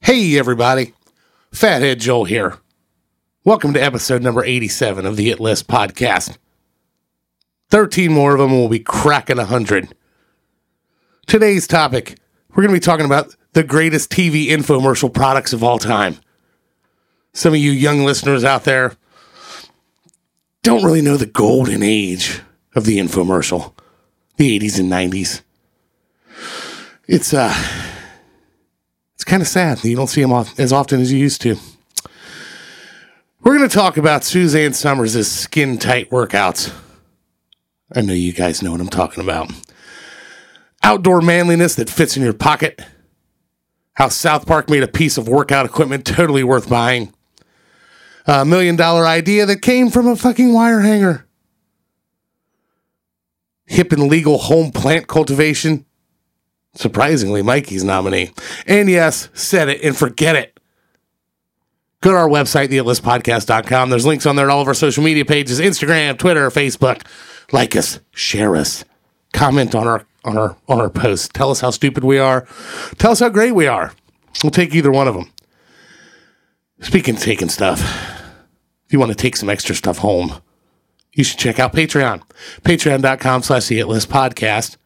Hey, everybody. Fathead Joel here. Welcome to episode number 87 of the It List podcast. 13 more of them will be cracking 100. Today's topic we're going to be talking about the greatest TV infomercial products of all time. Some of you young listeners out there don't really know the golden age of the infomercial, the 80s and 90s. It's, uh, it's kind of sad that you don't see them off, as often as you used to. We're going to talk about Suzanne Summers' skin tight workouts. I know you guys know what I'm talking about. Outdoor manliness that fits in your pocket. How South Park made a piece of workout equipment totally worth buying. A million dollar idea that came from a fucking wire hanger. Hip and legal home plant cultivation surprisingly Mikey's nominee. And yes, set it and forget it. Go to our website, theatlaspodcast.com. There's links on there to all of our social media pages, Instagram, Twitter, Facebook. Like us, share us, comment on our on our on our posts. Tell us how stupid we are. Tell us how great we are. We'll take either one of them. Speaking of taking stuff, if you want to take some extra stuff home, you should check out Patreon. Patreon.com slash the It List Podcast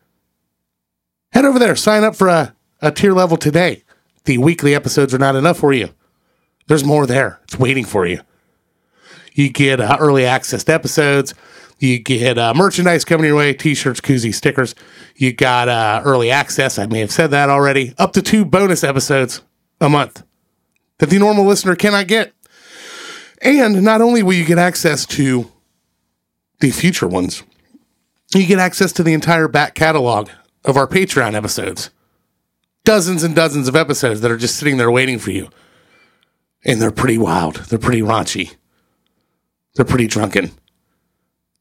head over there sign up for a, a tier level today the weekly episodes are not enough for you there's more there it's waiting for you you get uh, early access to episodes you get uh, merchandise coming your way t-shirts koozies stickers you got uh, early access i may have said that already up to two bonus episodes a month that the normal listener cannot get and not only will you get access to the future ones you get access to the entire back catalog of our Patreon episodes. Dozens and dozens of episodes that are just sitting there waiting for you. And they're pretty wild. They're pretty raunchy. They're pretty drunken.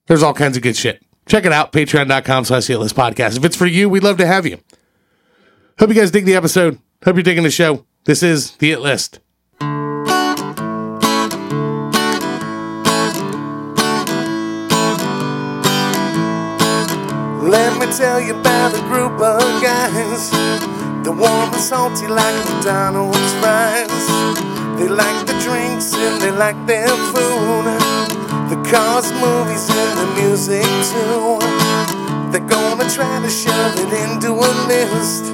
There's all kinds of good shit. Check it out, patreon.com slash the List podcast. If it's for you, we'd love to have you. Hope you guys dig the episode. Hope you're digging the show. This is the It List. Let me tell you about a group of guys. They're warm and salty like McDonald's fries. They like the drinks and they like their food. The cars, movies, and the music too. They're gonna try to shove it into a list.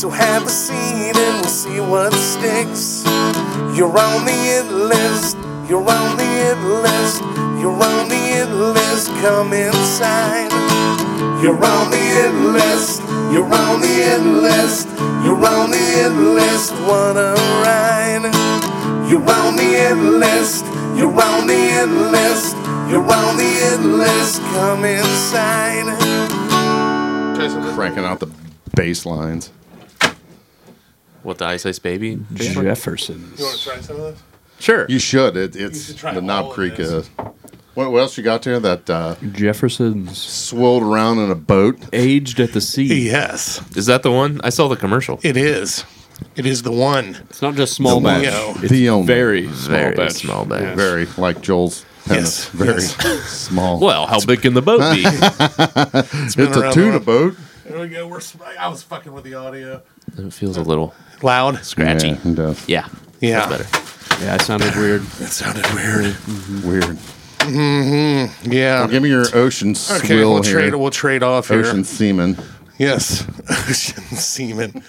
So have a seat and we'll see what sticks. You're on the it list. You're on the it list. You're on the it list. Come inside. You're on the it list. You're on the it list. You're on the it list. Wanna ride? You're on the it list. You're on the it list. You're on the it list. Come inside. cranking out the bass lines. What the Ice Ice Baby? Jefferson's. Sure. Mm-hmm. You should. It, it's should try the all Knob of Creek. this. Uh, what, what else you got there? That uh, Jefferson's swirled around in a boat. aged at the sea. Yes, Is that the one? I saw the commercial. it is. It is the one. It's not just small The batch. only. It's The only. very small Very batch. small batch. Very like Joel's. Yes, tennis. Very small. Well, how big can the boat be? it's a around tuna the- boat. There we go. We're, I was fucking with the audio. it feels a little Loud. scratchy. Yeah, and, uh, Yeah. Yeah. That's better. Yeah, it sounded weird. That sounded weird. Weird. Yeah. Give me your ocean swill Okay, we'll here. trade. We'll trade off here. ocean semen. Yes, ocean seaman.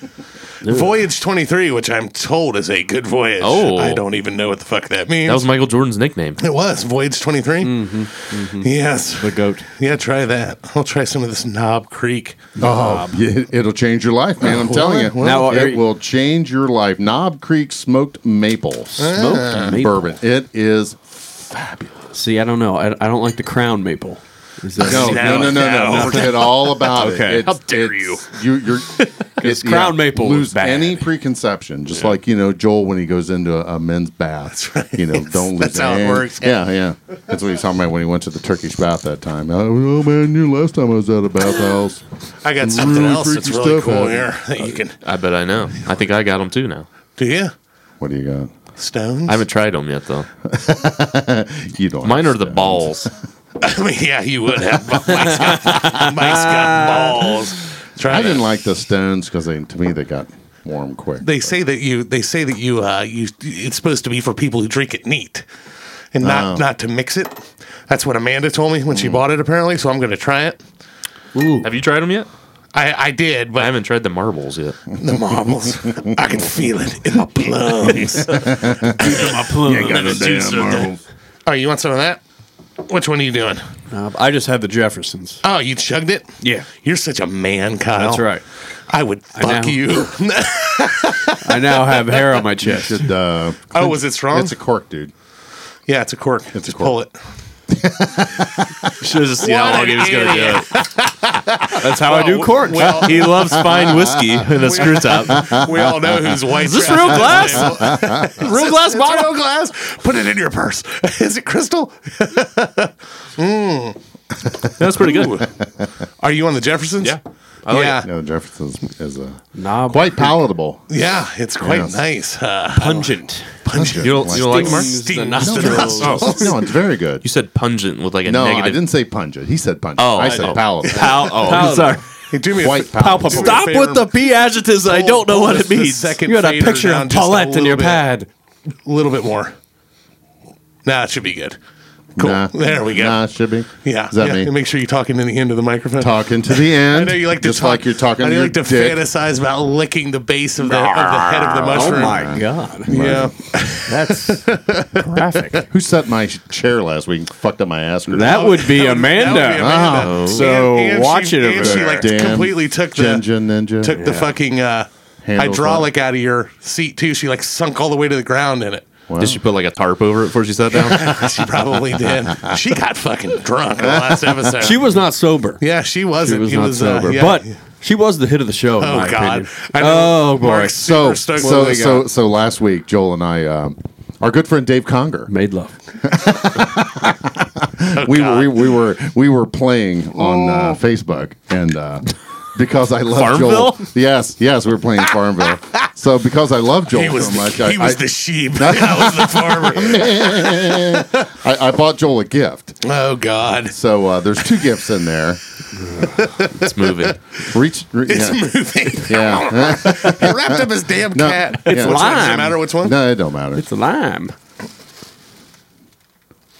Voyage twenty three, which I'm told is a good voyage. Oh. I don't even know what the fuck that means. That was Michael Jordan's nickname. it was Voyage twenty Mm-hmm, Yes. The goat. Yeah, try that. I'll try some of this Knob Creek. Oh, yeah, it'll change your life, man. I'm telling you. Now, are it you- will change your life. Knob Creek smoked maple Smoked Ah. maple. bourbon. It is See, I don't know. I, I don't like the crown maple. Is that No, Now no, no, no, I no. know. Forget all about Okay. it. It's, How dare it's- you? You're it's Crown Maple was Lose bad. any preconception, just like you know Joel when he goes into a, a men's bath. You know, don't lose. That's how it any- works. Yeah, yeah. That's what he's talking about when he went to the Turkish bath that time. Oh, oh, man, you last time I was at a bathhouse. I got something Really else that's freaky really stuff cool here happened. that you can. I bet I know. I think I got them too now. Do you What do you got? stones? I haven't tried them yet though. Oh, You don't. Mine are the understand. balls. I mean, yeah, you would have. But Mike's got, Mike's got balls. Try I that. didn't like the stones because they to me they got warm quick. They say that you they say that you uh you it's supposed to be for people who drink it neat and Oh. not not to mix it. That's what Amanda told me when Hmm. she bought it apparently, so I'm going to try it. Have you tried them yet? I I did, I but haven't tried the marbles yet. the marbles. I can feel it in my plums. My plume. oh, you want some of that? Which one are you doing? Uh, I just had the Jeffersons. Oh, you chugged it? Yeah. You're such a man, Kyle. That's right. I would fuck know. you. I now have hair on my You chest. should, uh, oh, was it strong? it's a cork, dude. yeah, it's a cork. It's a Just cork. pull it. Should have seen how What long he an was going to do idiot. it. That's how I do corks. well- he loves fine whiskey and a screw top. We all know who's white. Is this trash real is. glass? real glass It's bottle? real glass. Put it in your purse. Is it crystal? That's pretty good. Are you on the Jeffersons? Yeah. I like yeah. it. No, Jefferson's is a Knob quite palatable. Yeah, it's quite Yes. nice. Uh, pungent. pungent. You don't, you don't like Mark? Stings the Stings nostrils. the nostrils. Oh, no, it's very good. You said pungent with like a No, negative. I didn't say pungent. He said pungent. Oh, I I said know. palatable. Pal- oh, I'm sorry. Hey, do me a Quite fa- palatable. Do me a Stop favor. with the p adjectives. I Pull- don't know pull what this- it the means. second You had a fader picture down of just a Paulette in little your bit. pad. A little bit more. Nah, it should be good. Cool. Nah. There we go. Nah, it should be. Yeah. Is that yeah. me? And make sure you're talking to the end of the microphone. talking to the end. I know you like to just talk, like you're talking. I know to you your like to dick. Oh fantasize about licking the base of the, of the head of the mushroom. Oh god. Yeah. That's graphic. Who set my sh- chair last week? and Fucked up my ass. That would be Amanda. Amanda. Oh. So And- and watch she- it over and she there. like Damn completely took the Jinja Ninja. took the fucking uh, Handles hydraulic out of your seat too. She like sunk all the way to the ground in it. Did she put like a tarp over it before she sat down? She probably did. She got fucking drunk in the last episode. She was not sober. yeah, she wasn't. She was It not uh, sober. yeah. But she was the hit of the show. in oh my god, opinion. I know Oh boy. Mark's So super so stoked. What do so, we so got? last week, Joel and I, um, our good friend Dave Conger, Made love. we, were, we we were we were playing on uh, Oh. Facebook and. Uh, because I love Farmville? Joel. Yes, yes, we were playing Farmville. so because I love Joel he was so the, much, he I, was I, the sheep. that was the farmer. I, I bought Joel a gift. oh god, So uh, there's two gifts in there. it's moving. Reach, re- it's yeah, moving. yeah. He wrapped up his damn No, cat. Which one? it's Does it lime. matter which one? no, it don't matter. It's a lime.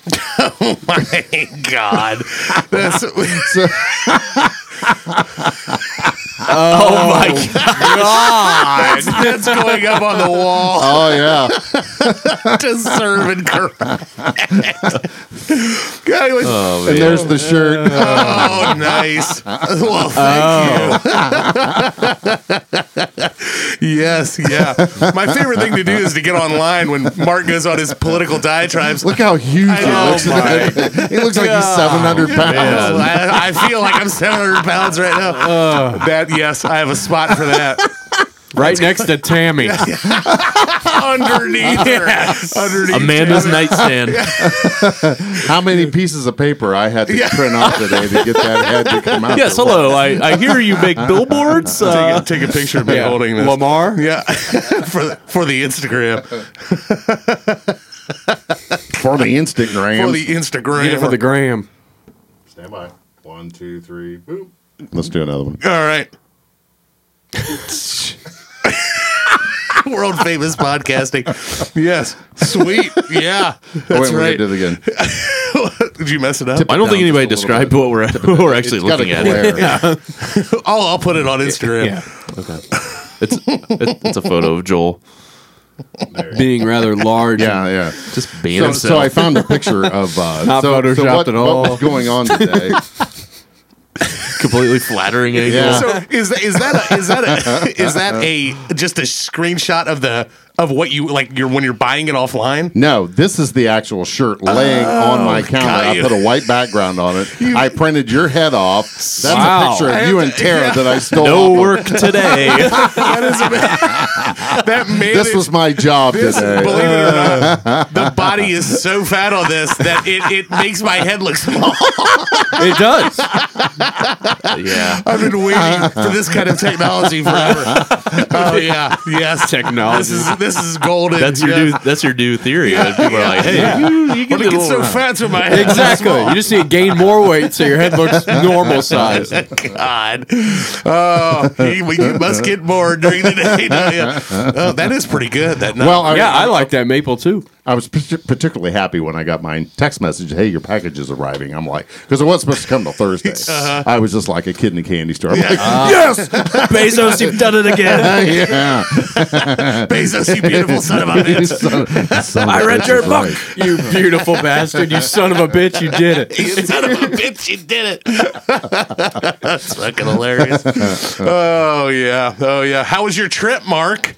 My God, that's So- Oh my god! that's going up on the wall. oh yeah. to serve and correct. God, it was- oh, And there's the shirt. nice. Well, thank you. Oh. yes, yeah. My favorite thing to do is to get online when Mark goes on his political diatribes. Look how huge I he know, looks. he looks like he's 700 pounds. I, I feel like I'm 700 pounds right now. that yes, I have a spot for that Right next to Tammy. underneath. Her, underneath Amanda's nightstand. How many pieces of paper I had to Yeah. print off today to get that head to come out? yes, hello. I, I hear you make billboards. Uh, Take a picture of me Yeah. holding this. Lamar. Yeah, for the, for the Instagram, for For the Instagram. the Instagram, Get it for the gram. Stand by. One, two, three, boom. Let's do another one. All right. World famous podcasting. Yes. Sweet. Yeah. Oh, That's wait, right. We did it again. Did you mess it up? Tip- I don't think Down anybody just a little described what we're, what we're actually It's got a looking at. glare. I'll, I'll put it on Instagram. It's, it, it's a photo of Joel Being rather large. Yeah, yeah. just being So, himself. so I found a picture of uh, Not so, so photoshopped what, at what all. was going on today. completely flattering angle. Yeah. So is that is that a, is that a, is that a just a screenshot of the of what you like you're when you're buying it offline? No, this is the actual shirt laying on my counter. I you. put a white background on it. I printed your head off. That's Wow. a picture I of have you to- and Tara yeah. that I stole. No off of- work today. That man This was my job today. believe it or not, the body is so fat on this that it, it makes my head look small. It does. yeah. I've been waiting for this kind of technology forever. oh yeah, yes, Technology. This is this is golden. That's your new. That's your new theory. People are like, hey, you, you When get it gets so so fat to my head. Exactly. You just need to gain more weight so your head looks normal size. God. Oh, you, you must get more during the day. don't you? Oh, that is pretty good. That Well, I, Yeah, I like that maple too. I was partic- particularly happy when I got my text message. Hey, your package is arriving. I'm like, because it wasn't supposed to come till Thursday. I was just like a kid in a candy store. I'm like, yes, Bezos, you've done it again. yeah. Bezos, you beautiful son of a bitch. I You beautiful bastard. You son of a bitch. You did it. You son of a bitch, you did it. That's fucking hilarious. Oh, yeah. Oh, yeah. How was your trip, Mark?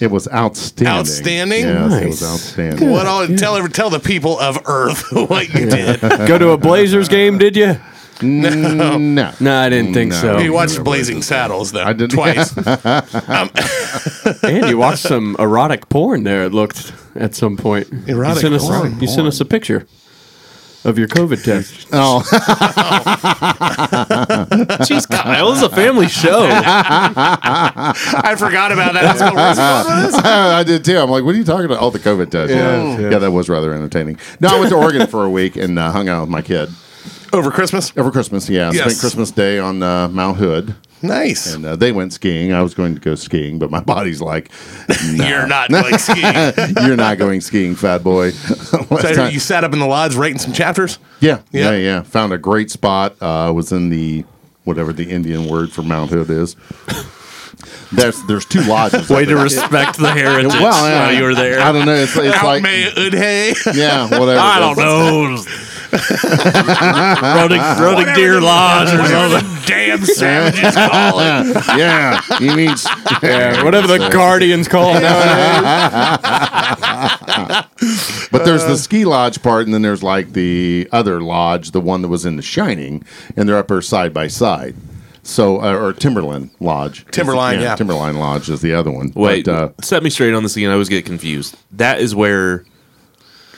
It was outstanding. Outstanding? Yes, it was Nice. outstanding. What all, tell, every- tell the people of Earth what you did. Go to a Blazers game, did you? No, Mm, no, No, I didn't think so. You watched Blazing Saddles, though, Oh, I didn't- twice. And you watched some erotic porn there. It looked at some point. Erotic you sent us, porn. You sent us a picture of your COVID test. Oh, Jeez, Kyle, this is a family show. I forgot about that. That's what we're supposed to do. I did too. I'm like, what are you talking about? Oh, the COVID test. Yeah, Yes, yeah. yes. that was rather entertaining. No, I went to Oregon for a week and uh, hung out with my kid Over Christmas? over Christmas. Yeah, Yes. spent Christmas Day on uh, Mount Hood. Nice. And uh, they went skiing. I was going to go skiing, but my body's like, uh, You're not like skiing. you're not going skiing, fat boy. So Last time- you sat up in the lodge writing some chapters? yeah, Yeah. yeah, yeah. Found a great spot. Uh, was in the whatever the Indian word for Mount Hood is. There's there's two lodges. Way to respect the heritage while you were there. I don't know. It's, it's Out like may udhay. yeah, whatever. I don't know. Running, running deer lodge or Whatever something. the damn savages call it. yeah, he means Yeah, whatever the Guardians call it nowadays. But there's the ski lodge part, and then there's like the other lodge, the one that was in The Shining, and they're up there side by side. So, uh, or Timberline Lodge. Timberline, yeah. Timberline Lodge is the other one. Wait, but, uh, set me straight on this again. I always get confused. That is where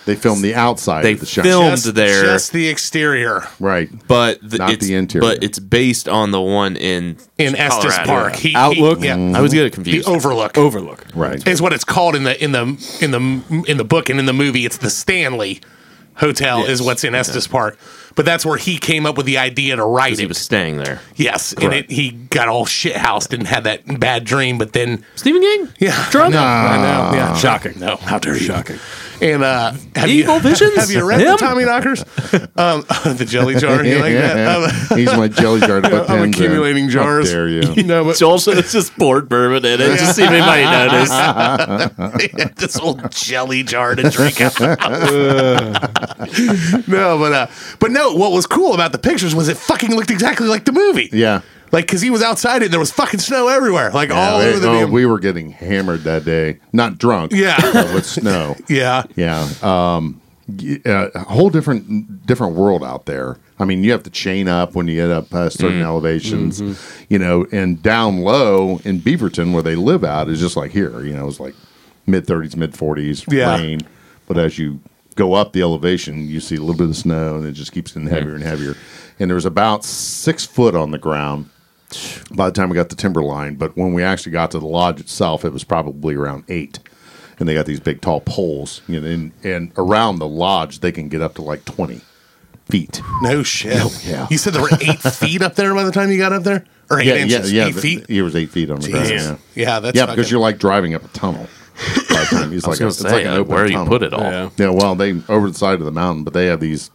they filmed the outside They of The Shining. filmed- there. Just the exterior right. But the, Not it's, the interior. But it's based on the one in in Estes Colorado. Park. He- he- Outlook? yeah, I was getting the confused. Overlook Overlook. Right. is what it's called in the in the in the in the book and in the movie. It's the Stanley Hotel is Yes. what's in Estes Park, but that's where he came up with the idea to write he it. was staying there. yes, and it, he got all shit housed and had that bad dream, but then Stephen King. yeah, Drunk? Ah. I know, yeah, Shocking. No, how dare you? Shocking. And uh, have Evil you, visions? Have you read the Him? Tommy Knockers? Um, the jelly jar. You like that? Um, He's my jelly jar. To put I'm pins in. accumulating How jars. dare you? no, but It's also it's just poured bourbon in it. Just see if anybody noticed. this old jelly jar to drink out. no, but uh, but no. What was cool about the pictures was it fucking looked exactly like the movie. Yeah. like because he was outside and there was fucking snow everywhere, like Yeah, all they- over the. oh, damn- we were getting hammered that day. Not drunk. Yeah. but with snow. yeah, Yeah. Um, y- uh, a whole different different world out there. I mean, you have to chain up when you get up past certain elevations, you know, and down low in Beaverton where they live out is just like here, you know, it's like mid 30s, mid 40s Yeah. rain. But as you go up the elevation, you see a little bit of snow and it just keeps getting heavier and heavier. And there was about six foot on the ground by the time we got to Timberline, but when we actually got to the lodge itself, it was probably around eight. And they got these big tall poles, you know, and, and around the lodge they can get up to like twenty feet. no shit. yeah. you said there were eight feet up there by the time you got up there, or eight yeah, inches, yeah, yeah. eight feet. It was eight feet on the ground. Jesus. Yeah, Yeah, that's yeah, fucking- because you're like driving up a tunnel. By the time. It's I was like a- gonna it's say like an uh, open where you tunnel. put it all. Yeah. Yeah, well, they over the side of the mountain, but they have these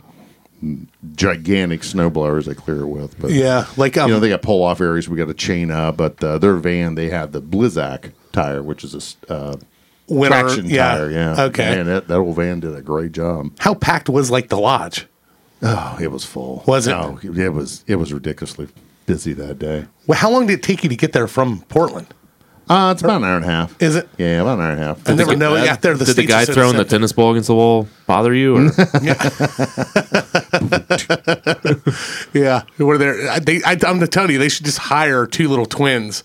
gigantic snow blowers they clear it with. But Yeah, like um, you know they got pull off areas. We got a chain up, but uh, their van they have the Blizzak tire, which is a s- uh, when our- traction tire. Yeah. okay. Man, that, that old van did a great job. How packed was like the lodge? Oh, it was full. Was it? No, it was. It was ridiculously busy that day. Well, how long did it take you to get there from Portland? Uh, it's about an hour and a half. Is it? Yeah, about an hour and a half. I never know. Yeah, there the Did the states are guy so throwing the separate. tennis ball against the wall bother you? Or Yeah, were there? I- They, I, I'm telling you, they should just hire two little twins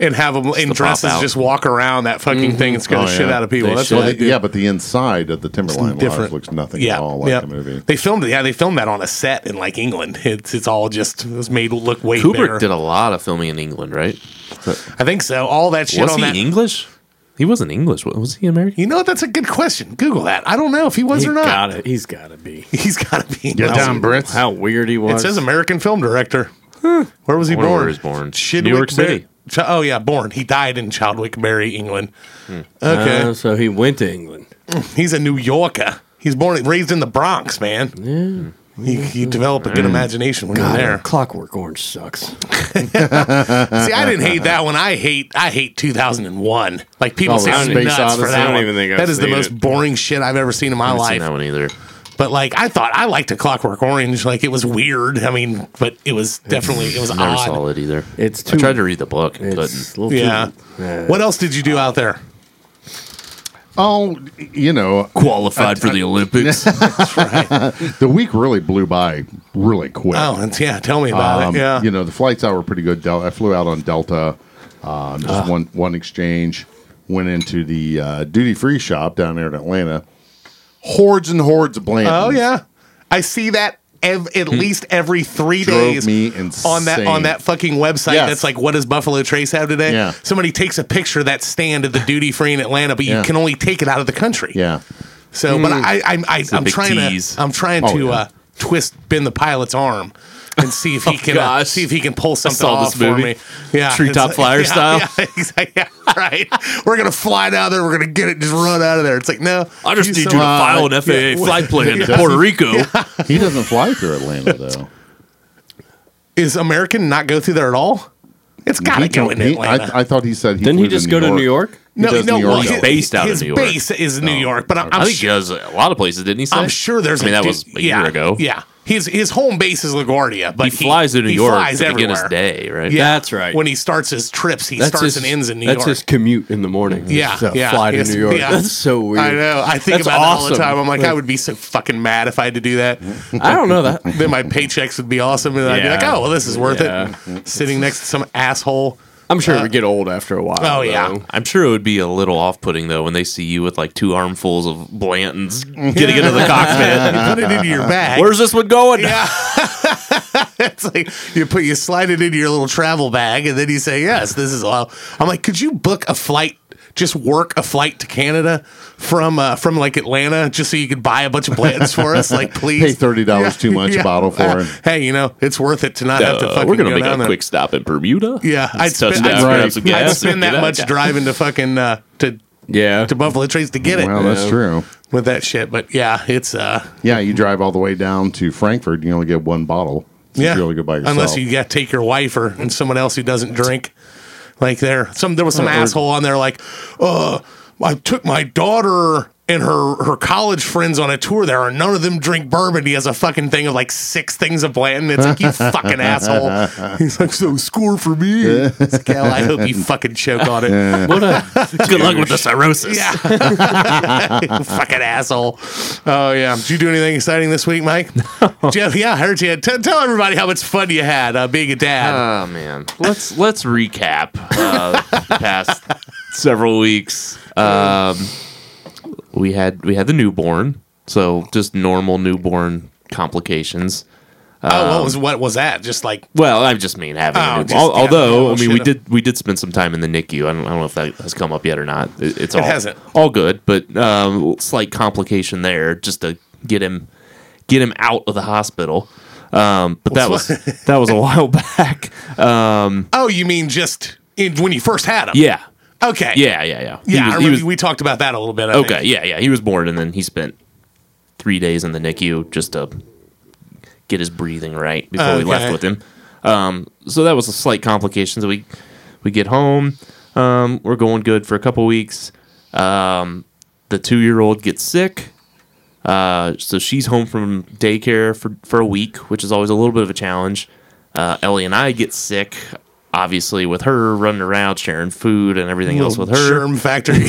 and have them in pop dresses out. Mm-hmm. just walk around that fucking thing and scare Oh, the shit yeah. out of people. They That's should. what Well, they the- do. yeah, but the inside of the Timberline Lodge Different. looks nothing yeah, at all like yeah. the movie. They filmed it. Yeah, they filmed that on a set in like England. It's it's all just it was made look way Kubrick better. did a lot of filming in England, right? I think so. All that shit Was on he that. English? He wasn't English. wa- Was he American? You know what? That's a good question. Google that. I don't know if he was He or not. Got it. He's got to be. He's got to be. Get down, Brits. How weird he It was. says American film director. Where was he Where born? was born? Chidwick New York Bar- City. Ch- oh yeah, born. He died in Childwickbury, England. Okay, Uh, so he went to England. he's a New Yorker. He's born, raised in the Bronx, man. You, you develop a good imagination when you're there. Clockwork Orange sucks. See, I didn't hate that one. I hate, I hate 2001. Like people Oh, say nuts I don't- for Space that Odyssey, I don't one. even think I've that is the seen most it. boring shit I've ever seen in my I haven't seen life. that one either. But like, I thought I liked a Clockwork Orange. Like it was weird. I mean, but it was definitely it was Never odd. saw it either. It's I too- tried to read the book and It's couldn't. a little Yeah. too. Yeah. What else did you do out there? Oh, you know, Qualified for the Olympics. the week really blew by really quick. Oh, and yeah, tell me about Um, it. Uh, Yeah. You know, the flights out were pretty good. Del- I flew out on Delta, um, just Uh. one one exchange. Went into the uh, duty free shop down there in Atlanta. Hordes and hordes of Blanton. oh yeah. I see that ev- at least every 3 Drove days me on that on insane. that fucking website Yes. that's like what does Buffalo Trace have today? Yeah. Somebody takes a picture of that stand at the duty free in Atlanta, but you Yeah. can only take it out of the country. Yeah. So, but I, I, I, I Mm. a I'm big trying tease. to, I'm trying Oh, to yeah. uh, twist bend the pilot's arm and see if he can uh, Oh, gosh. see if he can pull something saw off this for movie. me. Yeah, Treetop it's- Flyer yeah, style. Yeah, exactly. Yeah, right. we're gonna fly down there. We're gonna get it. Just run out of there. It's like no. I just you need you to some- file an FAA flight plan to Puerto Rico. He doesn't fly through Atlanta though. Is American not go through there at all? It's gotta He go told- in he- Atlanta. I, I thought he said he Didn't he flew just go to New York? He does New York, his, though. Based out of his New York. Oh. base is New York, but I'm, I'm I think sure- he has a lot of places, didn't he? Say? I'm sure there's. I mean, a that du- was a yeah, year ago. Yeah, his his home base is LaGuardia, but He flies to New he York flies to begin his everywhere. day, right? Yeah, That's right. When he starts his trips, he starts and ends in New that's York. his commute in the morning. Yeah, Just to yeah, fly to yes, New York. yeah. That's so weird. I know. I think That's about it all the awesome. time. I'm like, I Like- would be so fucking mad if I had to do that. I don't know that. then my paychecks would be awesome, and I'd be Yeah. like, oh, well, this is worth Yeah. it. Sitting next to some asshole. I'm sure it would get old after a while. Oh, yeah. I'm sure it would be a little off-putting though when they see you with like two armfuls of Blantons getting into the cockpit. You put it into your bag. Where's this one going? it's like you put you slide it into your little travel bag, and then you say, yes, this is all. I'm like, could you book a flight? Just work a flight to Canada from uh, from like Atlanta, just so you could buy a bunch of blends for us. Like, please Pay thirty dollars too much Yeah. a bottle for Uh, him. Hey, you know it's worth it to not have to Uh, fucking we're gonna go make down a there. quick stop in Bermuda. Yeah, I'd I'd spend- touch down, I'd- grab Right. some I'd gas. spend get that out. much driving to fucking uh, to Yeah. to Buffalo Trace to get it Well, that's true. with that shit. But yeah, it's uh Yeah, you drive all the way down to Frankfurt, and you only get one bottle. So yeah. you only go by yourself. Unless you yeah, take your wife or and someone else who doesn't drink. Like there, some there was some asshole on there like, uh, I took my daughter and her her college friends on a tour there, and none of them drink bourbon. He has a fucking thing of like six things of Blanton. It's like you fucking asshole. He's like, so score for me. It's like, "Hell, I hope you fucking choke on it. What a Good luck with the cirrhosis. Yeah. Fucking asshole. Oh, yeah. Did you do anything exciting this week, Mike? Jeff, yeah, I heard you. had- T- tell everybody how much fun you had uh, being a dad. Oh man, let's let's recap uh, the past several weeks. Um, we had we had the newborn, so just normal newborn complications. oh, Um, what was what was that? Just like, Well, I just mean having. Oh, a newborn. just- Al- yeah, although normal I mean, we shit. did we did spend some time in the NICU. I don't, I don't know if that has come up yet or not. It, it's all hasn't. all good, but um, slight complication there just to get him get him out of the hospital. Um, but that was that was a while back. oh, you mean just in, when you first had him? Yeah, Okay. yeah, yeah, yeah. He Yeah, I was- he remember was- we talked about that a little bit. I Okay, think. yeah, yeah. He was born, and then he spent three days in the NICU just to get his breathing right before we left Okay. with him. Um, so that was a slight complication. So we we get home. Um, we're going good for a couple weeks. Um, the two year old gets sick. Uh, so she's home from daycare for, for a week, which is always a little bit of a challenge. Uh, Ellie and I get sick, obviously, with her running around, sharing food and everything else with her Germ factory.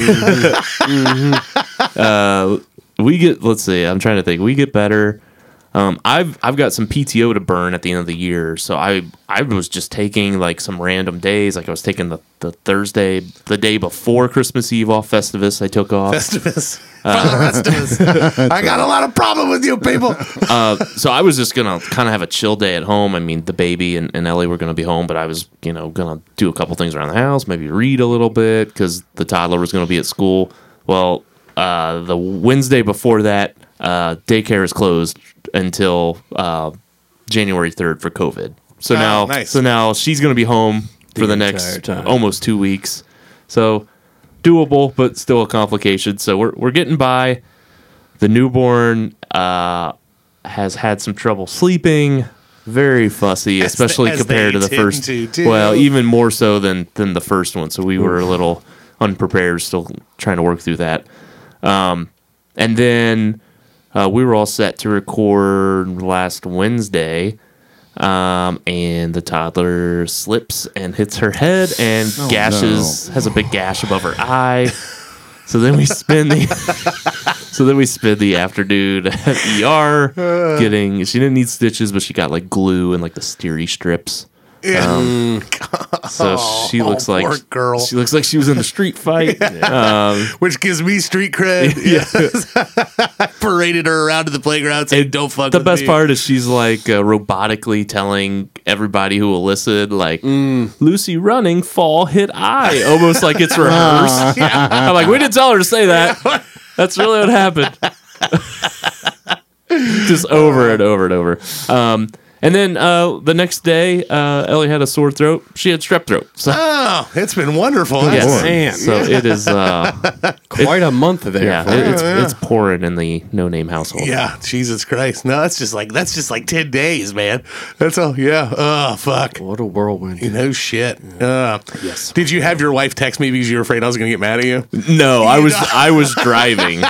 we get let's see i'm trying to think we get better Um, I've I've got some PTO to burn at the end of the year, so I I was just taking like some random days. Like I was taking the, the Thursday, the day before Christmas Eve off Festivus. I took off. Festivus. Uh, Father Festivus. I got a lot of problem with you people. so I was just gonna kind of have a chill day at home. I mean, the baby and, and Ellie were gonna be home, but I was, you know, gonna do a couple things around the house, maybe read a little bit because the toddler was gonna be at school. Well, uh, the Wednesday before that, uh, daycare is closed until uh, January third for COVID. So Ah, now, nice. so now she's gonna be home for the entire next time. almost two weeks. So doable, but still a complication. So we're we're getting by. The newborn uh, has had some trouble sleeping. Very fussy, especially as compared they to the tend first. to do. well, even more so than than the first one. So we were a little unprepared, still trying to work through that. Um, and then uh, we were all set to record last Wednesday, um, and the toddler slips and hits her head and Oh, gashes has a big gash above her eye. So then we spend the so then we spend the afternoon at Uh. ER getting she didn't need stitches, but she got like glue and like the steery strips. Um, Yeah. Mm. Oh, So she looks like poor girl. She looks like she was in a street fight. um, Which gives me street cred. yeah. I paraded her around to the playground saying, And don't fuck the with best me." part is she's like uh, robotically telling everybody who will listen like lucy running fall hit eye almost like it's rehearsed i'm like we didn't tell her to say that that's really what happened just over and over and over um, and then uh, the next day uh, ellie had a sore throat she had strep throat so, Oh, it's been wonderful. yes. Yes. Man. so it is uh, Quite a month there. yeah, it- it's, it's pouring in the no name household Yeah, Jesus Christ. No, that's just like that's just like ten days, man. That's all yeah. Oh fuck. What a whirlwind. No shit. Uh, yes. Did you have your wife text me because you were afraid I was going to get mad at you? No, I was I was driving.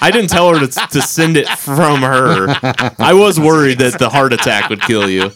I didn't tell her to, to send it from her. I was worried that the heart attack would kill you.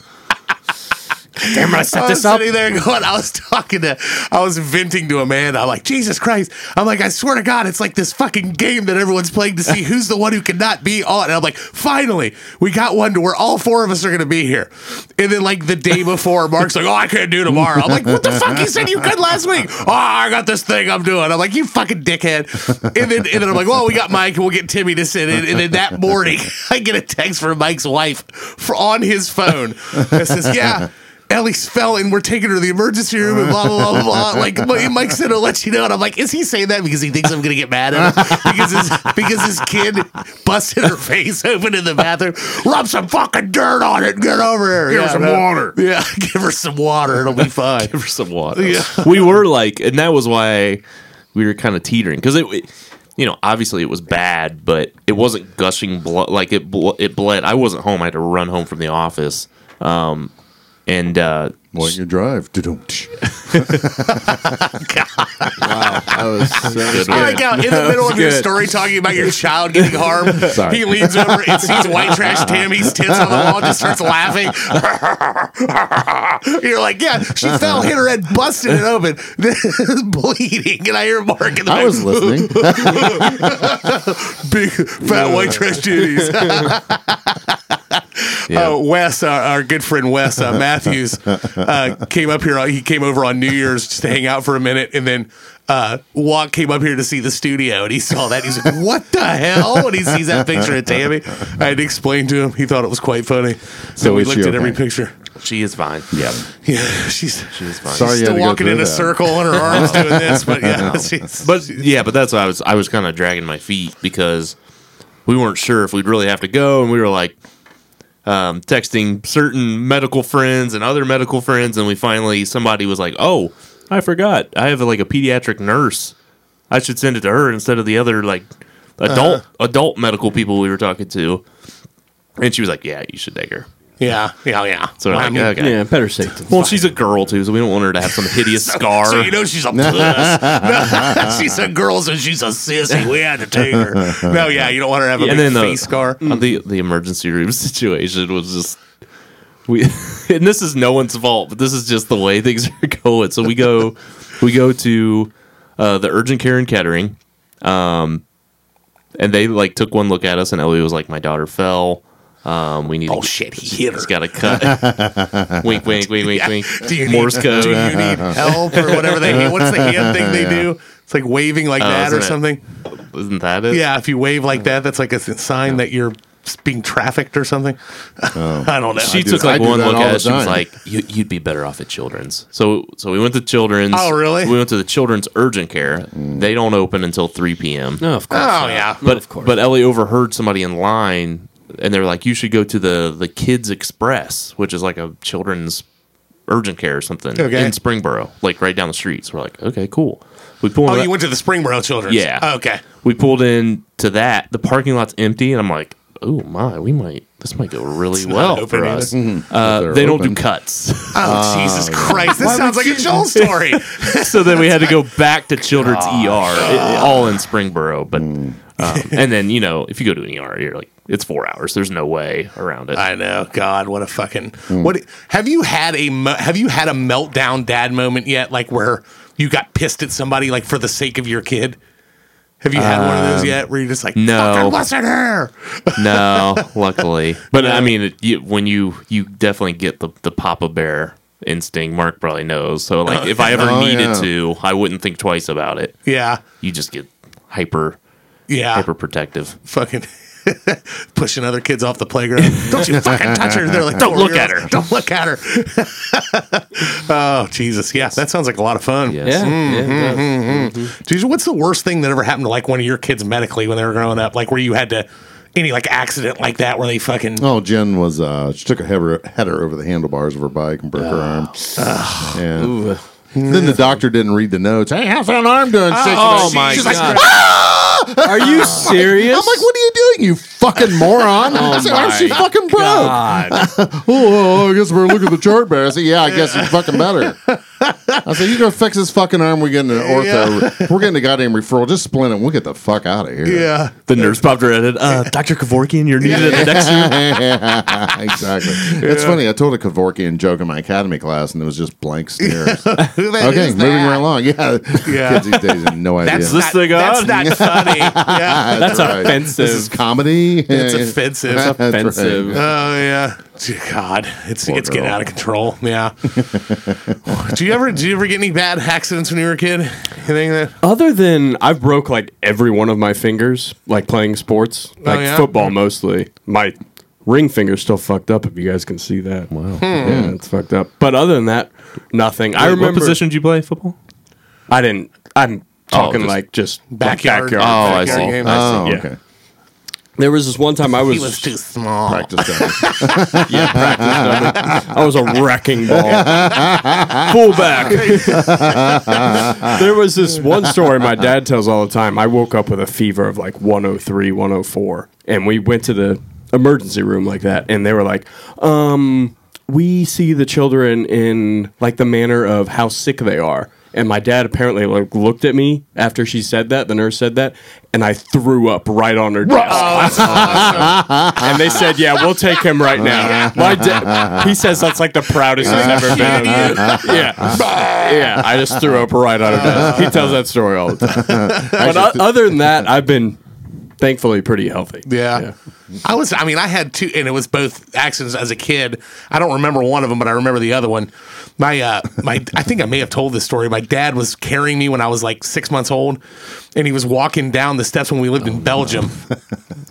Damn, I I set was sitting there going, I was talking to, I was venting to Amanda. I'm like, Jesus Christ. I'm like, I swear to God, it's like this fucking game that everyone's playing to see who's the one who cannot be on. And I'm like, finally, we got one to where all four of us are going to be here. And then, like, the day before, Mark's like, oh, I can't do tomorrow. I'm like, what the fuck? You said you could last week. Oh, I got this thing I'm doing. I'm like, you fucking dickhead. And then, and then I'm like, well, we got Mike and we'll get Timmy to sit in. And then that morning, I get a text from Mike's wife for, on his phone that says, yeah. Ellie's fell and we're taking her to the emergency room and blah blah blah blah. blah. Like Mi- Mike said, I'll let you know. And I'm like, is he saying that because he thinks I'm gonna get mad at him because his because his kid busted her face open in the bathroom? Rub some fucking dirt on it. and Get over here. Give her some water. Yeah, give her some water. It'll be fine. Give her some water. Yeah. We were like, and that was why we were kind of teetering because it, it- you know, obviously it was bad, but it wasn't gushing blood. Like it, bl- it bled. I wasn't home. I had to run home from the office. Um, and uh, What your drive? Da-dum-tsh. Wow, that was so I like how in the middle of your good. story talking about your child getting harmed, Sorry. he leans over and sees white trash Tammy's tits on the wall and just starts laughing. You're like, yeah, she fell, hit her head, busted it open, bleeding. And I hear Mark in the I back, was listening. big fat white trash titties. Uh, Wes, our, our good friend Wes uh, Matthews, uh, came up here. He came over on New Year's just to hang out for a minute, and then uh, Walk came up here to see the studio, and he saw that. He's like, "What the hell?" And he sees that picture of Tammy. I had to explain to him. He thought it was quite funny. So So we is she looked at every okay? picture. she is fine. yeah. Yeah, she's she's Sorry, you had still to go walking through in a that. circle on her arms doing this, but yeah, she's, But yeah, but that's why I was I was kind of dragging my feet because we weren't sure if we'd really have to go, and we were like um, texting certain medical friends and other medical friends, and we finally somebody was like, "Oh, I forgot, I have like a pediatric nurse. I should send it to her instead of the other like adult adult medical people we were talking to." And she was like, "Yeah, you should take her." yeah, yeah, yeah. So we're I like, mean, "Okay." Yeah, better safe than Well, she's a girl too, so we don't want her to have some hideous scar. So you know she's a puss. she's a girl, so she's a sissy. We had to take her. No, yeah, you don't want her to have a Yeah, big and then the- face scar. Uh, the the emergency room situation was just we and this is no one's fault but this is just the way things are going so we go we go to uh, the urgent care and catering um and they like took one look at us and ellie was like my daughter fell Um, we need. Oh, shit, he hit her. He's got to cut. wink, wink, wink, wink, wink. Do you need- Morse code. Do you need help or whatever they? What's the hand thing they do? It's like waving like that or Oh, isn't it? something. Isn't that it? Yeah, if you wave like that, that's like a s- sign that you're being trafficked or something. I don't know. Oh. She do- took I like do one that look all at the it. She was time. like, you, "You'd be better off at Children's." So, so we went to Children's. Oh, really? We went to the Children's Urgent Care. Mm. They don't open until three p.m. No, of course. Oh, not. yeah. No, but of course. but Ellie overheard somebody in line, and they were like, "You should go to the the Kids Express, which is like a children's urgent care or something Okay. in Springboro, like right down the street." So we're like, "Okay, cool." We pulled. oh, in- you went to the Springboro Children's. Yeah. Oh, okay. we pulled in to that. The parking lot's empty, and I'm like, "Oh my, we might this might go really well open for either. us." Uh, Mm-hmm. they're open. they don't do cuts. Oh, Jesus Christ! This sounds like a Joel story. so then we had to go back to Children's ER, it- it- all in Springboro. But um, and then you know, if you go to an ER, you're like, it's four hours. There's no way around it. I know. God, what a fucking what? Have you had a mo- have you had a meltdown dad moment yet? Like where you got pissed at somebody like for the sake of your kid? Have you had one of those yet? Where you're just like, Um, no. fucking wasn't her. no, luckily. But I mean, it, you, when you you definitely get the the Papa Bear instinct. Mark probably knows. So like, if I ever Oh, needed yeah. to, I wouldn't think twice about it. Yeah, You just get hyper yeah. hyper protective. fucking pushing other kids off the playground. Don't you fucking touch her. They're like, don't look at her. Don't look at her. oh, Jesus. Yeah, that sounds like a lot of fun. Yes. yeah, yeah, yeah. Jesus, what's the worst thing that ever happened to like one of your kids medically when they were growing up? Like where you had to, any like accident like that where they fucking, Oh, Jen was uh, she took a header, header over the handlebars of her bike and broke her arm. Ah, Yeah. Mm-hmm. Then the doctor didn't read the notes. Hey, how's that arm doing? Oh She- my she's like, god! Are you serious? I'm like, what are you doing, you fucking moron? Oh I said, "Arm, she my fucking broke. oh, oh, I guess we're looking at the chart bear. I said, yeah, I guess it's fucking better. I said, you gonna fix this fucking arm? We're getting an ortho. We're getting a goddamn referral. Just splint it. We'll get the fuck out of here. yeah. The nurse popped her head. Uh, Doctor Kevorkian, you're needed at the next room. exactly. It's funny. I told a Kevorkian joke in my academy class, and it was just blank stares. Who the okay, is moving that? right along. Yeah, Yeah. kids these days have no idea. That's this not, thing on? That's not funny. Yeah. that's right. offensive. This is comedy. It's offensive. That's right. offensive. Oh yeah, Gee, God, it's it's getting girl. out of control. Yeah. do you ever do you ever get any bad accidents when you were a kid? Anything that Other than I've broke like every one of my fingers, like playing sports, Oh, like yeah? football mostly. My ring finger's still fucked up. If you guys can see that, wow, yeah, it's fucked up. But other than that, nothing. I remember. Hmm. What position did you play football? I didn't. I'm talking just like just like, backyard? backyard. Oh, I backyard see. game? Oh, Yeah. okay. There was this one time I was, He was too small. Practice done. I was a wrecking ball, fullback. there was this one story my dad tells all the time. I woke up with a fever of like 103, 104, and we went to the emergency room like that, and they were like, um, "We see the children in like the manner of how sick they are." And my dad apparently like looked at me after she said that. The nurse said that, and I threw up right on her desk. And they said, "Yeah, we'll take him right now." My dad, he says that's like the proudest he's ever been. yeah, yeah. I just threw up right out of that. He tells that story all the time. But o- other than that, I've been thankfully pretty healthy. Yeah. I was, I mean, I had two, and it was both accidents as a kid. I don't remember one of them, but I remember the other one. My, uh, my, I think I may have told this story. My dad was carrying me when I was like six months old, and he was walking down the steps when we lived in Belgium.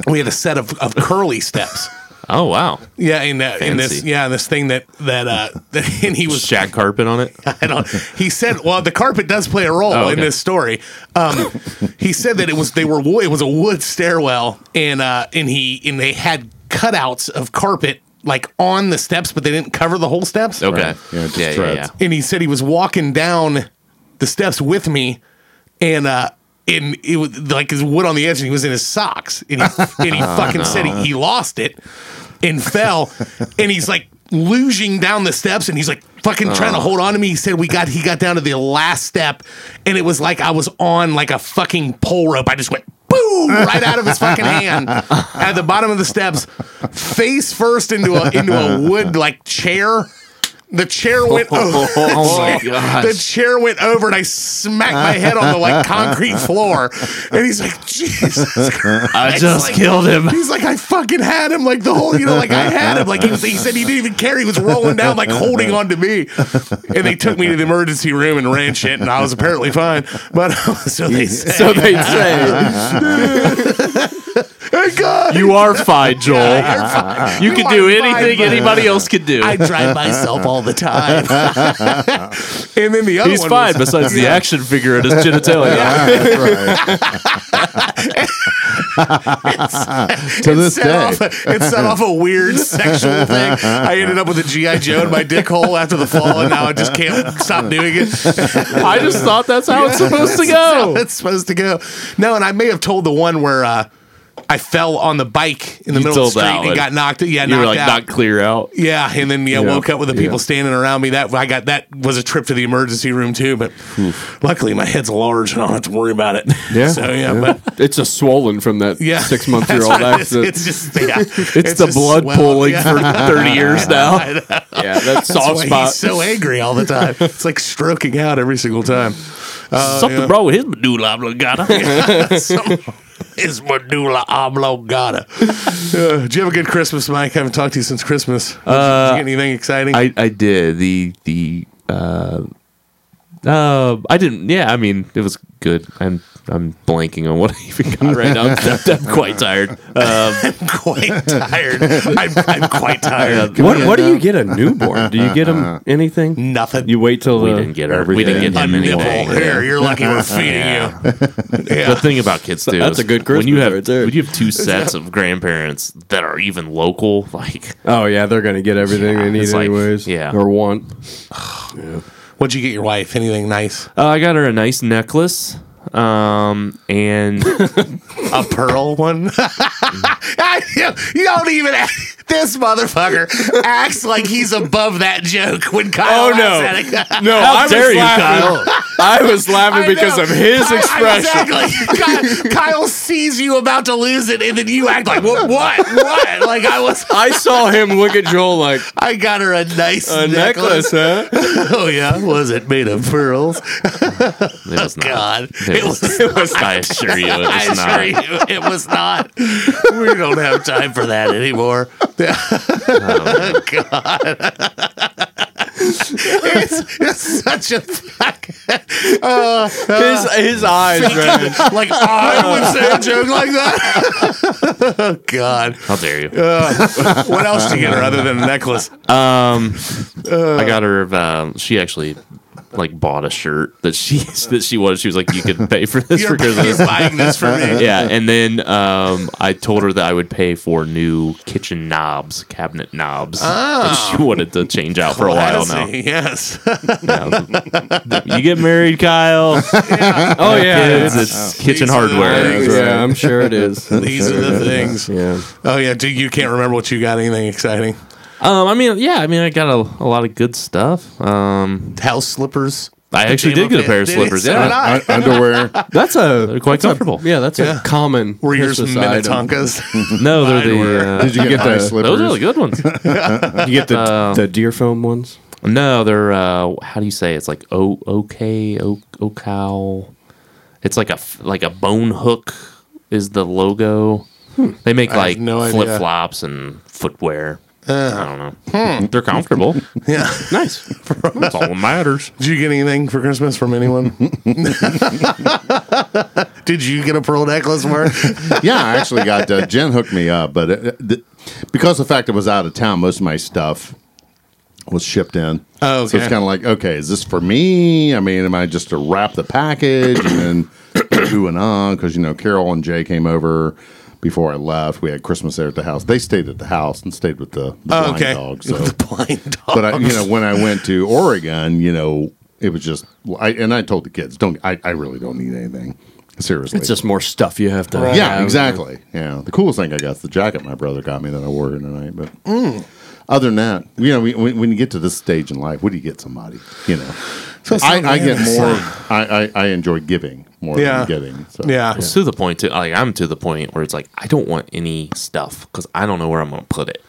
we had a set of, of curly steps. Oh wow! Yeah, in that, in this, Fancy. yeah, in this thing that that uh, that, and he was Shag carpet on it. I don't. He said, "Well, the carpet does play a role Oh, in okay. this story." Um, he said that it was they were wo- it was a wood stairwell, and uh, and he and they had cutouts of carpet like on the steps, but they didn't cover the whole steps. Okay. Right. Yeah, just threads. And he said he was walking down the steps with me, and uh, and it was like his wood on the edge, and he was in his socks, and he and he fucking said he, he lost it and fell, and he's like losing down the steps, and he's like fucking trying to hold on to me. He said we got he got down to the last step, and it was like I was on like a fucking pole rope. I just went. Boom! Right out of his fucking hand, at the bottom of the steps, face first into a into a wood like chair, The chair went over. Oh my The gosh. chair went over and I smacked my head on the like concrete floor. And he's like, Jesus Christ. I just like- killed him. He's like, I fucking had him like the whole, you know, like I had him. Like he, was, he said, he didn't even care. He was rolling down, like holding on to me. And they took me to the emergency room and ran shit, and I was apparently fine. But so they said, So they say hey God, You are fine, Joel. you You can are do fine, anything bud. anybody else could do. I drive myself all the time. and then the other He's one fine, was- besides the action figure at his genitalia. to this set day. off it set off a weird sexual thing. I ended up with a GI Joe in my dick hole after the fall, and now I just can't stop doing it. I just thought that's how it's supposed to That's how go. it's supposed to go. No, and I may have told the one where uh, I fell on the bike in the You middle of the told that street and one. got knocked. Yeah, You knocked were like out. not clear out. yeah, and then yeah, Yeah, woke up with the people standing around me. That I got that was a trip to the emergency room too. But luckily, my head's large and I don't have to worry about it. Yeah, so yeah, yeah. but it's a swollen from that yeah, six month year That's old what it is. accident. It's just yeah, it's, the just blood swelled. pooling Yeah. for 30 years now. yeah, that That's soft why spot. He's so angry all the time. It's like stroking out every single time. Something wrong with his medulla oblongata. Some is medulla oblongata. Uh, did you have a good Christmas, Mike? haven't talked to you since Christmas. Uh, did you get anything exciting? I, I did. The, the, uh, uh, I didn't. Yeah, I mean, it was good. I'm, I'm blanking on what I even got right now. I'm, I'm quite tired. Um, I'm quite tired. I'm, I'm quite tired. What, what uh, do you get a newborn? Do you get them anything? Nothing. You wait till we the, didn't get her. We everything. didn't get a him nipple anything. here. You're lucky we're feeding you. The Yeah. thing about kids too, that's is a good when you Christmas have right there. when you have two sets of grandparents that are even local, like Oh yeah, they're gonna get everything Yeah, they need it's like- anyways. yeah. or want. What'd you get your wife? Anything nice? Uh, I got her a nice necklace. Um, and A pearl one? you don't even. This motherfucker acts like he's above that joke when Kyle. Oh, no. laughs at it. No, How I was dare you, laughing. I was laughing because know. of his I- I- expression. Exactly. Ky- Kyle sees you about to lose it, and then you act like, "What? What? what? Like I was. I saw him look at Joel like I got her a nice a necklace. necklace, huh? Oh yeah, was it made of pearls? it was not. God, It, it was. was. I assure you, it I was assure not. you, it was not. We don't have time for that anymore. God. it's, it's such a fucking. Uh, His his eyes, man. like I would say a joke like that. oh God! How dare you? What else did you get her other than a necklace? Um, I got her. Um, she actually like bought a shirt that she that she wanted. She was like, "You can pay for this You're, for Christmas." you're buying this for me. yeah, and then um, I told her that I would pay for new kitchen knobs, cabinet knobs that she wanted to change out for a while now. Classy, Yes. You get married, Kyle. Oh yeah, Kids, it's kitchen These are the hardware. things. yeah. I'm sure it is. These are the things. Yeah. Oh yeah, dude, you can't remember what you got. Anything exciting? Um, I mean, yeah, I mean, I got a, a lot of good stuff. Um, House slippers. I actually did Pajama get a pair of pants. slippers. So Yeah, did I. Un- underwear. That's a they're quite comfortable. yeah. That's Yeah. a common. Were yours Christmas item. Minnetonkas? No, they're Mine the. Uh, Did you get nice slippers? those are the good ones. You get the Um, the deer foam ones. no, they're. Uh, how do you say? It's like o okay o ocow. It's like a f- like a bone hook is the logo. They make like Hmm. no idea. Uh, flip flops and footwear. I don't know. hmm. They're comfortable. yeah. nice. That's all that matters. Did you get anything for Christmas from anyone? Did you get a pearl necklace, Mark? yeah, I actually got uh, Jen hooked me up, but it, th- because of the fact it was out of town, most of my stuff was shipped in. Oh, So okay. it's kind of like, okay, is this for me? I mean, am I just to wrap the package and then who and on? Because you know, Carol and Jay came over before I left. We had Christmas there at the house. They stayed at the house and stayed with the, the Oh, blind okay. dog. So the blind dog. but I, you know, when I went to Oregon, you know, it was just, I, and I told the kids, don't, I, I really don't need anything. Seriously. It's just more stuff you have to. yeah, have. exactly. Yeah. The coolest thing I got is the jacket my brother got me that I wore tonight. But other than that, you know, we, when when you get to this stage in life, what do you get somebody? You know, So it's I, so I get nice. more, I, I, I enjoy giving more Yeah. than getting. So. Yeah. It's to the point too. Like I'm to the point where it's like I don't want any stuff because I don't know where I'm gonna put it.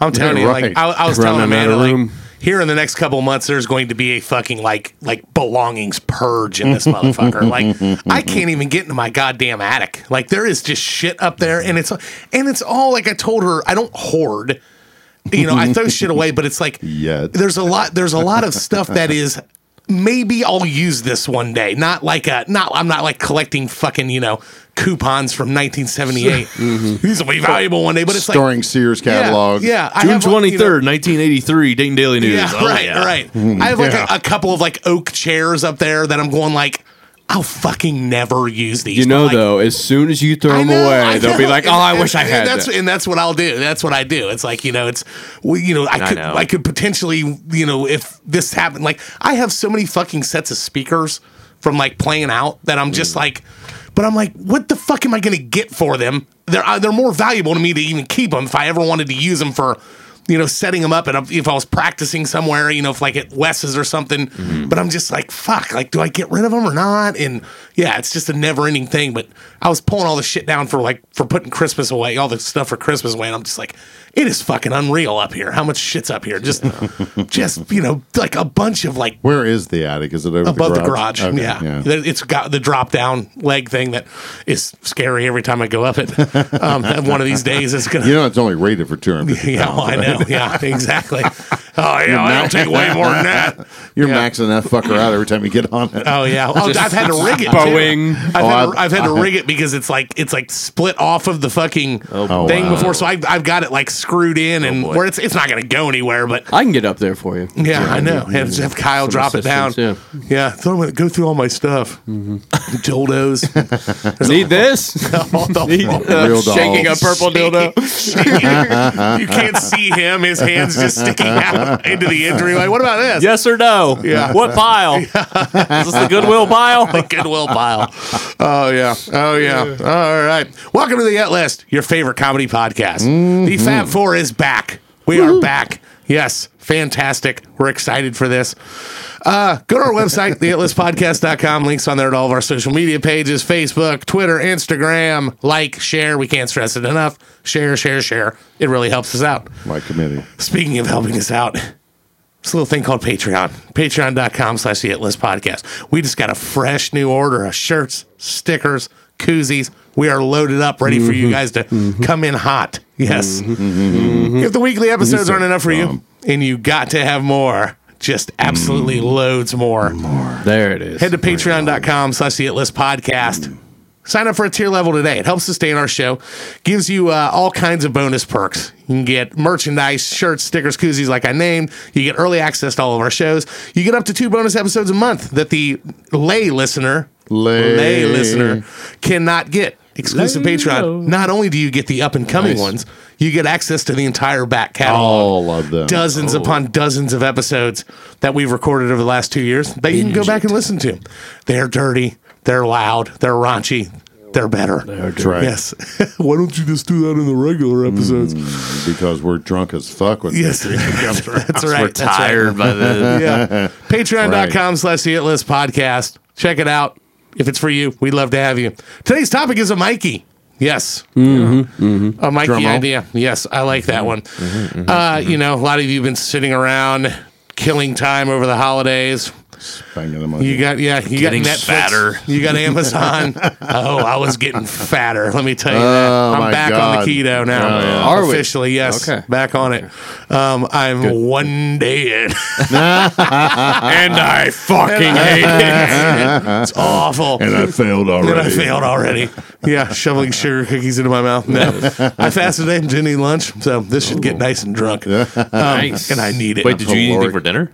I'm telling Yeah, you, right. like I, I was Running telling out Amanda, of like room. here in the next couple months, there's going to be a fucking like like belongings purge in this motherfucker. Like I can't even get into my goddamn attic. Like there is just shit up there, and it's and it's all like I told her I don't hoard. You know, I throw shit away, but it's like Yet. there's a lot there's a lot of stuff that is maybe I'll use this one day. Not like a not I'm not like collecting fucking, you know, coupons from 1978. Mm-hmm. These will be valuable one day, but it's like Storing Sears catalog. yeah, I June have, you know, twenty third, nineteen eighty three. Dayton Daily News. yeah, Oh, right, yeah. right. Hmm. I have like Yeah. a, a couple of like oak chairs up there that I'm going like, I'll fucking never use these. You but, know, like, though, as soon as you throw I them know, away, I they'll be know. like, "Oh, And- I wish I and- had And that's that." and that's what I'll do. That's what I do. It's like you know, it's we, you know, I could I, know. could potentially you know if this happened, like I have so many fucking sets of speakers from like playing out that I'm just like, but I'm like, what the fuck am I gonna get for them? They're uh, they're more valuable to me to even keep them if I ever wanted to use them for. You know, setting them up, and if I was practicing somewhere, you know, if like at Wes's or something, but I'm just like, fuck, like, do I get rid of them or not? And yeah, it's just a never ending thing. But I was pulling all the shit down for like for putting Christmas away, all the stuff for Christmas away, and I'm just like, it is fucking unreal up here. How much shit's up here? Just, just you know, like a bunch of like Where is the attic? Is it over above the the garage. garage? Okay, yeah. There- it's got the drop down leg thing that is scary every time I go up it. Um, and one of these days, it's gonna. You know, it's only rated for 250 yeah, well, I know. Yeah, exactly. Oh yeah, that'll take way more than that. You're maxing that fucker out every time you get on it. Oh yeah, oh, I've had to rig it. too. Boeing. I've, Oh, had I've- to, I've had to rig it because it's like it's like split off of the fucking boy. thing Oh, wow. Oh, before, so I've, I've got it like screwed in and boy. where it's it's not going to go anywhere. But I can get up there for you. yeah, I know. Have, have Kyle drop it down. Yeah, Mm-hmm. assistance, so I'm going to go through all my stuff. Dildos. Need this? all the- Real dolls. Shaking a purple dildo. you can't see him; his hands just sticking out into the injury. Like, what about this? Yes or no? Yeah. What pile? Is this the Goodwill pile? the Goodwill pile. Oh yeah. Oh yeah. All right. Welcome to the Yet List, your favorite comedy podcast. The Fab Four is back. We are back. Yes, fantastic. We're excited for this. Uh, go to our website, theitlistpodcast.com. Links on there to all of our social media pages Facebook, Twitter, Instagram. Like, share. We can't stress it enough. Share, share, share. It really helps us out. My committee. Speaking of helping us out, this little thing called Patreon. Patreon.com slash the It List Podcast. We just got a fresh new order of shirts, stickers, koozies. We are loaded up, ready for you guys to come in hot. Yes. Mm-hmm. If the weekly episodes aren't enough for you, and you got to have more, just absolutely loads more. There it is. Head to patreon.com slash the It List Podcast. Sign up for a tier level today. It helps sustain our show, gives you uh, all kinds of bonus perks. You can get merchandise, shirts, stickers, koozies, like I named. You get early access to all of our shows. You get up to two bonus episodes a month that the lay listener, Lay. lay listener, cannot get. Exclusive Patreon. Not only do you get the up and coming Nice. Oh, ones, you get access to the entire back catalog All of them. dozens upon dozens of episodes that we've recorded over the last two years that you can go back and listen to. They're dirty, they're loud, they're raunchy, they're better. That's right. Yes. Why don't you just do that in the regular episodes? Because we're drunk as fuck when Yes. that's right. That's right. Tired by the Yeah. Patreon.com slash the It List podcast. Check it out. If it's for you, we'd love to have you. Today's topic is a Mikey. Yes. Mm-hmm, A Mikey Drum roll. idea. Yes, I like Mm-hmm, that one. uh, You know, a lot of you have been sitting around killing time over the holidays. banging them on You got yeah, you Getting got Netflix. fatter. You got Amazon. oh, I was getting fatter. Let me tell you that. Oh, I'm my back on God. the keto now. Oh, yeah. Are we? Officially, yes. Okay. Back on it. Um, I'm one day in. And I fucking hate it. it's awful. And I failed already. And I failed already. Yeah, shoveling sugar cookies into my mouth. No, I fasted today. Didn't eat lunch, so this should get nice and drunk. Um, nice. And I need it. Wait, did you eat anything Lord. for dinner?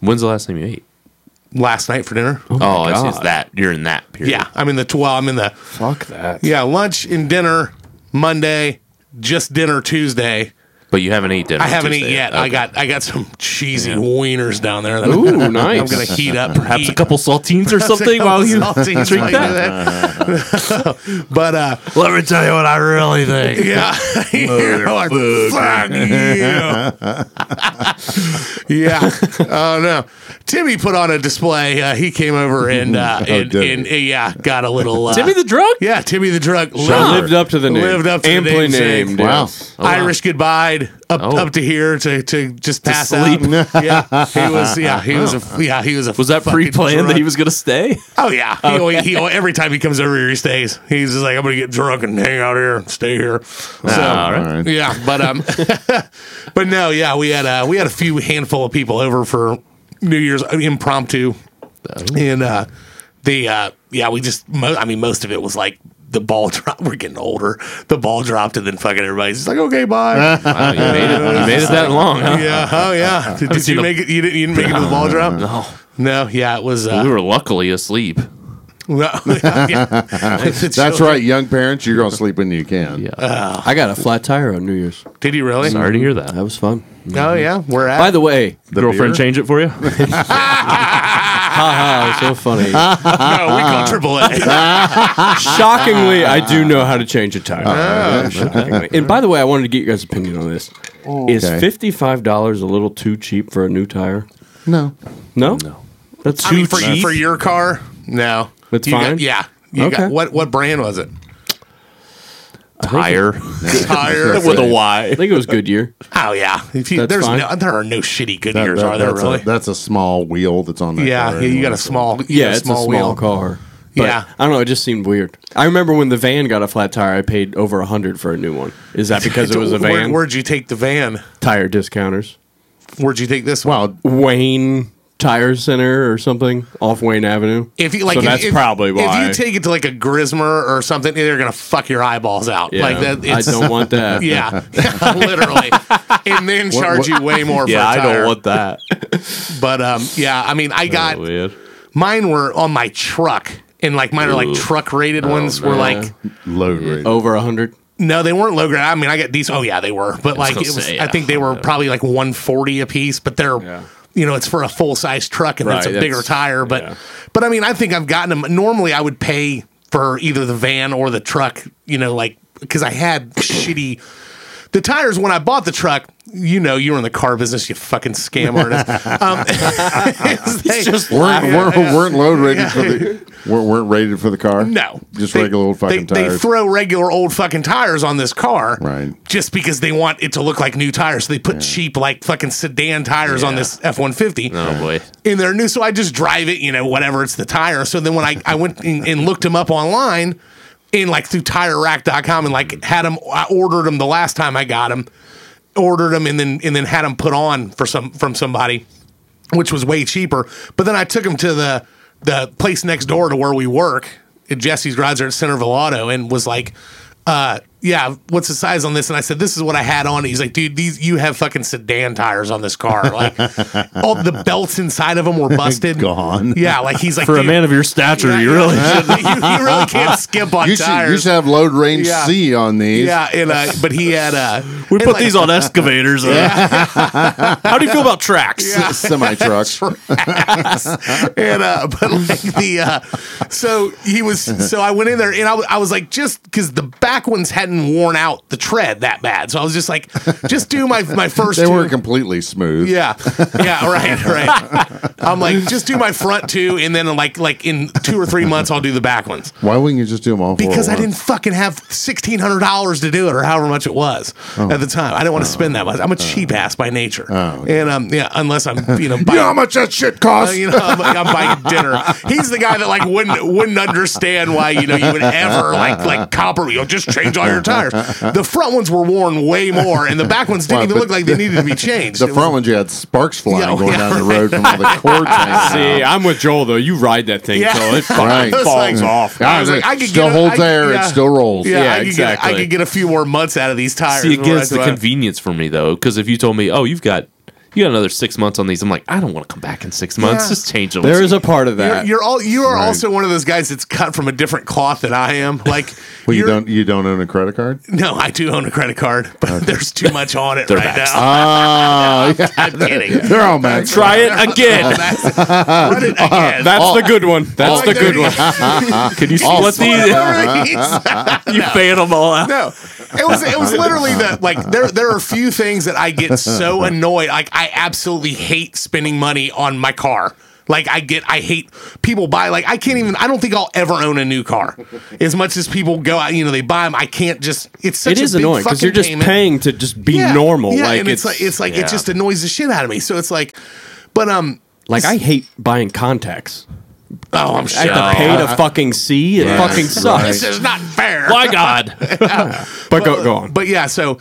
When's the last time you ate? Last night for dinner. Oh, I see. It's that you're in that period. Yeah, I'm in the well. I'm in the Fuck that. yeah lunch and dinner Monday, just dinner Tuesday. but you haven't eaten Uh, dinner. I haven't Tuesday eaten yet. Okay. I got I got some cheesy wieners down there. That I'm, Ooh, I'm nice. gonna heat up. perhaps eat. a couple saltines or something while you. Saltines while you do that. but uh, Let me tell you what I really think. Yeah. You're like, fuck you. yeah. Oh, no. Timmy put on a display. Uh, he came over and, uh, and, did he? and, uh, yeah, got a little. Uh, Timmy the drug? Yeah, Timmy the drug. Lived up to the name. Lived up to the Amply namesake. named. Wow. yes. Oh, Irish goodbye. up Oh. up to here to to just pass sleep. out. yeah, he was. Yeah, he was. A, yeah, he was. A Was that fucking pre-planned that he drunk. was going to stay? Oh yeah. He, always, he always- every time he comes over here, he stays. He's just like, I'm gonna get drunk and hang out here and stay here. So all right. All right. yeah, but um, but no, yeah, we had uh, we had a few handful of people over for New Year's uh, impromptu, and uh, the uh, yeah, we just mo- I mean most of it was like. The ball dropped. We're getting older. The ball dropped, and then fucking everybody's just like, "Okay, bye." Wow, you made it, you made it that long, huh? yeah. Oh, yeah. Did, did seen you a- make it? You didn't, you didn't make it to the ball drop. No. No. Yeah. It was. Oh, We Uh, were luckily asleep. That's right, young parents. You're gonna sleep when you can. Yeah. I got a flat tire on New Year's. Did he really? Sorry to hear that. That was fun. Oh yeah, we're at. By the way, The Girlfriend beer? change it for you? haha, it was Ah, so Ah. funny. no, we call triple A. shockingly, I do know how to change a tire. shockingly. And by the way, I wanted to get your guys' opinion on this. Is Okay. fifty-five dollars a little too cheap for a new tire? No. No, no, that's I too mean, for, cheap. for your car, no. That's You got- fine? yeah. You Okay. got, what what brand was it? Tire. Tire. With a Y. I think it was Goodyear. oh yeah. If you, That's there's fine. no, there are no shitty That- Goodyears, that- are there that's, really? a, that's a small wheel that's on that. yeah, car yeah, you got anyway, a so- small. you Yeah, got it's a small car. But, Yeah. I don't know. It just seemed weird. I remember when the van got a flat tire, I paid over a hundred for a new one. Is that because it was a Where, van? where'd you take the van? tire discounters, Where'd you take this one? Well, Wayne Tire Center or something off Wayne Avenue. If you like, so if, that's if- probably why. If you take it to like a Grismer or something, they're gonna fuck your eyeballs out. Yeah, Like that. I It's, don't want that. yeah, literally, and then charge you way more. For Yeah, a I tire. don't want that. But um, yeah, I Oh, mean, I got Weird. mine were on my truck and like mine are like truck rated ones were like load rate. Over a hundred. no they weren't low grade i mean i got these oh yeah they were but like it gonna was say, i yeah, think they were probably like 140 a piece but they're you know it's for a full size truck and that's Right, a bigger that's- tire but but i mean i think i've gotten them normally i would pay for either the van or the truck you know like because i had shitty the tires when I bought the truck, you know, you were in the car business, you fucking scam artist. Um, they- weren't, weren't, weren't load rated for the weren't, weren't rated for the car. No, just They- regular old fucking they, tires. They throw regular old fucking tires on this car, Right. Just because they want it to look like new tires, so they put cheap like fucking sedan tires on Yeah. this F one fifty. Oh, boy. And they're new, so I just drive it, you know, whatever it's the tire. So then when I I went and, and looked them up online, in like through TireRack.com, and like had them, I ordered them the last time I got them, ordered them, and then and then had them put on for some from somebody which was way cheaper. But then I took him to the the place next door to where we work at Jesse's Garage there at Centerville Auto and was like, uh, yeah, what's the size on this? And I said, this is what I had on it. He's like, dude, these you have fucking sedan tires on this car. Like all the belts inside of them were busted. Gone. Yeah, like he's like For a "Dude, man of your stature, yeah, you yeah, really you, you really can't skip on you should, tires. you should have load range Yeah. C on these. yeah, and uh, but he had uh, We put these on excavators. uh. How do you feel about tracks? Semi trucks. and uh, but like the uh, so he was so I went in there and I, w- I was like just because the back ones hadn't worn out the tread that bad, so I was just like just do my my first They two. weren't completely smooth. yeah, yeah, right, right. I'm like just do my front two, and then like like in two or three months I'll do the back ones Why wouldn't you just do them all? four because at I didn't once? fucking have sixteen hundred dollars to do it or however much it was at the time. I didn't want to spend that much. I'm a cheap ass by nature, and um yeah, unless I'm you know You know buying how much that shit costs? uh, you know, I'm, I'm buying dinner. He's the guy that like wouldn't wouldn't understand why you know you would ever like like copper. You'll just change all your tires. The front ones were worn way more, and the back ones didn't Well, even but look like they needed to be changed. the It was- front ones you had sparks flying Yeah, going yeah, down the road from all the cord. See, I'm with Joel though. You ride that thing Yeah. till it fucking Right. falls It's like- off. I was like, I could still get a- holds I- air. yeah. It still rolls. Yeah, Yeah, I, could exactly. get, I could get a few more months out of these tires. See, again, Whereas it's the I- convenience for me though, because if you told me, "Oh, you've got you got another six months on these," I'm like, I don't want to come back in six months. Yeah. Just change them. There is a part of You're, that. you're all you are also one of those guys that's cut from a different cloth than I am. Like Well, you you're- don't you don't own a credit card? No, I do own a credit card, but there's too much on it right now. Ah, yeah. I'm kidding. they're all maxed. try it again. That's- Run it again. Uh, That's the good one. That's Oh, the good one. Can you split these? Literally, You fan them all out. no, it was it was literally that like there there are a few things that I get so annoyed like I absolutely hate spending money on my car. Like I get, I hate people buy. Like I can't even. I don't think I'll ever own a new car. As much as people go out, you know, they buy them. I can't just. It's such it a is big annoying because fucking you're just payment. paying to just be Yeah, normal. Yeah, like and it's, like it's like yeah. it just annoys the shit out of me. So it's like, but um, Like I hate buying contacts. oh, I'm I sure. have to pay to fucking see. It fucking This sucks. is not fair. My God. But go, go on. But yeah, so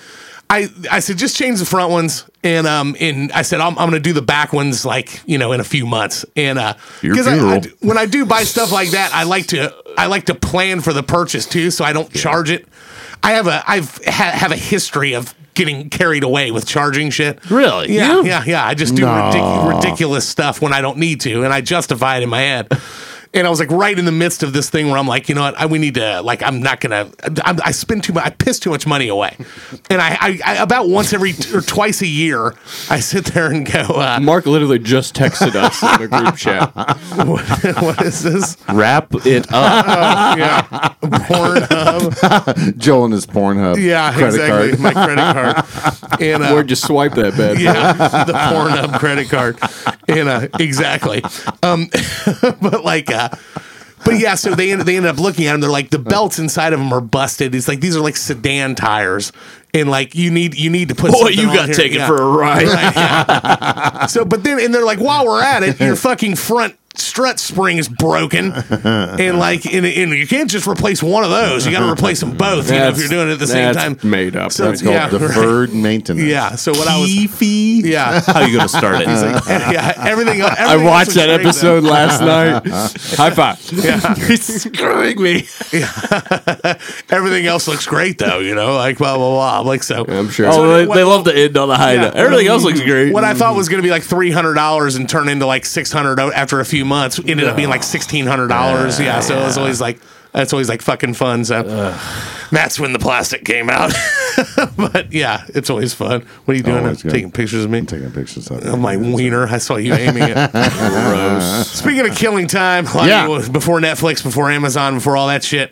I I said just change the front ones, and um, and I said I'm, I'm gonna do the back ones like you know in a few months, and uh, Your I- I funeral. d- when I do buy stuff like that, I like to I like to plan for the purchase too, so I don't charge it. I have a I've ha- have a history of getting carried away with charging shit. Really? Yeah, You? yeah, yeah. I just do ridic- ridiculous stuff when I don't need to, and I justify it in my head. And I was like, right in the midst of this thing where I'm like, you know what? I, we need to like, I'm not gonna. I'm, I spend too much. I piss too much money away. And I, I, I about once every t- or twice a year, I sit there and go, uh, Mark literally just texted us in the group chat. what, what is this? Wrap it up. Yeah, Pornhub. Joe and his Pornhub. Yeah, exactly. My credit card. And uh, Where'd you swipe that bed? yeah, the Pornhub credit card, and uh, exactly. Um, but like, uh, but yeah, so they end, they ended up looking at them. They're like, the belts inside of them are busted. It's like these are like sedan tires, and like you need you need to put. Boy, something you on got here. taken Yeah. for a ride. Right, yeah. So, but then, and they're like, while we're at it, your fucking front strut spring is broken, and like, and, and you can't just replace one of those. You got to replace them both. You know, if you're doing it at the same that's time. made up. So- That's- It's called Yeah, right. deferred maintenance. Yeah. So what I was. Beefy. Yeah. How you going to start it? Uh, yeah, everything. everything I else watched was that great, episode last night. High five. though. Yeah. He's screwing me. everything else looks great though, you know, like blah blah blah. I'm like so, I'm sure. Oh, they, what- they love to end on a high Yeah. note. Everything else looks great. what I thought was going to be like three hundred dollars and turn into like six hundred after a few months ended up being like sixteen hundred dollars. yeah, so it was always like that's always like fucking fun. So that's when the plastic came out. but yeah, it's always fun. What are you doing? Always good. Taking pictures of me. Taking pictures of of my wiener. I saw you aiming it. Speaking of killing time, a lot of Yeah. people- before Netflix, before Amazon, before all that shit,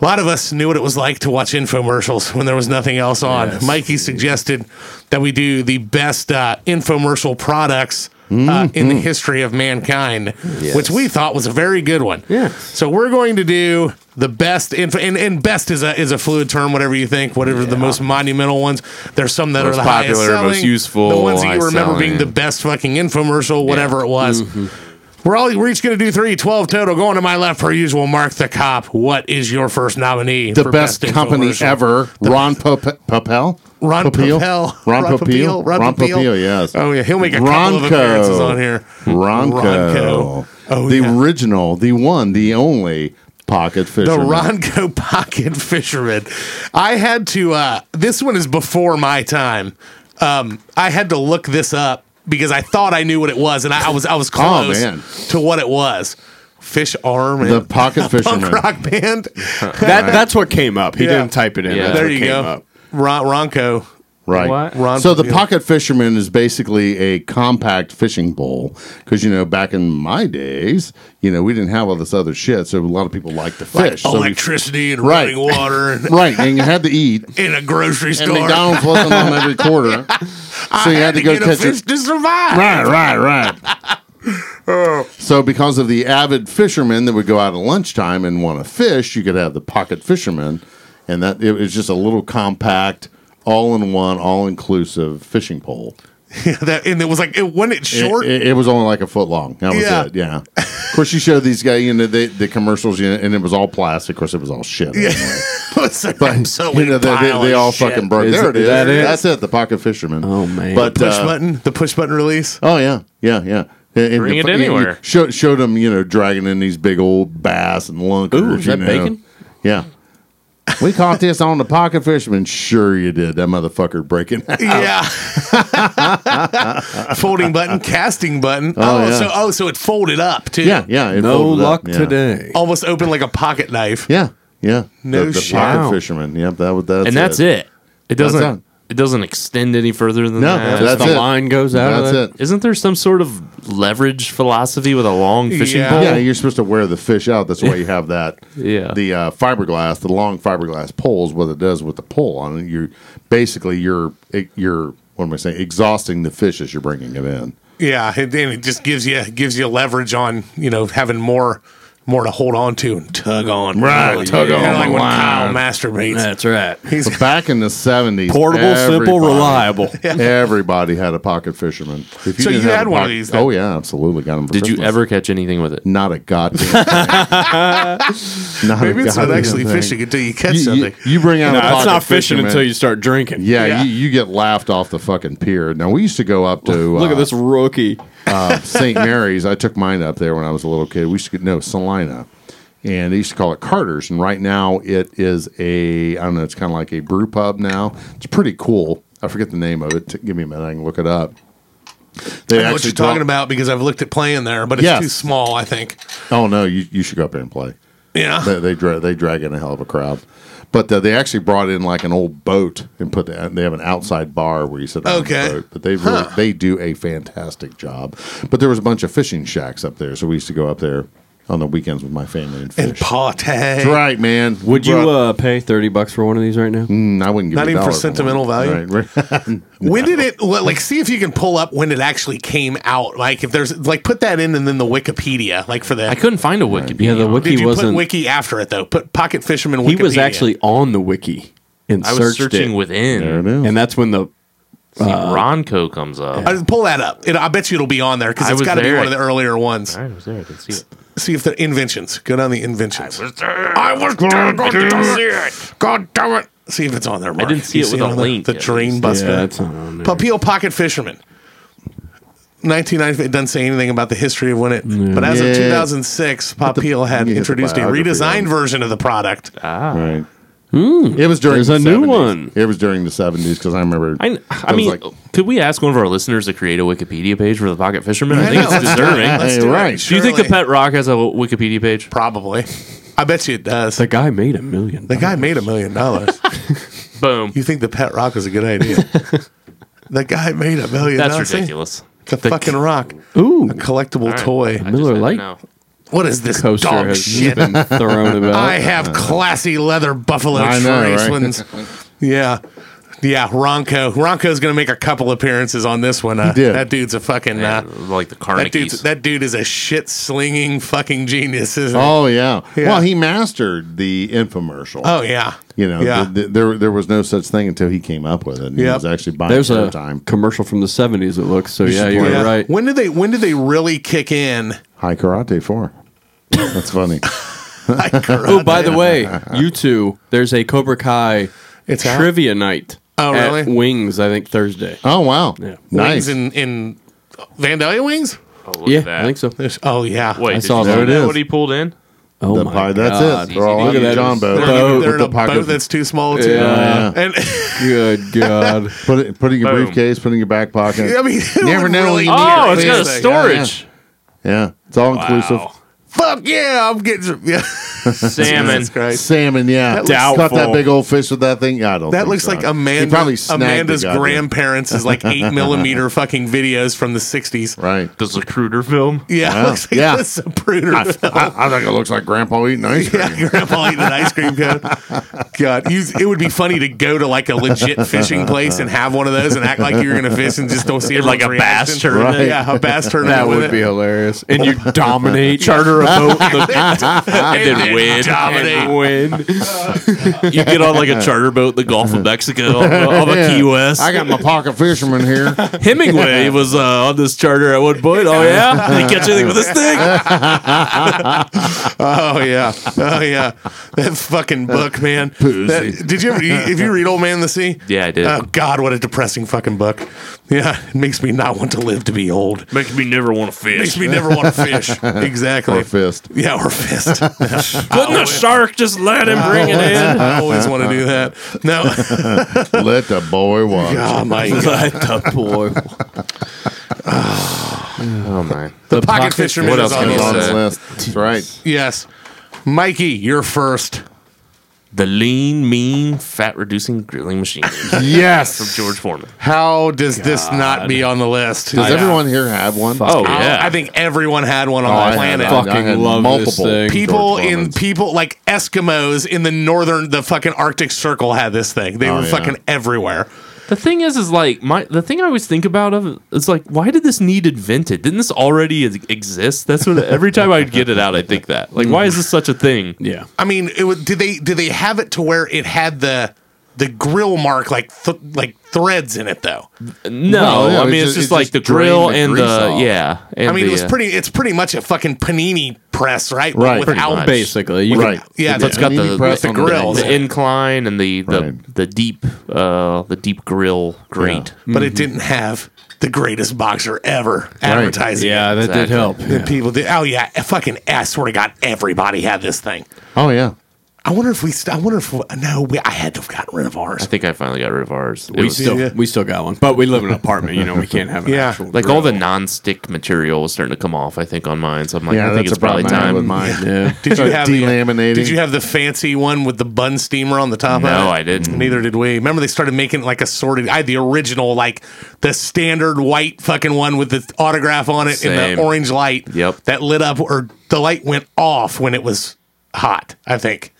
a lot of us knew what it was like to watch infomercials when there was nothing else on. Mikey suggested that we do the best uh, infomercial products. Uh, in the history of mankind, which we thought was a very good one. Yes. So we're going to do the best info, and, and best is a is a fluid term, whatever you think, whatever the most monumental ones. There's some that Most are the highest popular, most selling, useful, the ones that you highest remember being selling. the best fucking infomercial, whatever it was. Mm-hmm. We're all we're each gonna do three, 12 total. Going to my left per usual, Mark the cop. What is your first nominee? the for best, company infomercial? ever. Ron Pope- Papel. Ron Papel. Ron Ron Papel. Papel. Ron Ron Papel. Papel. Yes. Oh yeah, he'll make a couple of appearances on here. Ronco. Ronco. Oh, the yeah. original, the one, the only pocket The fisherman. Ronco Pocket Fisherman. I had to. Uh, this one is before my time. Um, I had to look this up because I thought I knew what it was, and I, I was I was close Oh, man. to what it was. Fish arm and the pocket fisherman. punk rock band. That, that's what came up. He Yeah. didn't type it in. Yeah. That's there what you came go. Up. Ron- Ronco. Right. What? Ron so the Popeil. pocket fisherman is basically a compact fishing pole because you know back in my days, you know we didn't have all this other shit, so a lot of people liked to fish. so we- Electricity and Right. running water and right, and you had to eat, in a grocery and store. McDonald's wasn't on every quarter, so you had, to go get a catch fish it. to survive. Right, right, right. So, because of the avid fishermen that would go out at lunchtime and want to fish, you could have the pocket fisherman, and that it was just a little compact, all-in-one, all-inclusive fishing pole. That- and it was like it wasn't it short. It, it- it was only like a foot long. That was Yeah. it. Yeah. Of course, you showed these guys, you know, they, the commercials, you know, and it was all plastic. Of course, it was all shit. Yeah. was an absolute you know, they, they, pile they of all shit. fucking broke. Is there it it- is. that it? That's it. The pocket fisherman. Oh, man. But push uh, button. The push button release. oh yeah, yeah, yeah. And- and Bring the it fu- you- you anywhere. Show, showed them, you know, dragging in these big old bass and lunkers. Ooh, is you that know. bacon? Yeah. We caught this on the pocket fisherman. Sure, you did. That motherfucker breaking. out. Yeah. Folding button, casting button. Oh, yeah. so oh, so it folded up too. yeah, yeah. it No folded up. luck Yeah. today. Almost open like a pocket knife. Yeah, yeah. No the, the shit. pocket Wow. fisherman. Yep, that was that's and that's it. It doesn't. That's it. It doesn't extend any further than No, that. that's the it. line goes out. of That's that. it. Isn't there some sort of leverage philosophy with a long fishing Yeah. pole? Yeah, you're supposed to wear the fish out. That's why you have that. Yeah. The uh, fiberglass, the long fiberglass poles. What it does with the pole on it, you're basically you're you're what am I saying? Exhausting the fish as you're bringing it in. Yeah, and then it just gives you gives you leverage on you know having more more to hold on to and tug on. Right, tug Oh, Kinda on like the when Kyle line. masturbates. right. He's But back in the 70s, Portable, simple, everybody- reliable. Everybody had a pocket fisherman. If So didn't you have had a one of pocket- these then? Oh yeah, absolutely. Got them. For Did you Christmas. ever catch anything with it? Not a goddamn. Not maybe a it's not goddamn actually thing. fishing until you catch You, you, something. you bring out. No, a that's pocket not fishing fisherman. until you start drinking. Yeah, Yeah. You, you get laughed off the fucking pier. Now we used to go up to Look uh, at this rookie. uh, St. Mary's. I took mine up there when I was a little kid. We used to get no Salina, and they used to call it Carter's. And right now it is a I don't know. It's kind of like a brew pub now. It's pretty cool. I forget the name of it. T- Give me a minute. I can look it up. They I know what you're brought- talking about because I've looked at playing there, but it's Yes. too small. I think. Oh no, you you should go up there and play. Yeah. They they, dra- they drag in a hell of a crowd. But uh, they actually brought in like an old boat and put the, they have an outside bar where you sit down on the Okay. boat. But they really, they do a fantastic job. But there was a bunch of fishing shacks up there, so we used to go up there on the weekends with my family and and fish. party. That's right, man. Would you Bro- uh, pay thirty bucks for one of these right now? Mm, I wouldn't give Not you even for a dollar one. sentimental value? Right, right. When did it well, like see if you can pull up when it actually came out? Like if there's like put that in and then the Wikipedia, like for the I couldn't find a Wikipedia. Yeah, the wiki Did you put wasn't. wiki after it though? Put Pocket Fisherman Wikipedia. he was actually on the wiki and I was searched searching it, within. there it is. and that's when the See, Ronco comes up. I pull that up. It, I bet you it'll be on there because I it's was got to be there. one of the earlier ones. I was there. I could see it. See if they're inventions. Go down the inventions. I was going to see God damn it! See if it's on there. Mark. didn't see You it with a on the- link, The at train least. buster. not on Papillo Pocket Fisherman. 1995, it doesn't say anything about the history of when it, but as Yeah. of 2006, Papillo had you hit the introduced a biography redesigned on. version of the product. Right. it was during there's the a new 70s. one. It was during the seventies because I remember. I, kn- I was mean, like- could we ask one of our listeners to create a Wikipedia page for the Pocket Fisherman? I I think know. it's deserving. Let's Hey, do right. It. Do you think the Surely. Pet Rock has a Wikipedia page? Probably. I bet you it does. The guy made a million. the guy made a million dollars. Boom. You think the pet rock is a good idea? the guy made a million That's dollars. See? ridiculous. It's a fucking rock. Ooh, A collectible toy. I just had Miller to Lite? know. What is this coaster dog has shit? been thrown about. I have classy leather Buffalo Oh. I Trace know, right? ones. Yeah. Yeah, Ronco. Ronco's going to make a couple appearances on this one. Uh, did. That dude's a fucking. Yeah, Uh, like the that, dude's, Carnegies. that dude is a shit slinging fucking genius, isn't he? Oh yeah. Yeah. Well, he mastered the infomercial. Oh, yeah. you know, yeah. th- th- there there was no such thing until he came up with it. And He Yep. was actually buying There's a time. commercial from the '70s. It looks so. Yeah, should you're play Yeah. right. When did they When did they really kick in? High karate four. That's funny. Oh, by the way, you two, there's a Cobra Kai It's out? trivia night. Oh, at really? Wings, I think Thursday. Oh wow. Wings Nice. in, in Vandalia Wings? oh, look yeah, at that. I think so. There's- oh, yeah. Wait, I did saw you that. see There it that is. What he pulled in? Oh The my pie- that's God. it. They're all Look on at the that. John boat. They're, Boat in a, they're with in the a pocket- boat that's uh, too small. To, Yeah. And Good God. Put it put it in your Boom. briefcaves. Put it in your back pocket. I mean, it Never would know really when need you Oh, it. it's got a Yeah, storage. yeah, it's all inclusive. Fuck yeah, I'm getting some. Yeah. Salmon. Jesus Christ. Salmon, yeah, That looks- caught that big old fish with that thing. Yeah, I don't. That think looks so. like He Amanda, probably snagged the Amanda's goddamn- grandparents' is like eight millimeter fucking videos from the sixties. Right. Does the Cruder film? Yeah, it Wow. looks like Yeah. this is a pruder. I, I think it looks like Grandpa eating ice cream. yeah, grandpa eating an ice cream cone. God, you, it would be funny to go to like a legit fishing place and have one of those and act like you're gonna fish and just don't see it Like a reaction. bass tournament. Right. Yeah, a bass tournament. That with would it. be hilarious. And you dominate, charter a boat, and then win. dominate. win. You get on like a charter boat, the Gulf of Mexico, on a Yeah. Key West. I got my pocket fisherman here. Hemingway was uh, on this charter at one point. Oh yeah, did he catch anything with this thing? Oh yeah, oh yeah, that fucking book, man. That- did you ever? If you read Old Man in the Sea, Yeah, I did. Oh God, what a depressing fucking book. Yeah, it makes me not want to live to be old. Makes me never want to Makes fish. me never want to fish. Exactly. Or fist. Yeah, or fist. Couldn't the shark just let him bring it in? I always want to do that. No. Let the boy watch. Oh my God. the boy. Oh my! The, pocket, fisherman What is else on can the you It's on list. his list. That's right. Yes. Mikey, you're first. The lean, mean, fat-reducing grilling machine from Yes. George Foreman. How does this not be on the list? Does Yeah. everyone here have one? Oh I- yeah, I think everyone had one on I the had- planet. I Fucking had love this thing. people George in Formans. people like Eskimos in the northern the fucking Arctic Circle had this thing. They Oh, were yeah. fucking everywhere. The thing is, is like my the thing I always think about of is like, why did this need invented? Didn't this already ex- exist? That's what every time I get it out, I think that like, why is this such a thing? Yeah. I mean, it was, did they did they have it to where it had the the grill mark like th- like threads in it though? No, No, yeah, I mean it it's ju- just, it like just the grill drained the and the grease off. yeah. And I mean, the, it was uh, pretty. It's pretty much a fucking panini press, right? But Right. Without much. Basically, you Right. yeah, It's the- got the, Panini press on the grill. uh, the incline and the the, Right. the deep uh the deep grill grate. but it didn't have the greatest boxer ever Can, advertising. yeah, that did Exactly. help. it. people did. Oh yeah, fucking. I swear to God, everybody had this thing. Oh yeah. I wonder if we. St- I wonder if no. We, I had to have gotten rid of ours. I think I finally got rid of ours. It We was- still yeah. we still got one, but we live in an apartment. You know, we can't have an Yeah. actual like all the grill. non-stick material was starting to come off. I think on mine, so I'm like, Yeah, I think that's it's probably about mine with time. mine. Yeah. Did you Start have The, uh, delaminating. did you have the fancy one with the bun steamer on the top? of it? No, I didn't. Neither did we. Remember, they started making like assorted. I had the original, like the standard white fucking one with the autograph on it and Same. the orange light. Yep. That lit up, or the light went off when it was hot. I think.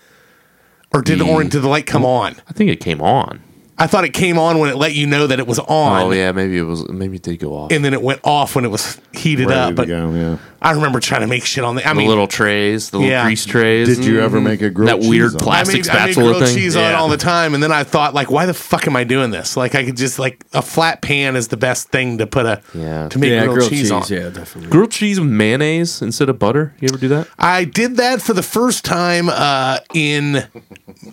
Or did the orange? Did the light come on? I think it came on. I thought it came on when it let you know that it was on. Oh yeah, maybe it was. Maybe it did go off. And then it went off when it was heated Ready up. to But go, yeah. I remember trying to make shit on the. I the mean, little trays, the little Yeah. grease trays. Mm. Did you ever make a grilled that cheese weird on it? I plastic made, I made spatula grilled thing? cheese on it Yeah. all the time, and then I thought, like, why the fuck am I doing this? Like, I could just like a flat pan is the best thing to put a Yeah. to make yeah, grilled, cheese, on. Yeah, definitely. Grilled cheese with mayonnaise instead of butter. You ever do that? I did that for the first time uh, in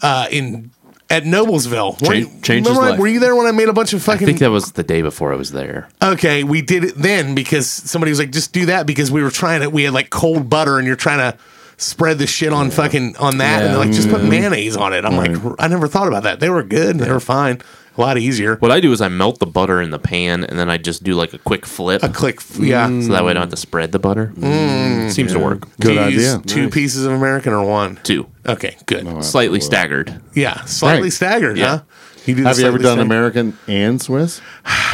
uh, in at Noblesville. Were Change- you- changed his remember I- life. Were you there when I made a bunch of I fucking? think that was the day before I was there. okay, we did it then because somebody was like, just do that because we were trying to. We had like cold butter, and you're trying to spread the shit on fucking on that, and they're like, just put mayonnaise on it. I'm like, I never thought about that. They were good. They were fine. A lot easier. What I do is I melt the butter in the pan and then I just do like a quick flip. A click, yeah. So that way I don't have to spread the butter. Seems to work. Do Good you use idea. Two pieces of American or one? Two. Okay, good. Slightly staggered. Yeah, slightly Right. staggered, Yeah. huh? You do the Have you ever slightly done staggered- American and Swiss?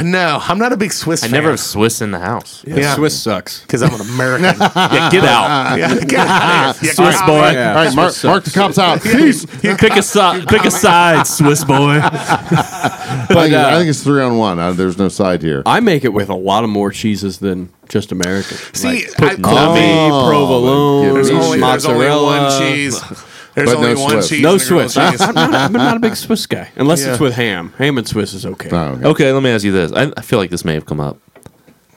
No, I'm not a big Swiss. I fan never have Swiss in the house. Ah. Yeah. Swiss sucks. because I'm an American. Yeah, get out. yeah, get out of here. Yeah, Swiss get boy. out of here. Yeah, All right, mark, Swiss mark the cops out. Peace. pick a side. Pick a side, Swiss boy. I, think, uh, I think it's three on one. Uh, there's no side here. I make it with a lot of more cheeses than just American. See, like, I- E, put nutmeg, provolone, there's There's only, there's only mozzarella. one cheese. There's But no only one Swiss. cheese. No and a grilled Swiss. cheese. I'm not, I'm not a big Swiss guy, unless Yeah. it's with ham. Ham and Swiss is okay. Oh, okay. Okay, let me ask you this. I, I feel like this may have come up.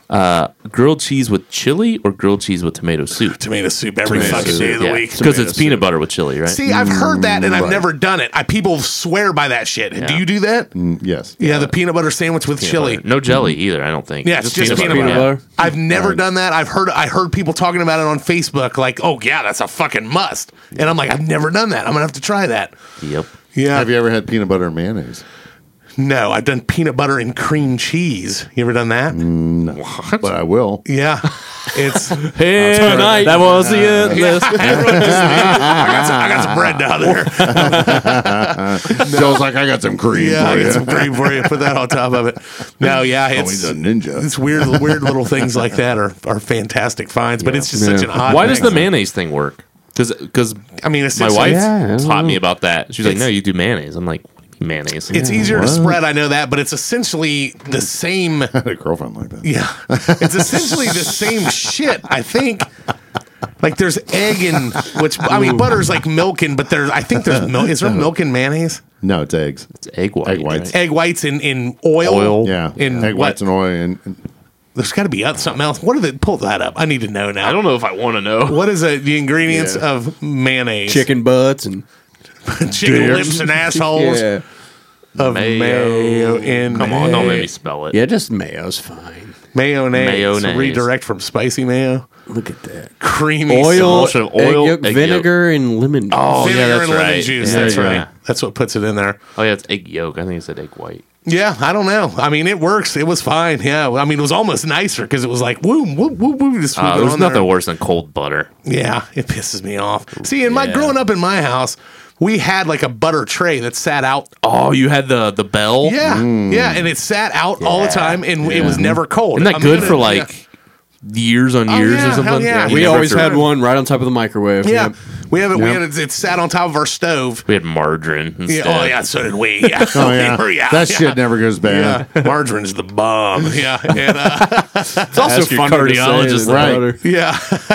Uh, grilled cheese with chili or grilled cheese with tomato soup? Tomato soup every Tomato fucking soup, day of the week. because it's peanut butter with chili, right? See, I've heard that and I've right. never done it. I people swear by that shit. Do you do that? Mm, Yes. Yeah, the peanut butter sandwich with Peanut chili. Mm-hmm. butter. No jelly either. I don't think. Yeah, it's just peanut, butter. butter. Peanut I've never done that. I've heard I heard people talking about it on Facebook, like, oh yeah, that's a fucking must. And I'm like, I've never done that. I'm gonna have to try that. Yeah. Yep. Yeah. Have you ever had peanut butter and mayonnaise? no, I've done peanut butter and cream cheese. You ever done that? But I will. Yeah. It's I Hey, tonight. That was the end. list. got some, I got some bread down there. Joe's like, I got some cream Yeah, for I you. got some cream for you. Put that on top of it. No, yeah, oh, he's it's a ninja. it's weird weird little things like that are, are fantastic finds, but it's just such an odd Why does thing. the mayonnaise thing work? Because I mean it's my just- wife it's- Yeah, I taught me about that. She's like, It's- no, you do mayonnaise. I'm like, mayonnaise. It's easier to spread, I know that, but it's essentially the same. I had a girlfriend like that. Yeah, it's essentially the same shit. I think. Like there's egg in which I mean butter's like milk in, but there's I think there's milk. Is there milk in mayonnaise? No, it's eggs. It's egg white. Egg whites. right? Egg whites in in oil. Oil. Yeah. In Egg what- whites and oil. And, and There's got to be oth- something else. What are they? Pull that up. I need to know now. I don't know if I want to know. What is it? The ingredients of mayonnaise? Chicken butts and chicken lips, and assholes Yeah. of mayo. Mayo. in Come on, don't make me spell it. yeah, just mayo's fine. mayonnaise. Mayonnaise. Redirect from spicy mayo. Look at that. Creamy Oil, emulsion of egg oil, yolk, egg vinegar, and lemon. Oh, vinegar yeah, that's and lemon right. juice. Yeah, that's yeah. right. That's what puts it in there. Oh, yeah, it's egg yolk. I think it said egg white. Yeah, I don't know. I mean, it works. It was fine. Yeah, I mean, it was almost nicer because it was like, whoom, whoop, whoop, whoop. Just swoop Uh, it there's on nothing there. worse than cold butter. Yeah, it pisses me off. See, in my Yeah. growing up in my house, we had like a butter tray that sat out. Oh, you had the the bell? Yeah, yeah, and it sat out all the Yeah. time, and it was never cold. Isn't that I'm good gonna- for like years on Oh, years yeah, or hell something? Oh, yeah. You we never always threw- had one right on top of the microwave. Yeah. yeah. We have it. We had it, it sat on top of our stove. We had margarine. Yeah, Instead. oh yeah, so did we. Yeah, Oh yeah, We were- that yeah. shit never goes Yeah, bad. margarine's the bomb. Yeah, and uh, It's also Ask your fun cardiologist cardiologist. about Right. her. yeah.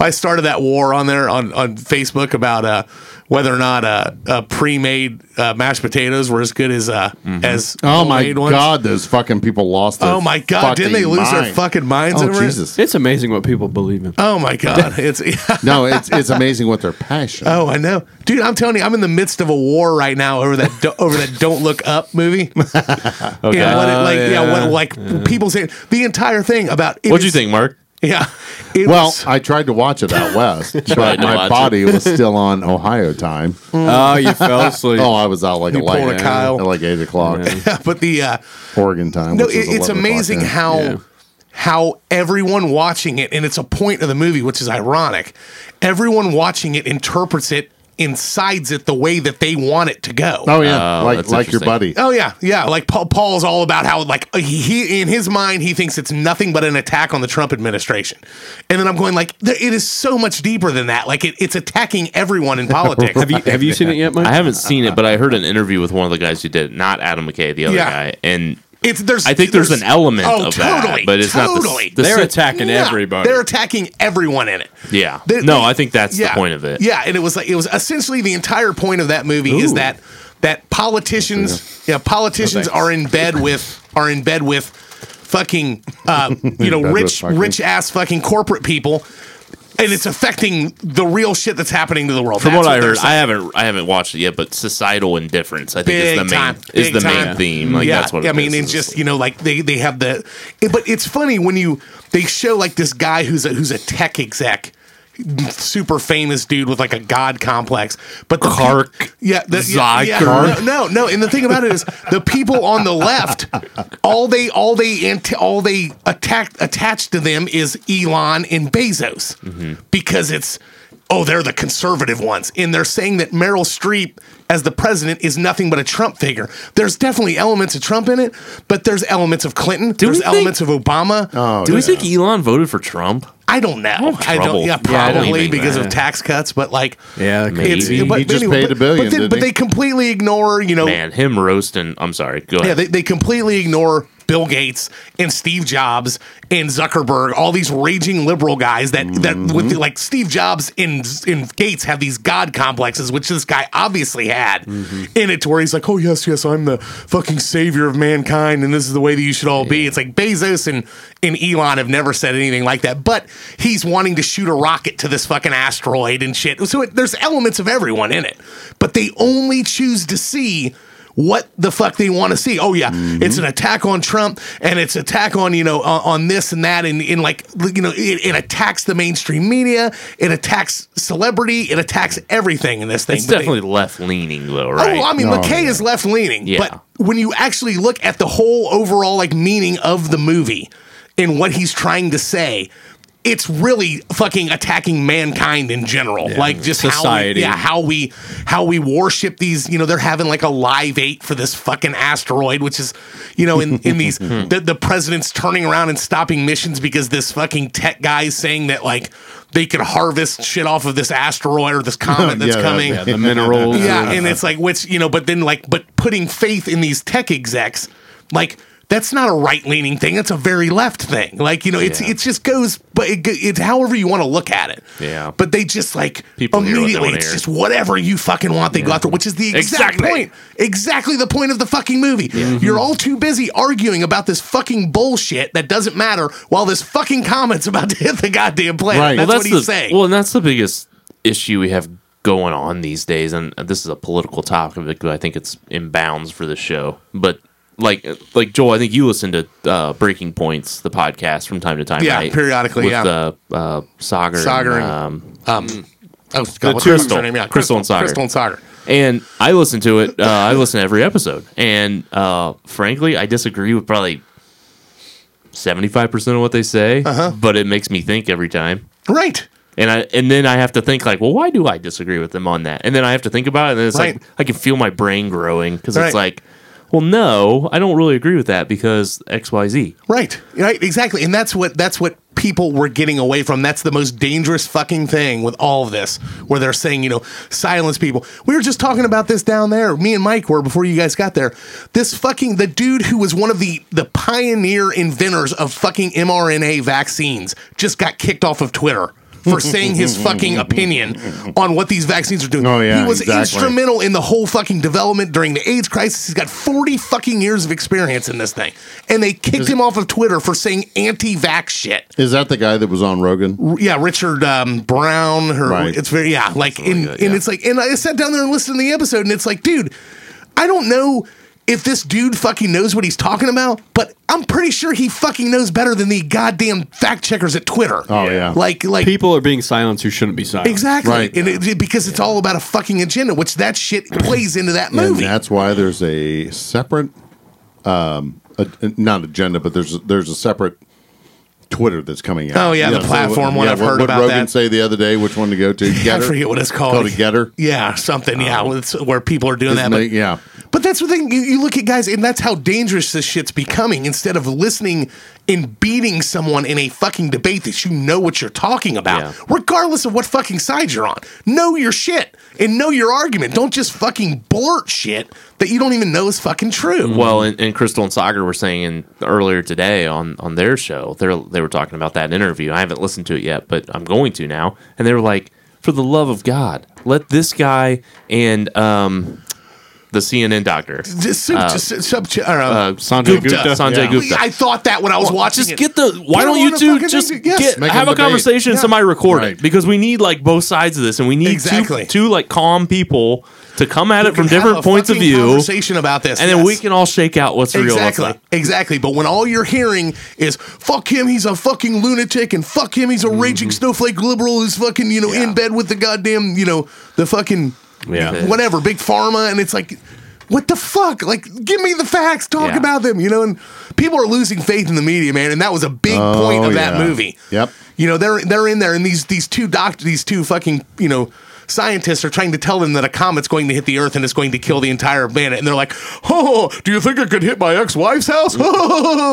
I started that war on there on on Facebook about uh, whether or not uh, uh, pre-made uh, mashed potatoes were as good as uh, as Oh my homemade ones. god, those fucking people lost. Their Oh my god! Didn't they fucking lose their mind. fucking minds Oh over Jesus! It's amazing what people believe in. it? Oh my god! It's no, it's it's amazing what their passion. oh I know, dude. I'm telling you, I'm in the midst of a war right now over that do- over that Don't Look Up movie. Okay. Yeah, what it, like yeah, Uh, what like people say the entire thing about it What'd you is- think, Mark? Yeah, it Well, was- I tried to watch it out west, Tried but to watch my it. body was still on Ohio time. Oh, you fell asleep. Oh, I was out like a You light pulled a at Kyle. like eight o'clock but the uh, Oregon time. no, which is it, it's 11 o'clock amazing now. how Yeah. how everyone watching it, and it's a point of the movie, which is ironic. Everyone watching it interprets it, incides it the way that they want it to go. Oh yeah, Oh, like that's like your interesting. buddy. Oh yeah, yeah. Like Paul, Paul's all about how like he, he in his mind he thinks it's nothing but an attack on the Trump administration, and then I'm going like there, it is so much deeper than that. Like it, it's attacking everyone in politics. Have you have you seen it yet, Mike? I haven't seen it, but I heard an interview with one of the guys who did it, not Adam McKay, the other Yeah. guy. And It's there's. Oh, I think there's an element of that, but it's not the s- the They're si- attacking everybody. They're attacking everyone in it. yeah. They- no, they- I think that's yeah, the point of it. Yeah, and it was like it was essentially the entire point of that movie is that that politicians, yeah, politicians are in bed with are in bed with fucking uh, you know bed with rich fucking- rich ass fucking corporate people. And it's affecting the real shit that's happening to the world. From That's what I they're heard, saying. I haven't I haven't watched it yet, but societal indifference I think is the main is big the main time. theme. Like that's what it I mean, it's is, is- just you know, like they they have the, it- but it's funny when you they show like this guy who's a who's a tech exec, super famous dude with like a god complex, but the pe- Kark. yeah, the, yeah, Zucker. yeah. no, no, no, and the thing about it is the people on the left, all they all they ant- all they attack attached to them is Elon and Bezos because it's oh they're the conservative ones and they're saying that Meryl Streep as the president is nothing but a Trump figure. There's definitely elements of Trump in it, but there's elements of Clinton, we there's think- elements of Obama. Oh, Do we yeah. think Elon voted for Trump? I don't know. I trouble don't. Yeah, believing probably that. because of tax cuts, but like Yeah, that could it's- Maybe. but He just anyway, paid but- a billion, But, then- didn't but he? they completely ignore, you know, Man, him roasting. I'm sorry. Go yeah, ahead. they, they completely ignore Bill Gates and Steve Jobs and Zuckerberg, all these raging liberal guys that that with like Steve Jobs and and Gates have these god complexes, which this guy obviously had in it, to where he's like, oh yes, yes, I'm the fucking savior of mankind, and this is the way that you should all be. It's like Bezos and and Elon have never said anything like that, but he's wanting to shoot a rocket to this fucking asteroid and shit. So it, there's elements of everyone in it, but they only choose to see what the fuck they want to see. Oh yeah, Mm-hmm. it's an attack on Trump and it's attack on you know on, on this and that and in like you know it, it attacks the mainstream media, it attacks celebrity, it attacks everything in this thing. it's But they- definitely left leaning though, Oh, right? well, I mean, No, McKay yeah. is left leaning, Yeah. but when you actually look at the whole overall like meaning of the movie and what he's trying to say, it's really fucking attacking mankind in general, like just Society. How we, yeah, how we how we worship these. You know, they're having like a live eight for this fucking asteroid, which is, you know, in in these the, the president's turning around and stopping missions because this fucking tech guy is saying that like they could harvest shit off of this asteroid or this comet that's Oh, Yeah, that- coming. yeah, the minerals. Yeah, uh, and it's like which you know, but then like but putting faith in these tech execs, like that's not a right leaning thing. It's a very left thing. Like you know, it's Yeah. it just goes, but it, go- it's however you want to look at it. Yeah. But they just like People hear what they immediately, wanna it's hear. just whatever you fucking want. They go after, which is the exact Exactly. Mm-hmm. point, exactly the point of the fucking movie. You're all too busy arguing about this fucking bullshit that doesn't matter, while this fucking comment's about to hit the goddamn planet. Right. That's, Well, what he's the, saying. Well, and that's the biggest issue we have going on these days, and this is a political topic because I think it's in bounds for the show. But like, like Joel, I think you listen to uh, Breaking Points, the podcast from time to time. Yeah, right? periodically, With yeah. the uh, Sagar, Sagar and- and, um, oh, God, what's two- her Crystal. name? Yeah, Crystal and Sagar. Crystal and Sagar. and I listen to it. Uh, I listen to every episode, and uh, frankly, I disagree with probably seventy five percent of what they say, Uh-huh. but it makes me think every time. Right. And I and then I have to think like, well, why do I disagree with them on that? And then I have to think about it, and then it's Right. like I can feel my brain growing because Right. it's like, well, no, I don't really agree with that because X, Y, Z. Right. Right. Exactly. And that's what that's what people were getting away from. That's the most dangerous fucking thing with all of this, where they're saying, you know, silence people. We were just talking about this down there. Me and Mike were before you guys got there. This fucking the dude who was one of the the pioneer inventors of fucking mRNA vaccines just got kicked off of Twitter. For saying his fucking opinion on what these vaccines are doing. Oh, yeah, he was exactly. instrumental in the whole fucking development during the AIDS crisis. He's got 40 fucking years of experience in this thing. And they kicked him off of Twitter for saying anti vax shit Is that the guy that was on Rogan? yeah, Richard um, Brown. Her, Right. It's very yeah, like in, that, and yeah. it's like, and I sat down there and listened to the episode, and it's like, dude, I don't know if this dude fucking knows what he's talking about, but I'm pretty sure he fucking knows better than the goddamn fact checkers at Twitter. Oh, yeah. like like People are being silenced who shouldn't be silenced. exactly, Right. and it, because it's all about a fucking agenda, which that shit plays into that movie. And that's why there's a separate, um, a, not agenda, but there's there's a separate Twitter that's coming out. Oh, yeah, the platform one. I've what, heard what about Rogan that. say the other day, which one to go to? I Getter? forget what it's called. Called a Getter. Yeah, something. Um, Yeah, it's where people are doing that. Isn't but- it? yeah, But that's the thing. You, you look at guys, and that's how dangerous this shit's becoming. Instead of listening and beating someone in a fucking debate that you know what you're talking about, Yeah. regardless of what fucking side you're on, know your shit and know your argument. Don't just fucking blurt shit that you don't even know is fucking true. Well, and, and Crystal and Sagar were saying in, earlier today on, on their show, they they were talking about that interview. I haven't listened to it yet, but I'm going to now. And they were like, for the love of God, let this guy and um, the CNN doctor, Just, sub- just sub- ch- or, uh, uh, Sanjay Gupta, Sanjay Yeah. Gupta. I thought that when I was watching. just it. get the. Why Put don't him on you a two fucking just thing to- yes. get Make him have a debate. conversation and Yeah. somebody record Right. it because we need like both sides of this and we need Exactly. two, two like calm people to come at it from Have a different points of fucking view and Conversation about this, then yes. we can all shake out what's real. what's Exactly. not. Exactly. But when all you're hearing is fuck him, he's a fucking lunatic, and fuck him, he's a raging snowflake liberal who's fucking, you know, in bed with the goddamn, you know, the fucking Yeah. whatever, big pharma, and it's like what the fuck? Like, give me the facts. Talk Yeah. about them, you know. And people are losing faith in the media, man. And that was a big point of that Oh, yeah. movie. Yep. You know, they're they're in there, and these these two doctors, these two fucking you know scientists are trying to tell them that a comet's going to hit the Earth and it's going to kill the entire planet, and they're like, "Oh, do you think it could hit my ex-wife's house?"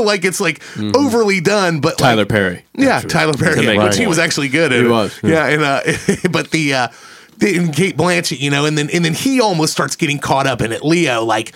like it's like overly done, but Mm-hmm. Tyler like, Perry. yeah, Tyler Perry, make which a he point. was actually good. At He it. was, Yeah, and uh, but the uh, the- and Kate Blanchett, you know, and then and then he almost starts getting caught up in it. Leo, like